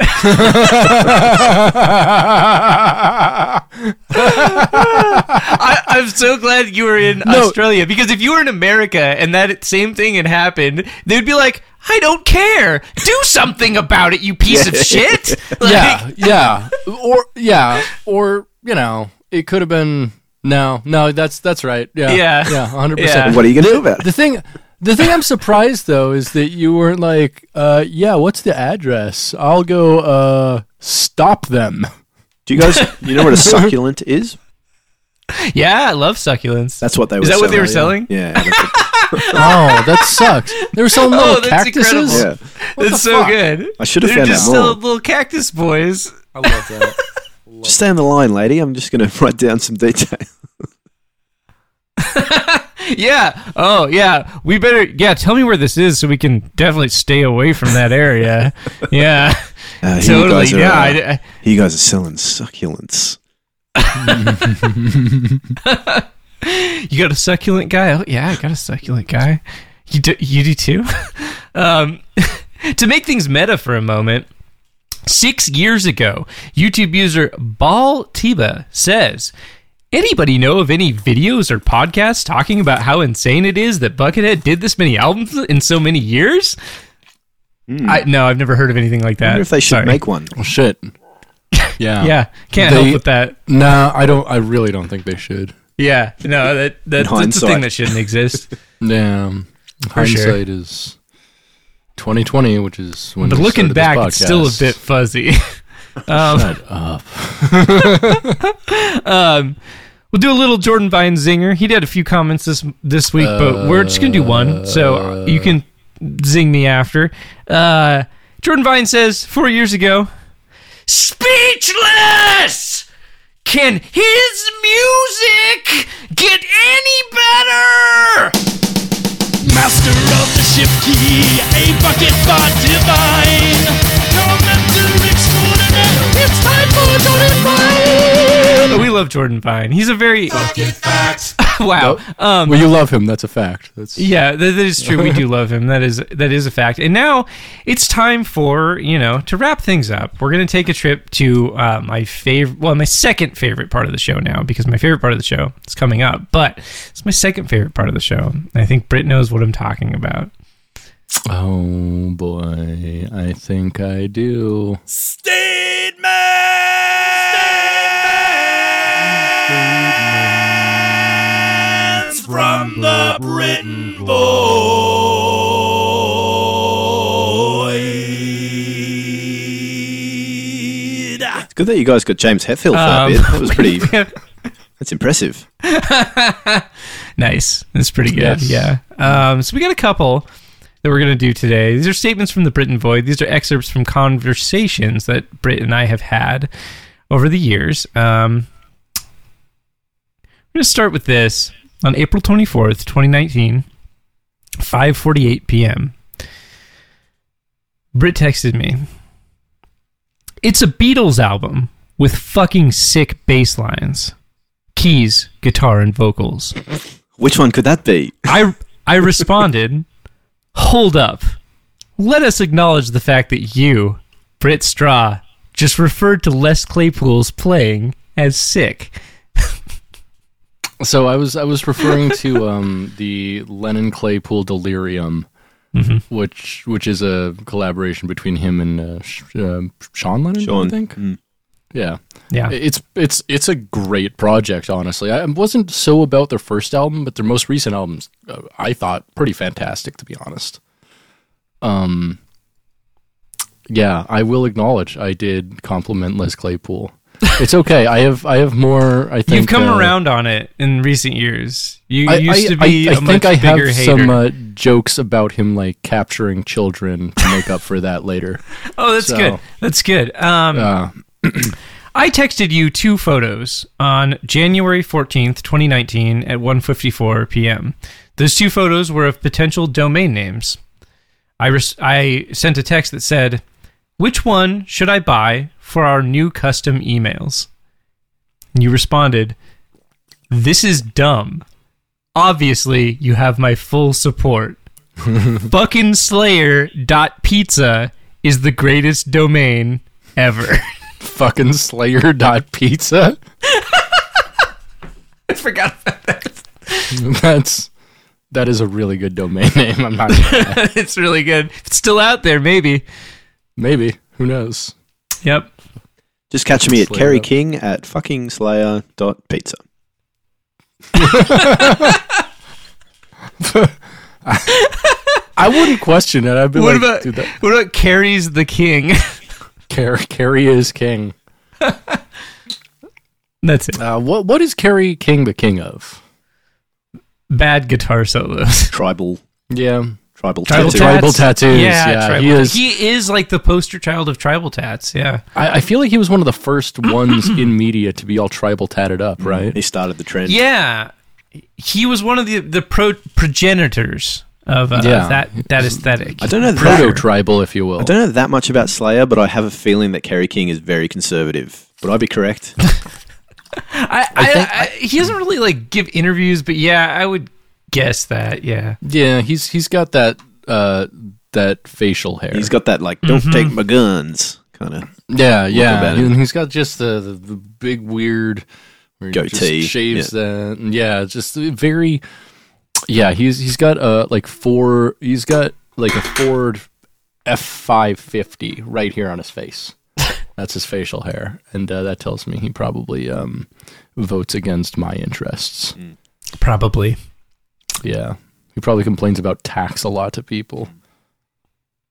[SPEAKER 1] I, I'm so glad you were in Australia because if you were in America and that same thing had happened, they would be like, I don't care. Do something about it, you piece
[SPEAKER 3] [laughs]
[SPEAKER 1] of shit. Like,
[SPEAKER 2] yeah, yeah, or yeah, or you know, it could have been no, no. That's that's right. Yeah,
[SPEAKER 1] Yeah.
[SPEAKER 2] yeah, hundred
[SPEAKER 1] Yeah.
[SPEAKER 2] percent.
[SPEAKER 3] What are you going to do about it?
[SPEAKER 2] The thing, the thing I'm surprised though is that you weren't like, uh, yeah, what's the address? I'll go uh, stop them.
[SPEAKER 3] Do you guys? You know what a succulent is?
[SPEAKER 1] Yeah, I love succulents.
[SPEAKER 3] That's what they were.
[SPEAKER 1] Is that what they were
[SPEAKER 3] selling.
[SPEAKER 1] selling?
[SPEAKER 3] Yeah, out of the-
[SPEAKER 2] Oh, that sucks. They were selling little
[SPEAKER 1] [laughs] Oh, that's
[SPEAKER 2] cactuses.
[SPEAKER 1] incredible.
[SPEAKER 3] yeah.
[SPEAKER 1] That's
[SPEAKER 2] the
[SPEAKER 1] so
[SPEAKER 2] fuck?
[SPEAKER 1] good.
[SPEAKER 3] I should have
[SPEAKER 1] They're
[SPEAKER 3] found
[SPEAKER 1] just
[SPEAKER 3] out more.
[SPEAKER 1] still little cactus boys.
[SPEAKER 2] I love that.
[SPEAKER 3] Just stay on the line, lady. I'm just going to [laughs] write down some details.
[SPEAKER 1] [laughs] Yeah. Oh, yeah. We better. Yeah. Tell me where this is so we can definitely stay away from that
[SPEAKER 3] [laughs]
[SPEAKER 1] area. yeah.
[SPEAKER 3] Uh, here you
[SPEAKER 1] Totally.
[SPEAKER 3] guys are,
[SPEAKER 1] Yeah.
[SPEAKER 3] uh,
[SPEAKER 1] I- I-
[SPEAKER 3] You guys are selling succulents.
[SPEAKER 1] You got a succulent guy? Oh, yeah, I got a succulent guy. You do, you do too? [laughs] um, [laughs] to make things meta for a moment, six years ago, YouTube user Bal Tiba says, Anybody know of any videos or podcasts talking about how insane it is that Buckethead did this many albums in so many years? I, no, I've never heard of anything like that.
[SPEAKER 3] I Hmm. wonder if they should
[SPEAKER 1] Sorry.
[SPEAKER 3] make one.
[SPEAKER 2] Well, shit. Yeah.
[SPEAKER 1] Yeah, can't
[SPEAKER 2] They-
[SPEAKER 1] help with that.
[SPEAKER 2] Nah, I don't. I really don't think they should.
[SPEAKER 1] Yeah, no, that, that that's a
[SPEAKER 3] hindsight. [laughs]
[SPEAKER 1] thing that shouldn't exist.
[SPEAKER 2] Damn.
[SPEAKER 1] sure.
[SPEAKER 2] Hindsight is 2020, which is when.
[SPEAKER 1] But
[SPEAKER 2] we
[SPEAKER 1] looking
[SPEAKER 2] started this
[SPEAKER 1] back, it's still a
[SPEAKER 2] podcast.
[SPEAKER 1] bit
[SPEAKER 2] [laughs]
[SPEAKER 1] fuzzy. Um,
[SPEAKER 2] Shut up.
[SPEAKER 1] [laughs] We'll do a little Jordan Vine zinger. He did a few comments this this week, but we're just gonna do one, so you can zing me after. Uh, Jordan Vine says four years ago, speechless. Can his music get any better?
[SPEAKER 5] Master of the shift key, a bucket for divine. Tormentor extraordinaire, it's time for Jordan Bryan.
[SPEAKER 1] We love Jordan Vine. He's a very
[SPEAKER 4] Bucket facts.
[SPEAKER 1] [laughs] wow. Um,
[SPEAKER 2] Well, you love him. That's a fact. That's
[SPEAKER 1] yeah, that- that is true. We do love him. That is that is a fact. And now it's time for you know to wrap things up. We're gonna take a trip to uh, my favorite, well, my second favorite part of the show now because my favorite part of the show is coming up, but it's my second favorite part of the show. And I think Britt knows what I'm talking about.
[SPEAKER 2] Oh boy, I think I do.
[SPEAKER 5] Statements from the Britain Void.
[SPEAKER 3] It's good that you guys got James Hetfield for
[SPEAKER 1] Um,
[SPEAKER 3] that bit.
[SPEAKER 2] [laughs]
[SPEAKER 3] That was pretty.
[SPEAKER 1] [laughs]
[SPEAKER 3] that's impressive.
[SPEAKER 1] Nice. That's pretty good.
[SPEAKER 2] Yes.
[SPEAKER 1] Yeah. Um, so we got a couple that we're going to do today. These are statements from the Britain Void. These are excerpts from conversations that Britt and I have had over the years. Um, we're going to start with this on April 24th, 2019, 5:48 p.m. Britt texted me. It's a Beatles album with fucking sick bass lines, keys, guitar, and vocals.
[SPEAKER 3] Which one could that be?
[SPEAKER 1] I I responded, "Hold up. Let us acknowledge the fact that you, Britt Straw, just referred to Les Claypool's playing as sick."
[SPEAKER 2] So I was I was referring to um, the Lennon Claypool Delirium,
[SPEAKER 1] Mm-hmm.
[SPEAKER 2] which which is a collaboration between him and uh, Sh- uh, Sean Lennon. I
[SPEAKER 3] Sean. Hmm.
[SPEAKER 2] think. Yeah,
[SPEAKER 1] Yeah.
[SPEAKER 2] it's it's it's a great project. Honestly, I wasn't so about their first album, but their most recent albums, uh, I thought pretty fantastic. To be honest, um, yeah, I will acknowledge I did compliment Les Claypool. It's okay. I have I have more. I think
[SPEAKER 1] You've come
[SPEAKER 2] uh,
[SPEAKER 1] around on it in recent years. You
[SPEAKER 2] I
[SPEAKER 1] used
[SPEAKER 2] I-
[SPEAKER 1] to be
[SPEAKER 2] I- I
[SPEAKER 1] a
[SPEAKER 2] think
[SPEAKER 1] much
[SPEAKER 2] I
[SPEAKER 1] bigger
[SPEAKER 2] have
[SPEAKER 1] hater.
[SPEAKER 2] some uh, jokes about him like capturing children to make up for that later. [laughs]
[SPEAKER 1] [laughs] oh, that's
[SPEAKER 2] so-
[SPEAKER 1] good. That's good. Um,
[SPEAKER 2] Uh,
[SPEAKER 1] [clears throat] I texted you two photos on January 14th, 2019 at 1:54 p.m. Those two photos were of potential domain names. I res- I sent a text that said, "Which one should I buy for our new custom emails?" And you responded, "This is dumb. Obviously, you have my full support. Fucking Slayer dot pizza is the greatest domain ever." [laughs]
[SPEAKER 2] fucking Slayer dot pizza.
[SPEAKER 1] I forgot about
[SPEAKER 2] [laughs] That's that is a really good domain name. I'm
[SPEAKER 1] [laughs]
[SPEAKER 2] not gonna lie.
[SPEAKER 1] it's really good. It's still out there, maybe.
[SPEAKER 2] maybe who knows.
[SPEAKER 1] Yep.
[SPEAKER 3] Just catch me at
[SPEAKER 2] Slayer.
[SPEAKER 3] Kerry King at fucking Slayer dot pizza.
[SPEAKER 2] I wouldn't question it. I'd be
[SPEAKER 1] What
[SPEAKER 2] like,
[SPEAKER 1] about
[SPEAKER 2] dude, that,
[SPEAKER 1] what about carries the king? [laughs]
[SPEAKER 2] Car- Carrie is king.
[SPEAKER 1] That's it.
[SPEAKER 2] Uh, what what is Carrie King the king of?
[SPEAKER 1] Bad guitar solos.
[SPEAKER 3] Tribal,
[SPEAKER 2] Yeah,
[SPEAKER 1] [laughs]
[SPEAKER 3] tribal,
[SPEAKER 1] Tribal,
[SPEAKER 3] tattoo.
[SPEAKER 2] tat- Tribal
[SPEAKER 1] tats.
[SPEAKER 2] tattoos,
[SPEAKER 1] Yeah,
[SPEAKER 2] yeah,
[SPEAKER 1] tribal-
[SPEAKER 2] he is-
[SPEAKER 1] like the poster child of tribal tats. Yeah.
[SPEAKER 2] I, I feel like he was one of the first
[SPEAKER 1] [clears throat]
[SPEAKER 2] ones in media to be all tribal tatted up, right?
[SPEAKER 3] He started the trend.
[SPEAKER 1] Yeah. He was one of the the pro- progenitors of uh,
[SPEAKER 2] Yeah.
[SPEAKER 1] that that aesthetic.
[SPEAKER 3] I don't know
[SPEAKER 2] Proto
[SPEAKER 3] that.
[SPEAKER 2] tribal, if you will.
[SPEAKER 3] I don't know that much about Slayer, but I have a feeling that Kerry King is very conservative. Would I
[SPEAKER 2] [laughs]
[SPEAKER 3] be correct?
[SPEAKER 1] I, I, I, he doesn't really like give interviews, but yeah, I would guess that. Yeah.
[SPEAKER 2] Yeah, he's he's got that uh that facial hair.
[SPEAKER 3] He's got that like,
[SPEAKER 2] Mm-hmm.
[SPEAKER 3] don't take my guns kind of.
[SPEAKER 2] yeah, yeah,
[SPEAKER 3] about
[SPEAKER 2] and he's got just the the, the big weird where he just
[SPEAKER 3] Goatee,
[SPEAKER 2] shaves that. and Yeah, just very. Yeah, he's he's got uh like four. He's got like a Ford F five fifty right here on his
[SPEAKER 3] [laughs]
[SPEAKER 2] face. That's his facial hair, and uh, that tells me he probably um votes against my interests.
[SPEAKER 1] Probably.
[SPEAKER 2] Yeah, he probably complains about tax a lot to people.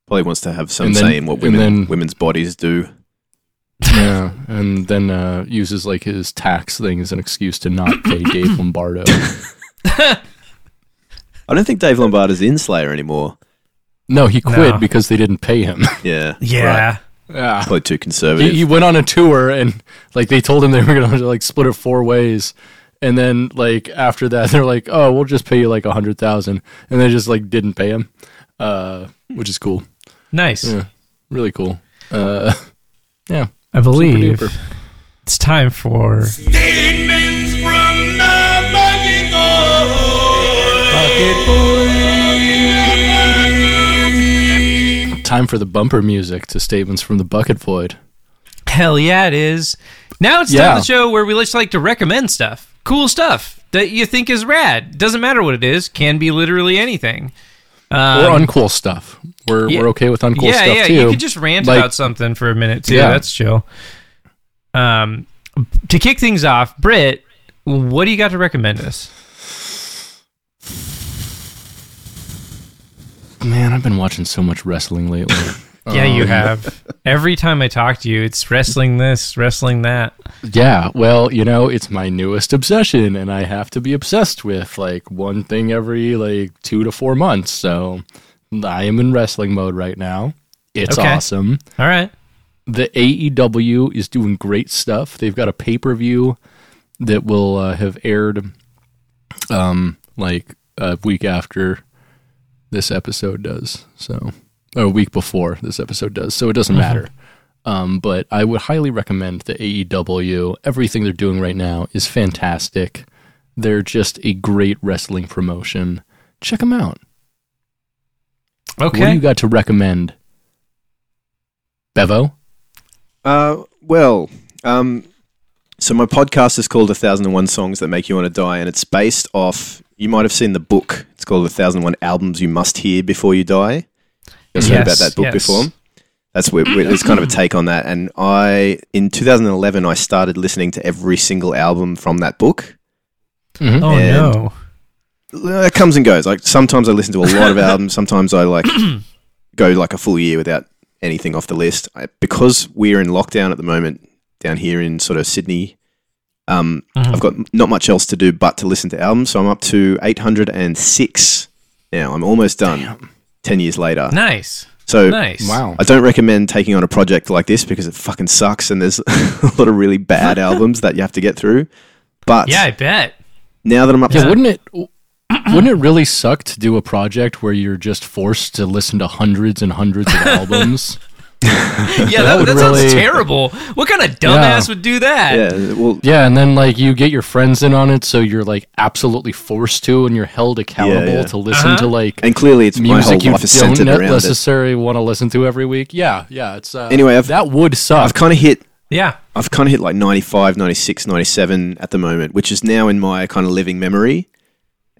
[SPEAKER 3] Probably wants to have some
[SPEAKER 2] And then-
[SPEAKER 3] say in what
[SPEAKER 2] and
[SPEAKER 3] women
[SPEAKER 2] then-
[SPEAKER 3] women's bodies do.
[SPEAKER 1] [laughs]
[SPEAKER 2] Yeah, and then uh, uses like his tax thing as an excuse to not pay
[SPEAKER 1] [coughs]
[SPEAKER 2] Dave Lombardo.
[SPEAKER 3] I don't think Dave Lombard is in Slayer anymore.
[SPEAKER 2] No, he quit
[SPEAKER 1] No.
[SPEAKER 2] because they didn't pay him. [laughs]
[SPEAKER 3] Yeah,
[SPEAKER 1] Yeah.
[SPEAKER 2] yeah.
[SPEAKER 3] probably too
[SPEAKER 2] He,
[SPEAKER 3] conservative.
[SPEAKER 2] he went on a tour and like they told him they were gonna like split it four ways, and then like after that [laughs] they're like, oh, we'll just pay you like a hundred thousand, and they just like didn't pay him, uh, which is cool,
[SPEAKER 1] Nice.
[SPEAKER 2] Yeah. really cool. Uh, [laughs] yeah,
[SPEAKER 1] I believe
[SPEAKER 2] duper.
[SPEAKER 1] it's time for
[SPEAKER 5] Statements from the Bucket Boy. Bucket Boy.
[SPEAKER 2] time for the bumper music to statements from the bucket void.
[SPEAKER 1] Hell yeah, it is. Now it's time
[SPEAKER 2] Yeah.
[SPEAKER 1] for the show where we just like to recommend stuff, cool stuff that you think is rad. Doesn't matter what it is, can be literally anything.
[SPEAKER 2] or uncool stuff. We're
[SPEAKER 1] Uh, yeah.
[SPEAKER 2] we're okay with uncool
[SPEAKER 1] yeah,
[SPEAKER 2] stuff
[SPEAKER 1] yeah,
[SPEAKER 2] too.
[SPEAKER 1] you could just rant
[SPEAKER 2] Like-
[SPEAKER 1] about something for a minute too.
[SPEAKER 2] Yeah.
[SPEAKER 1] That's chill. Um, to kick things off, Britt, what do you got to recommend us?
[SPEAKER 2] Man, I've been watching so much wrestling lately.
[SPEAKER 1] Yeah, you have. Every time I talk to you, it's wrestling this, wrestling that.
[SPEAKER 2] yeah, well, you know, it's my newest obsession, and I have to be obsessed with like one thing every like two to four months. So I am in wrestling mode right now. It's
[SPEAKER 1] Okay.
[SPEAKER 2] awesome.
[SPEAKER 1] All right.
[SPEAKER 2] The AEW is doing great stuff. They've got a pay per view that will uh, have aired um, like a week after this episode does. So, or a week before this episode does. So it doesn't
[SPEAKER 1] Mm-hmm.
[SPEAKER 2] matter. Um, but I would highly recommend the AEW. Everything they're doing right now is fantastic. They're just a great wrestling promotion. Check them out.
[SPEAKER 1] Okay.
[SPEAKER 2] What do you got to recommend? Bevo?
[SPEAKER 3] Uh, well, um, so my podcast is called "A Thousand and One Songs That Make You Want to Die," and it's based off. You might have seen the book. It's called "A Thousand and One Albums You Must Hear Before You Die." You guys heard about
[SPEAKER 1] Yes,
[SPEAKER 3] that book
[SPEAKER 1] yes.
[SPEAKER 3] before? That's where, where it's kind of a take on that. And I, in 2011, I started listening to every single album from that book.
[SPEAKER 2] Mm-hmm.
[SPEAKER 1] oh no.
[SPEAKER 3] And- Uh, It comes and goes. Like sometimes I listen to a
[SPEAKER 1] [laughs]
[SPEAKER 3] lot of albums. Sometimes
[SPEAKER 1] [clears throat]
[SPEAKER 3] I like go like a full year without anything off the list. I, because we're in lockdown at the moment down here in sort of Sydney, um,
[SPEAKER 1] Mm-hmm.
[SPEAKER 3] I've got not much else to do but to listen to albums. So I'm up to 806 now. I'm almost done. Ten years later.
[SPEAKER 1] Nice.
[SPEAKER 3] so
[SPEAKER 1] Nice.
[SPEAKER 2] Wow.
[SPEAKER 3] I don't recommend taking on a project like this because it fucking sucks and there's [laughs] a lot of really
[SPEAKER 1] [laughs]
[SPEAKER 3] bad albums that you have to get through. But
[SPEAKER 1] Yeah, I bet.
[SPEAKER 3] now that I'm up
[SPEAKER 2] Yeah,
[SPEAKER 3] to
[SPEAKER 2] wouldn't it wouldn't it really suck to do a project where you're just forced to listen to hundreds and hundreds
[SPEAKER 3] [laughs]
[SPEAKER 2] of albums?
[SPEAKER 1] Yeah, that,
[SPEAKER 2] would
[SPEAKER 1] that sounds
[SPEAKER 2] really-
[SPEAKER 1] terrible. What kind of dumbass would do that?
[SPEAKER 3] yeah, well,
[SPEAKER 2] yeah, and then like you get your friends in on it, so you're like absolutely forced to, and you're held accountable
[SPEAKER 3] yeah. Uh-huh.
[SPEAKER 2] to listen to like
[SPEAKER 3] And clearly, it's my whole
[SPEAKER 2] music you
[SPEAKER 3] life is centered
[SPEAKER 2] don't ne-
[SPEAKER 3] around it.
[SPEAKER 2] necessarily want to listen to every week. Yeah, yeah, it's uh,
[SPEAKER 3] Anyway, I've-
[SPEAKER 2] that would
[SPEAKER 3] I've
[SPEAKER 2] suck.
[SPEAKER 3] kind of hit,
[SPEAKER 1] Yeah.
[SPEAKER 3] I've kind of hit like 95, 96, 97 at the moment, which is now in my kind of living memory.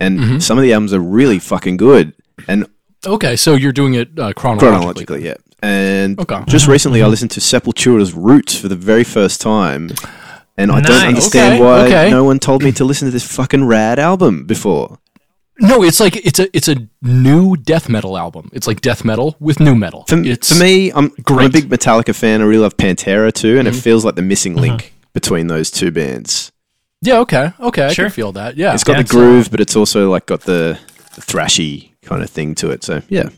[SPEAKER 3] And
[SPEAKER 2] Mm-hmm.
[SPEAKER 3] some of the albums are really fucking good, and
[SPEAKER 2] okay, so you're doing it uh, chronologically.
[SPEAKER 3] chronologically, yeah. And
[SPEAKER 2] Okay. Mm-hmm.
[SPEAKER 3] just recently, I listened to Sepultura's Roots for the very first time, and I
[SPEAKER 1] Nice.
[SPEAKER 3] don't understand
[SPEAKER 2] Okay,
[SPEAKER 3] why
[SPEAKER 2] okay.
[SPEAKER 3] no one told me to listen to this fucking rad album before.
[SPEAKER 2] No, it's like it's a it's a new death metal album. It's like death metal with new metal.
[SPEAKER 3] For,
[SPEAKER 2] it's
[SPEAKER 3] for me, I'm, I'm a
[SPEAKER 2] great. Mm-hmm.
[SPEAKER 3] big Metallica fan. I really love Pantera too, and it feels like the missing link between those two bands.
[SPEAKER 2] yeah, okay, okay, I
[SPEAKER 1] Sure.
[SPEAKER 2] can feel that. Yeah,
[SPEAKER 3] It's got
[SPEAKER 1] Yeah,
[SPEAKER 3] the groove, but it's also like got the, the thrashy kind of thing to it. So yeah,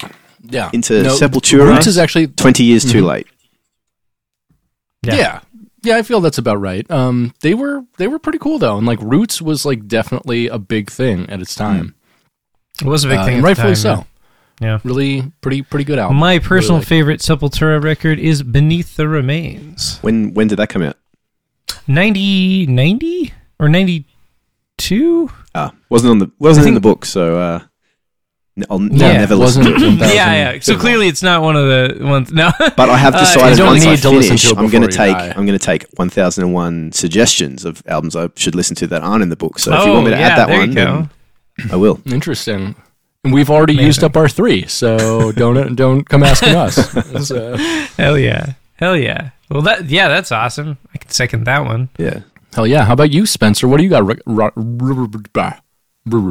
[SPEAKER 2] yeah.
[SPEAKER 3] into
[SPEAKER 2] No,
[SPEAKER 3] Sepultura.
[SPEAKER 2] Roots is actually
[SPEAKER 3] twenty years too late.
[SPEAKER 1] Yeah.
[SPEAKER 2] yeah. yeah. I feel that's about right. Um, they were they were pretty cool though, and like Roots was like definitely a big thing at its time,
[SPEAKER 1] It was a big
[SPEAKER 2] Uh,
[SPEAKER 1] thing.
[SPEAKER 2] and
[SPEAKER 1] at the
[SPEAKER 2] rightfully
[SPEAKER 1] time,
[SPEAKER 2] so.
[SPEAKER 1] Yeah.
[SPEAKER 2] Really, pretty pretty good album.
[SPEAKER 1] My personal
[SPEAKER 2] Really.
[SPEAKER 1] favorite Sepultura record is Beneath the Remains.
[SPEAKER 3] When when did that come out?
[SPEAKER 1] 90, 90 or 92?
[SPEAKER 3] Ah, wasn't on the wasn't in
[SPEAKER 1] think-
[SPEAKER 3] the book, so uh, n- I'll, n-
[SPEAKER 1] No,
[SPEAKER 3] I'll
[SPEAKER 1] it
[SPEAKER 3] never listen to it.
[SPEAKER 1] Yeah,
[SPEAKER 2] wasn't- Thousand-
[SPEAKER 1] yeah. So
[SPEAKER 2] good
[SPEAKER 1] clearly it's not one of the ones. No.
[SPEAKER 3] But I have
[SPEAKER 1] Uh,
[SPEAKER 3] decided
[SPEAKER 2] you don't
[SPEAKER 3] once I
[SPEAKER 2] need to listen
[SPEAKER 3] finish,
[SPEAKER 2] to it
[SPEAKER 3] I'm going to
[SPEAKER 2] before
[SPEAKER 3] take
[SPEAKER 2] you die.
[SPEAKER 3] I'm going to take 1001 suggestions of albums I should listen to that aren't in the book. So if
[SPEAKER 1] [laughs]
[SPEAKER 3] you
[SPEAKER 1] oh,
[SPEAKER 3] want me to
[SPEAKER 1] yeah,
[SPEAKER 3] add that
[SPEAKER 1] there
[SPEAKER 3] one,
[SPEAKER 1] you go.
[SPEAKER 3] then I will.
[SPEAKER 2] Interesting. And we've already used up our three, so don't don't come asking us. So,
[SPEAKER 1] Hell yeah. Hell yeah. Well, that yeah, that's awesome. I can second that one.
[SPEAKER 3] Yeah.
[SPEAKER 2] hell yeah! How about you, Spencer? What do you got? Re- ro- ro- ro- ro- ro- ro-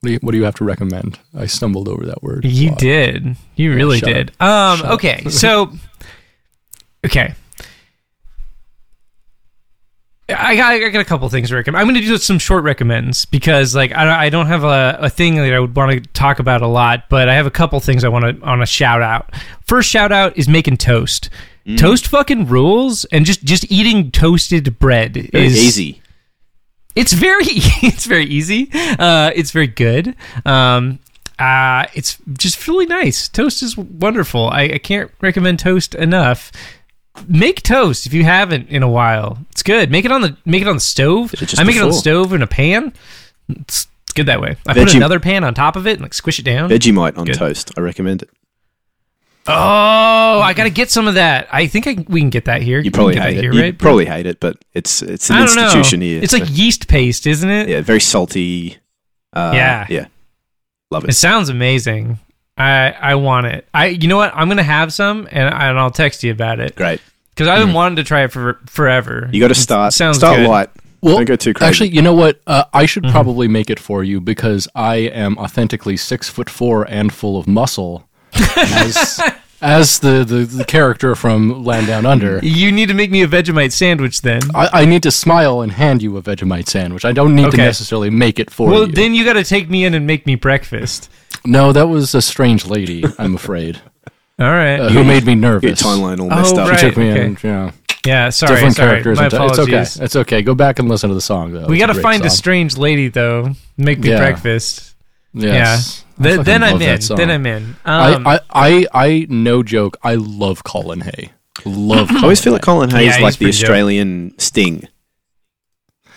[SPEAKER 2] What do you, what do you have to recommend? I stumbled over that word.
[SPEAKER 1] You
[SPEAKER 2] Wow.
[SPEAKER 1] did. You really
[SPEAKER 2] shut
[SPEAKER 1] did. Um,
[SPEAKER 2] Shut up.
[SPEAKER 1] okay, so okay. I got, I got a couple things to recommend. I'm going to do some short recommends because, like, I, don't- I don't have a, a thing that I would want to talk about a lot, but I have a couple things I want to on a shout out. First shout out is making toast. Toast fucking rules, and just just eating toasted bread
[SPEAKER 3] Very
[SPEAKER 1] is
[SPEAKER 3] easy.
[SPEAKER 1] it's very [laughs] it's very easy. Uh, it's very good. Um, uh, it's just really nice. Toast is wonderful. I, I can't recommend toast enough. Make toast if you haven't in a while. It's good. Make it on the make it on the stove.
[SPEAKER 3] it just
[SPEAKER 1] I make it on the
[SPEAKER 3] before.
[SPEAKER 1] stove in a pan. It's, it's good that way. I put
[SPEAKER 3] Veggie-
[SPEAKER 1] another pan on top of it and like squish it down.
[SPEAKER 3] Vegemite on
[SPEAKER 1] Good.
[SPEAKER 3] toast. I recommend it.
[SPEAKER 1] oh, I gotta get some of that. I think I, we can get that here.
[SPEAKER 3] You probably
[SPEAKER 1] can get
[SPEAKER 3] hate
[SPEAKER 1] that
[SPEAKER 3] it.
[SPEAKER 1] here,
[SPEAKER 3] you
[SPEAKER 1] right?
[SPEAKER 3] probably hate it, but it's it's an
[SPEAKER 1] I don't
[SPEAKER 3] institution
[SPEAKER 1] know.
[SPEAKER 3] here.
[SPEAKER 1] It's like
[SPEAKER 3] so-
[SPEAKER 1] yeast paste, isn't it?
[SPEAKER 3] yeah, very salty. Uh,
[SPEAKER 1] Yeah.
[SPEAKER 3] yeah, love
[SPEAKER 1] It
[SPEAKER 3] it.
[SPEAKER 1] sounds amazing. I I want it. I you know what? I'm gonna have some and and I'll text you about it
[SPEAKER 3] Great.
[SPEAKER 1] because
[SPEAKER 2] Mm.
[SPEAKER 1] I've been wanting to try it for forever.
[SPEAKER 3] You got to start.
[SPEAKER 1] sounds
[SPEAKER 3] start
[SPEAKER 1] good.
[SPEAKER 3] light.
[SPEAKER 2] Well,
[SPEAKER 3] Don't go too crazy.
[SPEAKER 2] Actually, you know what? Uh, I
[SPEAKER 1] Mm-hmm.
[SPEAKER 2] should probably make it for you because I am authentically six foot four and full of muscle,
[SPEAKER 1] [laughs]
[SPEAKER 2] as, as the, the, the character from Land Down Under.
[SPEAKER 1] You need to make me a Vegemite sandwich then.
[SPEAKER 2] I, I need to smile and hand you a Vegemite sandwich. I don't need
[SPEAKER 1] Okay.
[SPEAKER 2] to necessarily make it for
[SPEAKER 1] Well,
[SPEAKER 2] you.
[SPEAKER 1] then you got to take me in and make me breakfast.
[SPEAKER 2] no, that was a strange lady. I'm
[SPEAKER 1] [laughs]
[SPEAKER 2] afraid
[SPEAKER 1] All right.
[SPEAKER 2] uh, who made me
[SPEAKER 3] Your
[SPEAKER 2] nervous.
[SPEAKER 3] timeline all messed
[SPEAKER 1] Oh,
[SPEAKER 3] up.
[SPEAKER 1] right.
[SPEAKER 2] Took me
[SPEAKER 1] okay.
[SPEAKER 2] in. Yeah,
[SPEAKER 1] yeah. Sorry.
[SPEAKER 2] different
[SPEAKER 1] sorry.
[SPEAKER 2] characters.
[SPEAKER 1] My
[SPEAKER 2] and t- it's
[SPEAKER 1] apologies.
[SPEAKER 2] okay. It's okay. Go back and listen to the song though.
[SPEAKER 1] We
[SPEAKER 2] It's
[SPEAKER 1] got
[SPEAKER 2] a
[SPEAKER 1] to
[SPEAKER 2] great
[SPEAKER 1] find a
[SPEAKER 2] song.
[SPEAKER 1] strange lady though. Make me
[SPEAKER 2] Yeah.
[SPEAKER 1] breakfast.
[SPEAKER 2] Yes. I
[SPEAKER 1] Yeah. Th-
[SPEAKER 2] fucking
[SPEAKER 1] then I'm
[SPEAKER 2] love that
[SPEAKER 1] in.
[SPEAKER 2] song.
[SPEAKER 1] Then I'm in.
[SPEAKER 2] I,
[SPEAKER 1] Um,
[SPEAKER 2] I, I, I, no joke. I love Colin Hay. [clears throat] Love.
[SPEAKER 3] I always feel like Colin Hay
[SPEAKER 1] Yeah,
[SPEAKER 3] is
[SPEAKER 1] he's
[SPEAKER 3] like the
[SPEAKER 1] pretty dope.
[SPEAKER 3] Australian Sting.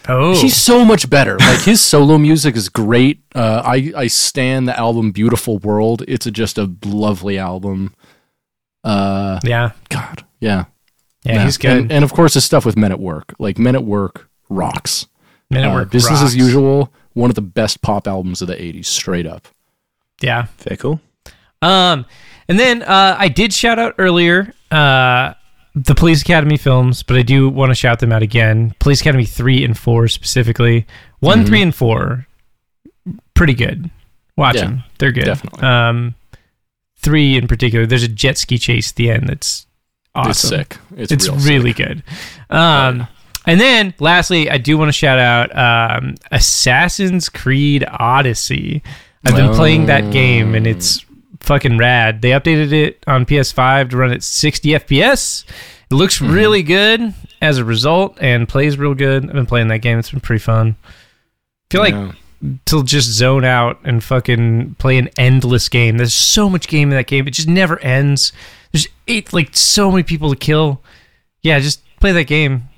[SPEAKER 1] oh.
[SPEAKER 2] He's so much better. Like his solo music is great. Uh, I I stand the album "Beautiful World." It's a, just a lovely album. Uh,
[SPEAKER 1] yeah.
[SPEAKER 2] God, yeah,
[SPEAKER 1] Yeah. He's good.
[SPEAKER 2] And, and of course, his stuff with Men at Work. Like Men at Work rocks.
[SPEAKER 1] Man, it
[SPEAKER 2] Uh,
[SPEAKER 1] worked
[SPEAKER 2] Business
[SPEAKER 1] rocks.
[SPEAKER 2] as usual. One of the best pop albums of the '80s, straight up.
[SPEAKER 1] Yeah.
[SPEAKER 3] Fair cool.
[SPEAKER 1] Um, and then uh, I did shout out earlier uh, the Police Academy films, but I do want to shout them out again. Police Academy three and four specifically. One,
[SPEAKER 2] Mm-hmm.
[SPEAKER 1] three, and four, pretty good. Watch
[SPEAKER 2] Yeah,
[SPEAKER 1] them; they're good.
[SPEAKER 2] definitely.
[SPEAKER 1] Um, three in particular. There's a jet ski chase at the end that's awesome.
[SPEAKER 2] It's sick. It's,
[SPEAKER 1] It's,
[SPEAKER 2] real sick. Oh,
[SPEAKER 1] really good. Um, and then lastly, I do want to shout out um, Assassin's Creed Odyssey. I've been playing that game and it's fucking rad. They updated it on PS5 to run at 60 FPS. It looks really good as a result and plays real good. I've been playing that game. It's been pretty fun. I feel like
[SPEAKER 2] Yeah.
[SPEAKER 1] to just zone out and fucking play an endless game. There's so much game in that game. It just never ends. There's eight, like so many people to kill. Yeah, just play that game.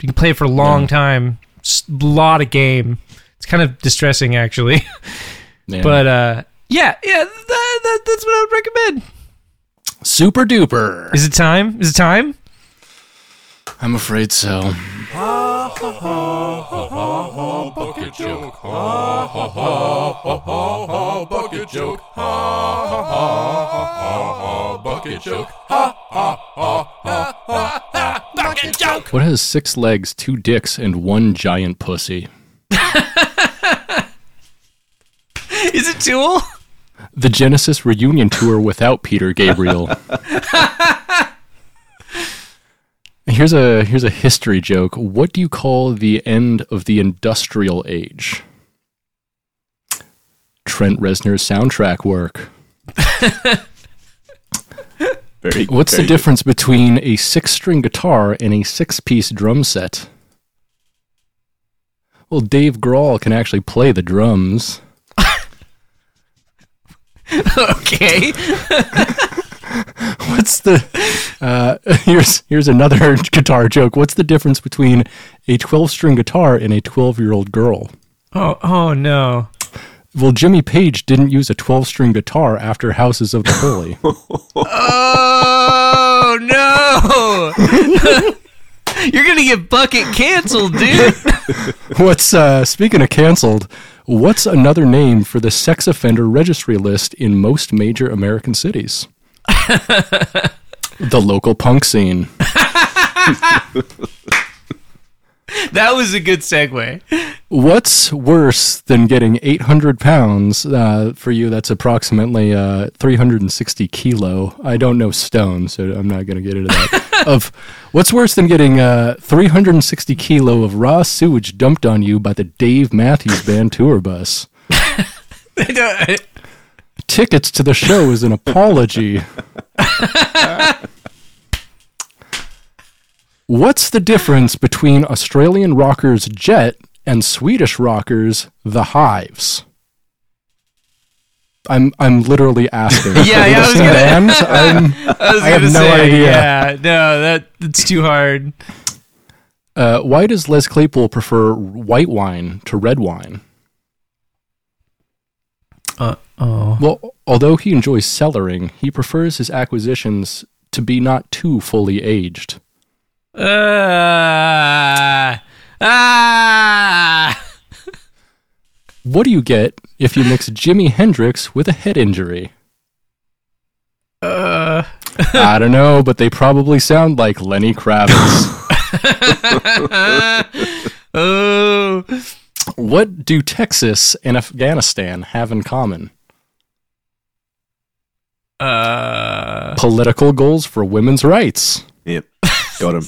[SPEAKER 1] You can play it for a long time. It's a lot of game. It's kind of distressing actually. [laughs]
[SPEAKER 2] Yeah.
[SPEAKER 1] But uh yeah, yeah, that, that, that's what I would recommend.
[SPEAKER 2] super duper.
[SPEAKER 1] Is it time? Is it time?
[SPEAKER 2] I'm afraid so.
[SPEAKER 4] Bucket joke. Ha ha ha ha ha ha. Bucket joke. Ha ha ha ha ha ha. Bucket joke.
[SPEAKER 2] What has six legs, two dicks, and one giant
[SPEAKER 1] [laughs]
[SPEAKER 2] pussy?
[SPEAKER 1] Is it Tool? [laughs]
[SPEAKER 2] The Genesis reunion tour without Peter Gabriel. [laughs] here's a here's a history joke. What do you call the end of the industrial age? Trent Reznor's soundtrack work.
[SPEAKER 3] Very.
[SPEAKER 2] What's
[SPEAKER 3] very
[SPEAKER 2] the difference between a six-string guitar and a six-piece drum set? Well, Dave Grohl can actually play the drums.
[SPEAKER 1] okay.
[SPEAKER 2] What's the uh, [laughs] here's here's another [laughs] guitar joke. What's the difference between a 12-string guitar and a 12-year-old girl?
[SPEAKER 1] Oh, oh no.
[SPEAKER 2] Well, Jimmy Page didn't use a 12-string guitar after Houses of the Holy.
[SPEAKER 1] Oh no! [laughs] You're gonna get bucket canceled, [laughs] dude.
[SPEAKER 2] what's uh, speaking of canceled? What's another name for the sex offender registry list in most major American cities? the local punk scene.
[SPEAKER 1] [laughs] That was a good segue.
[SPEAKER 2] What's worse than getting 800 pounds? Uh, for you, that's approximately uh, 360 kilo. I don't know stone, so I'm not going to get into that. of what's worse than getting uh, 360 kilo of raw sewage dumped on you by the Dave Matthews Band tour bus? Tickets to the show is an apology. What's the difference between Australian rockers Jet and Swedish rockers The Hives? I'm I'm literally
[SPEAKER 1] [laughs]
[SPEAKER 2] asking.
[SPEAKER 1] Yeah, yeah, I was gonna-
[SPEAKER 2] Bands, I'm-
[SPEAKER 1] I was
[SPEAKER 2] I have
[SPEAKER 1] gonna
[SPEAKER 2] no
[SPEAKER 1] say,
[SPEAKER 2] idea.
[SPEAKER 1] Yeah, no, that that's too hard.
[SPEAKER 2] uh, why does Les Claypool prefer white wine to red wine?
[SPEAKER 1] Uh oh.
[SPEAKER 2] Well, although he enjoys cellaring, he prefers his acquisitions to be not too fully aged.
[SPEAKER 1] Uh, ah.
[SPEAKER 2] What do you get if you mix Jimi Hendrix with a head injury?
[SPEAKER 1] Uh.
[SPEAKER 2] I don't know, but they probably sound like Lenny
[SPEAKER 1] [laughs]
[SPEAKER 2] Kravitz.
[SPEAKER 1] uh, Oh.
[SPEAKER 2] what do Texas and Afghanistan have in common?
[SPEAKER 1] Uh.
[SPEAKER 2] Political goals for women's rights.
[SPEAKER 3] Yep. Got him.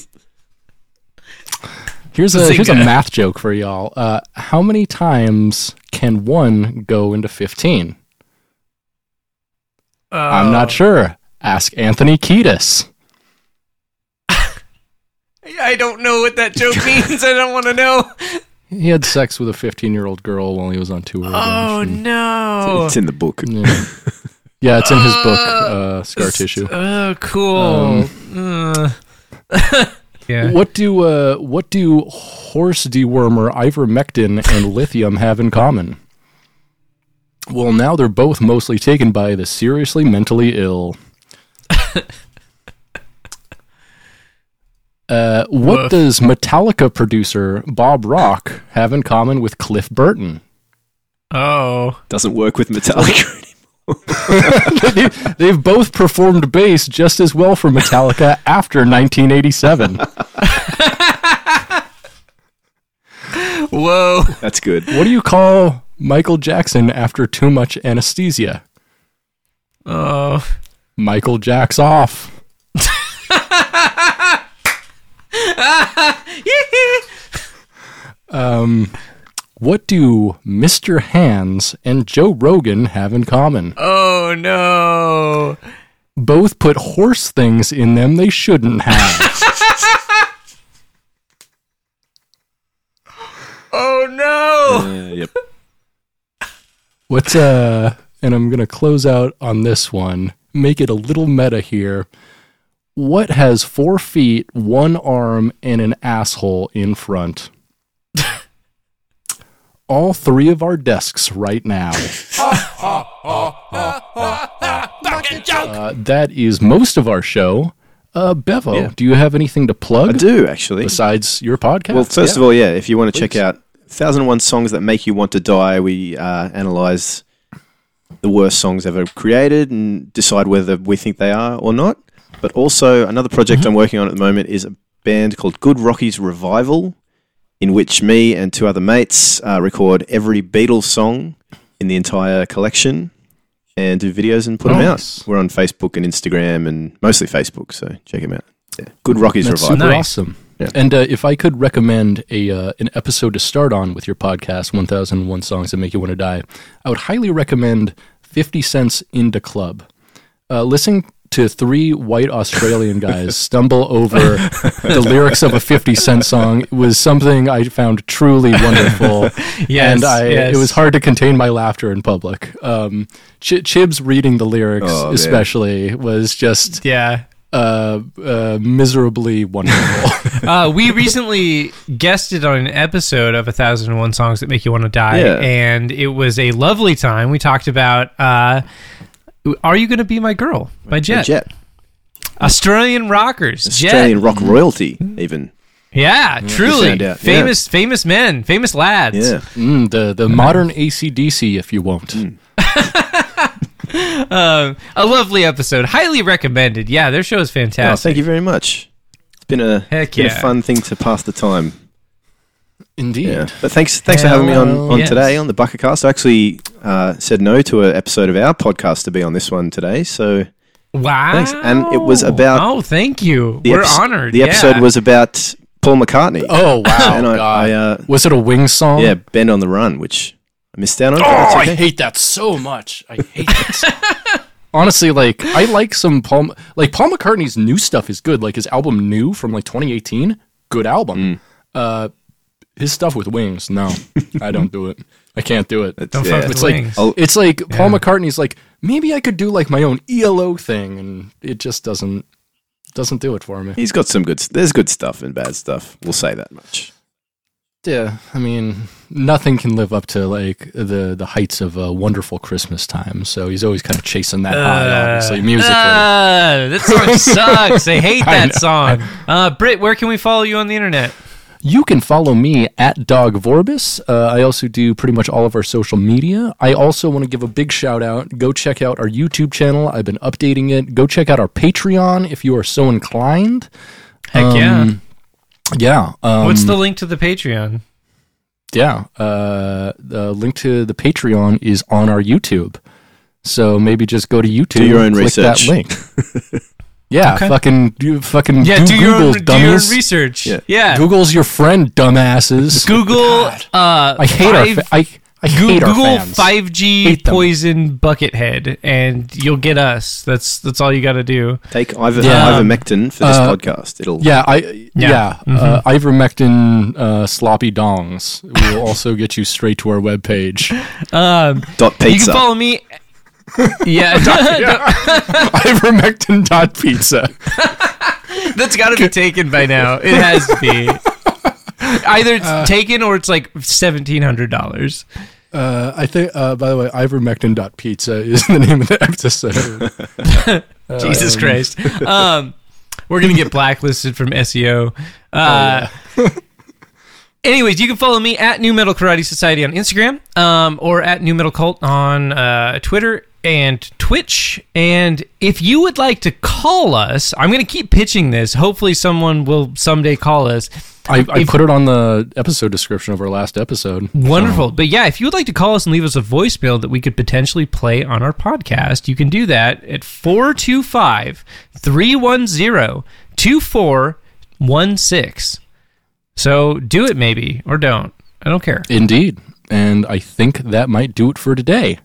[SPEAKER 2] Here's a here's a
[SPEAKER 1] Zynga.
[SPEAKER 2] math joke for y'all. Uh, how many times can one go into fifteen? I'm not sure. Ask Anthony Kiedis.
[SPEAKER 1] I don't know what that joke means. I don't want to know.
[SPEAKER 2] He had sex with a 15 year old girl while he was on
[SPEAKER 1] [laughs]
[SPEAKER 2] tour.
[SPEAKER 1] Oh no.
[SPEAKER 3] It's in the book.
[SPEAKER 2] Yeah. yeah, it's in his book, uh, Scar Tissue.
[SPEAKER 1] Oh, cool. Uh. yeah.
[SPEAKER 2] What do uh, what do horse dewormer, ivermectin, and lithium have in common? Well, now they're both mostly taken by the seriously mentally ill. Uh, what
[SPEAKER 1] Woof.
[SPEAKER 2] does Metallica producer Bob Rock have in common with Cliff Burton?
[SPEAKER 1] Oh.
[SPEAKER 3] Doesn't work with Metallica [laughs] anymore.
[SPEAKER 2] They've both performed bass just as well for Metallica after 1987.
[SPEAKER 1] Whoa.
[SPEAKER 3] That's good.
[SPEAKER 2] What do you call Michael Jackson after too much anesthesia?
[SPEAKER 1] Oh. [laughs]
[SPEAKER 2] Michael Jacks off. um, what do Mr. Hands and Joe Rogan have in common?
[SPEAKER 1] Oh no.
[SPEAKER 2] Both put horse things in them they shouldn't have.
[SPEAKER 1] Oh no.
[SPEAKER 3] Uh, yep.
[SPEAKER 2] What's uh? And I'm gonna close out on this one. Make it a little meta here. What has four feet, one arm, and an asshole in front? [laughs] All three of our desks right now. Uh, that is most of our show. Uh, Bevo,
[SPEAKER 3] Yeah.
[SPEAKER 2] do you have anything to
[SPEAKER 3] I
[SPEAKER 2] plug
[SPEAKER 3] do actually.
[SPEAKER 2] besides your podcast?
[SPEAKER 3] Well, first of all, yeah, if you want to check out 1001 Songs That Make You Want to Die, we uh, analyze the worst songs ever created and decide whether we think they are or not. But also, another project
[SPEAKER 2] Mm-hmm.
[SPEAKER 3] I'm working on at the moment is a band called Good Rockies Revival, in which me and two other mates uh, record every Beatles song in the entire collection and do videos and put them
[SPEAKER 2] Nice.
[SPEAKER 3] out. We're on Facebook and Instagram and mostly Facebook, so check them out. Yeah. Good Rockies
[SPEAKER 2] That's
[SPEAKER 3] Revival.
[SPEAKER 2] super
[SPEAKER 1] Nice.
[SPEAKER 2] awesome.
[SPEAKER 3] Yeah.
[SPEAKER 2] And uh, if I could recommend a uh, an episode to start on with your podcast, 1001 Songs That Make You Want to Die, I would highly recommend 50 Cent's Into Club. Uh, listening to three white Australian
[SPEAKER 3] [laughs]
[SPEAKER 2] guys stumble over the lyrics of a 50 Cent song was something I found truly wonderful.
[SPEAKER 1] [laughs] Yes,
[SPEAKER 2] and I,
[SPEAKER 1] yes.
[SPEAKER 2] it was hard to contain my laughter in public. Um, Ch- Chibs reading the lyrics,
[SPEAKER 3] Oh, man.
[SPEAKER 2] especially, was just
[SPEAKER 1] Yeah.
[SPEAKER 2] uh, uh, miserably
[SPEAKER 3] [laughs]
[SPEAKER 2] wonderful.
[SPEAKER 1] uh, we recently guested on an episode of 1001 Songs That Make You Want to Die,
[SPEAKER 3] Yeah.
[SPEAKER 1] and it was a lovely time. We talked about uh, Are You Going to Be My Girl by Jet.
[SPEAKER 3] Jet.
[SPEAKER 1] Australian rockers.
[SPEAKER 3] Australian
[SPEAKER 1] Jet.
[SPEAKER 3] rock royalty,
[SPEAKER 1] Mm.
[SPEAKER 3] even.
[SPEAKER 1] Yeah, truly.
[SPEAKER 3] found out, yeah.
[SPEAKER 1] Famous famous men, famous lads.
[SPEAKER 3] Yeah.
[SPEAKER 2] Mm, the the modern ACDC, if you won't.
[SPEAKER 3] Mm.
[SPEAKER 1] Um, a lovely episode. Highly recommended. Yeah, their show is
[SPEAKER 3] Oh,
[SPEAKER 1] fantastic.
[SPEAKER 3] thank you very much. It's been a,
[SPEAKER 1] Heck
[SPEAKER 3] been
[SPEAKER 1] yeah.
[SPEAKER 3] a fun thing to pass the time.
[SPEAKER 2] Indeed.
[SPEAKER 3] Yeah. But thanks, thanks for having me on, on
[SPEAKER 1] Yes.
[SPEAKER 3] today on the Buckercast. I actually uh, said no to an episode of our podcast to be on this one today. So
[SPEAKER 1] Wow.
[SPEAKER 3] Oh, Thanks. And it was about-
[SPEAKER 1] Oh, thank you. We're
[SPEAKER 3] epis-
[SPEAKER 1] honored.
[SPEAKER 3] The
[SPEAKER 1] yeah.
[SPEAKER 3] episode was about Paul McCartney. [laughs]
[SPEAKER 2] Oh wow!
[SPEAKER 3] and I,
[SPEAKER 2] God. Oh.
[SPEAKER 3] I uh,
[SPEAKER 2] was it a wing song?
[SPEAKER 3] yeah, Bend on the Run, which I missed out on. but
[SPEAKER 2] Oh,
[SPEAKER 3] that's
[SPEAKER 2] I
[SPEAKER 3] okay.
[SPEAKER 2] hate that so much. I
[SPEAKER 3] [laughs]
[SPEAKER 2] hate that. Honestly, like I like some Paul, like Paul McCartney's new stuff is good. Like his album "New" from like 2018, good album.
[SPEAKER 3] Mm.
[SPEAKER 2] Uh, his stuff with Wings, no, I don't do it. I can't do it.
[SPEAKER 1] Don't
[SPEAKER 3] Yeah.
[SPEAKER 1] fuck with
[SPEAKER 2] It's like
[SPEAKER 1] wings.
[SPEAKER 3] Oh.
[SPEAKER 2] it's like Paul McCartney's like maybe I could do like my own ELO thing, and it just doesn't doesn't do it for me.
[SPEAKER 3] He's got some good. s- There's good stuff and bad stuff. We'll say that much.
[SPEAKER 2] Yeah, I mean, nothing can live up to like the the heights of a wonderful Christmas time. So he's always kind of chasing that high, obviously musically.
[SPEAKER 1] Uh, that song
[SPEAKER 3] [laughs]
[SPEAKER 1] sucks. I hate
[SPEAKER 2] I
[SPEAKER 1] that
[SPEAKER 2] know.
[SPEAKER 1] song. Uh, Britt, where can we follow you on the internet?
[SPEAKER 2] you can follow me at Dog Vorbis. Uh, I also do pretty much all of our social media. I also want to give a big shout out. Go check out our YouTube channel. I've been updating it. Go check out our Patreon if you are so inclined.
[SPEAKER 1] Heck yeah.
[SPEAKER 2] Yeah. Um,
[SPEAKER 1] What's the link to the Patreon?
[SPEAKER 2] yeah, uh, the link to the Patreon is on our YouTube. So maybe just go to YouTube.
[SPEAKER 3] Do your own
[SPEAKER 2] click
[SPEAKER 3] research.
[SPEAKER 2] That link.
[SPEAKER 3] [laughs]
[SPEAKER 2] yeah,
[SPEAKER 1] Okay.
[SPEAKER 2] fucking do fucking
[SPEAKER 1] Yeah,
[SPEAKER 2] do,
[SPEAKER 1] do, your
[SPEAKER 2] Google,
[SPEAKER 1] own, do your
[SPEAKER 2] dummies.
[SPEAKER 1] own research.
[SPEAKER 3] Yeah.
[SPEAKER 2] Google's your friend, dumbasses.
[SPEAKER 1] Google. Uh,
[SPEAKER 2] I hate our.
[SPEAKER 1] five-
[SPEAKER 2] Fa- I, I
[SPEAKER 1] Goo-
[SPEAKER 2] hate
[SPEAKER 1] Google
[SPEAKER 2] our fans.
[SPEAKER 1] 5G
[SPEAKER 2] Hate them.
[SPEAKER 1] poison buckethead, and you'll get us. That's that's all you got to do.
[SPEAKER 3] Take iver-
[SPEAKER 2] Yeah.
[SPEAKER 3] ivermectin for this
[SPEAKER 2] Uh,
[SPEAKER 3] podcast. It'll
[SPEAKER 2] Yeah, I yeah,
[SPEAKER 1] Mm-hmm.
[SPEAKER 2] uh, ivermectin uh, sloppy dongs will also get you straight to
[SPEAKER 1] [laughs]
[SPEAKER 2] our webpage.
[SPEAKER 1] Um,
[SPEAKER 3] dot
[SPEAKER 1] you
[SPEAKER 3] pizza.
[SPEAKER 1] can follow
[SPEAKER 2] [laughs]
[SPEAKER 1] me. Yeah, [laughs]
[SPEAKER 2] ivermectin dot pizza.
[SPEAKER 1] that's got to be taken by now. It has to
[SPEAKER 2] [laughs]
[SPEAKER 1] be. Either it's taken or it's like seventeen hundred dollars.
[SPEAKER 2] Uh, I think, uh, by the way, ivermectin.pizza is [laughs] the name of the episode.
[SPEAKER 1] Jesus Christ. Um, we're going to get blacklisted from SEO. Uh, anyways, you can follow me at New Metal Karate Society on Instagram um, or at New Metal Cult on uh, Twitter and Twitch. And if you would like to call us, I'm going to keep pitching this. Hopefully, someone will someday call us.
[SPEAKER 2] I, I put it on the episode description of our last episode.
[SPEAKER 1] Wonderful. But yeah, if you would like to call us and leave us a voicemail that we could potentially play on our podcast, you can do that at 425 310 2416. So do it maybe or don't. I don't care.
[SPEAKER 2] Indeed. And I think that might do it for today.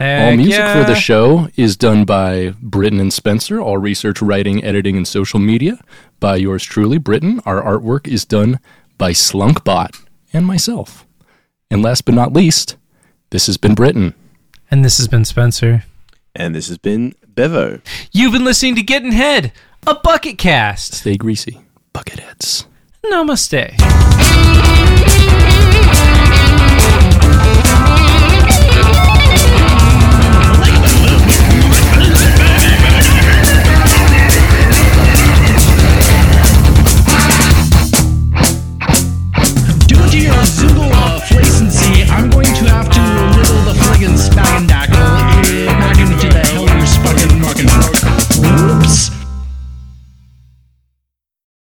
[SPEAKER 2] All
[SPEAKER 1] Heck
[SPEAKER 2] music for
[SPEAKER 1] yeah.
[SPEAKER 2] the show is done by Britton and Spencer. All research, writing, editing, and social media by yours truly, Britton. Our artwork is done by Slunkbot and myself. And last but not least, this has been Britton.
[SPEAKER 1] And this has been Spencer.
[SPEAKER 3] and this has been Bevo.
[SPEAKER 1] You've been listening to Getting Head, a bucket cast.
[SPEAKER 2] Stay greasy, bucketheads.
[SPEAKER 1] Namaste.
[SPEAKER 6] Thank you.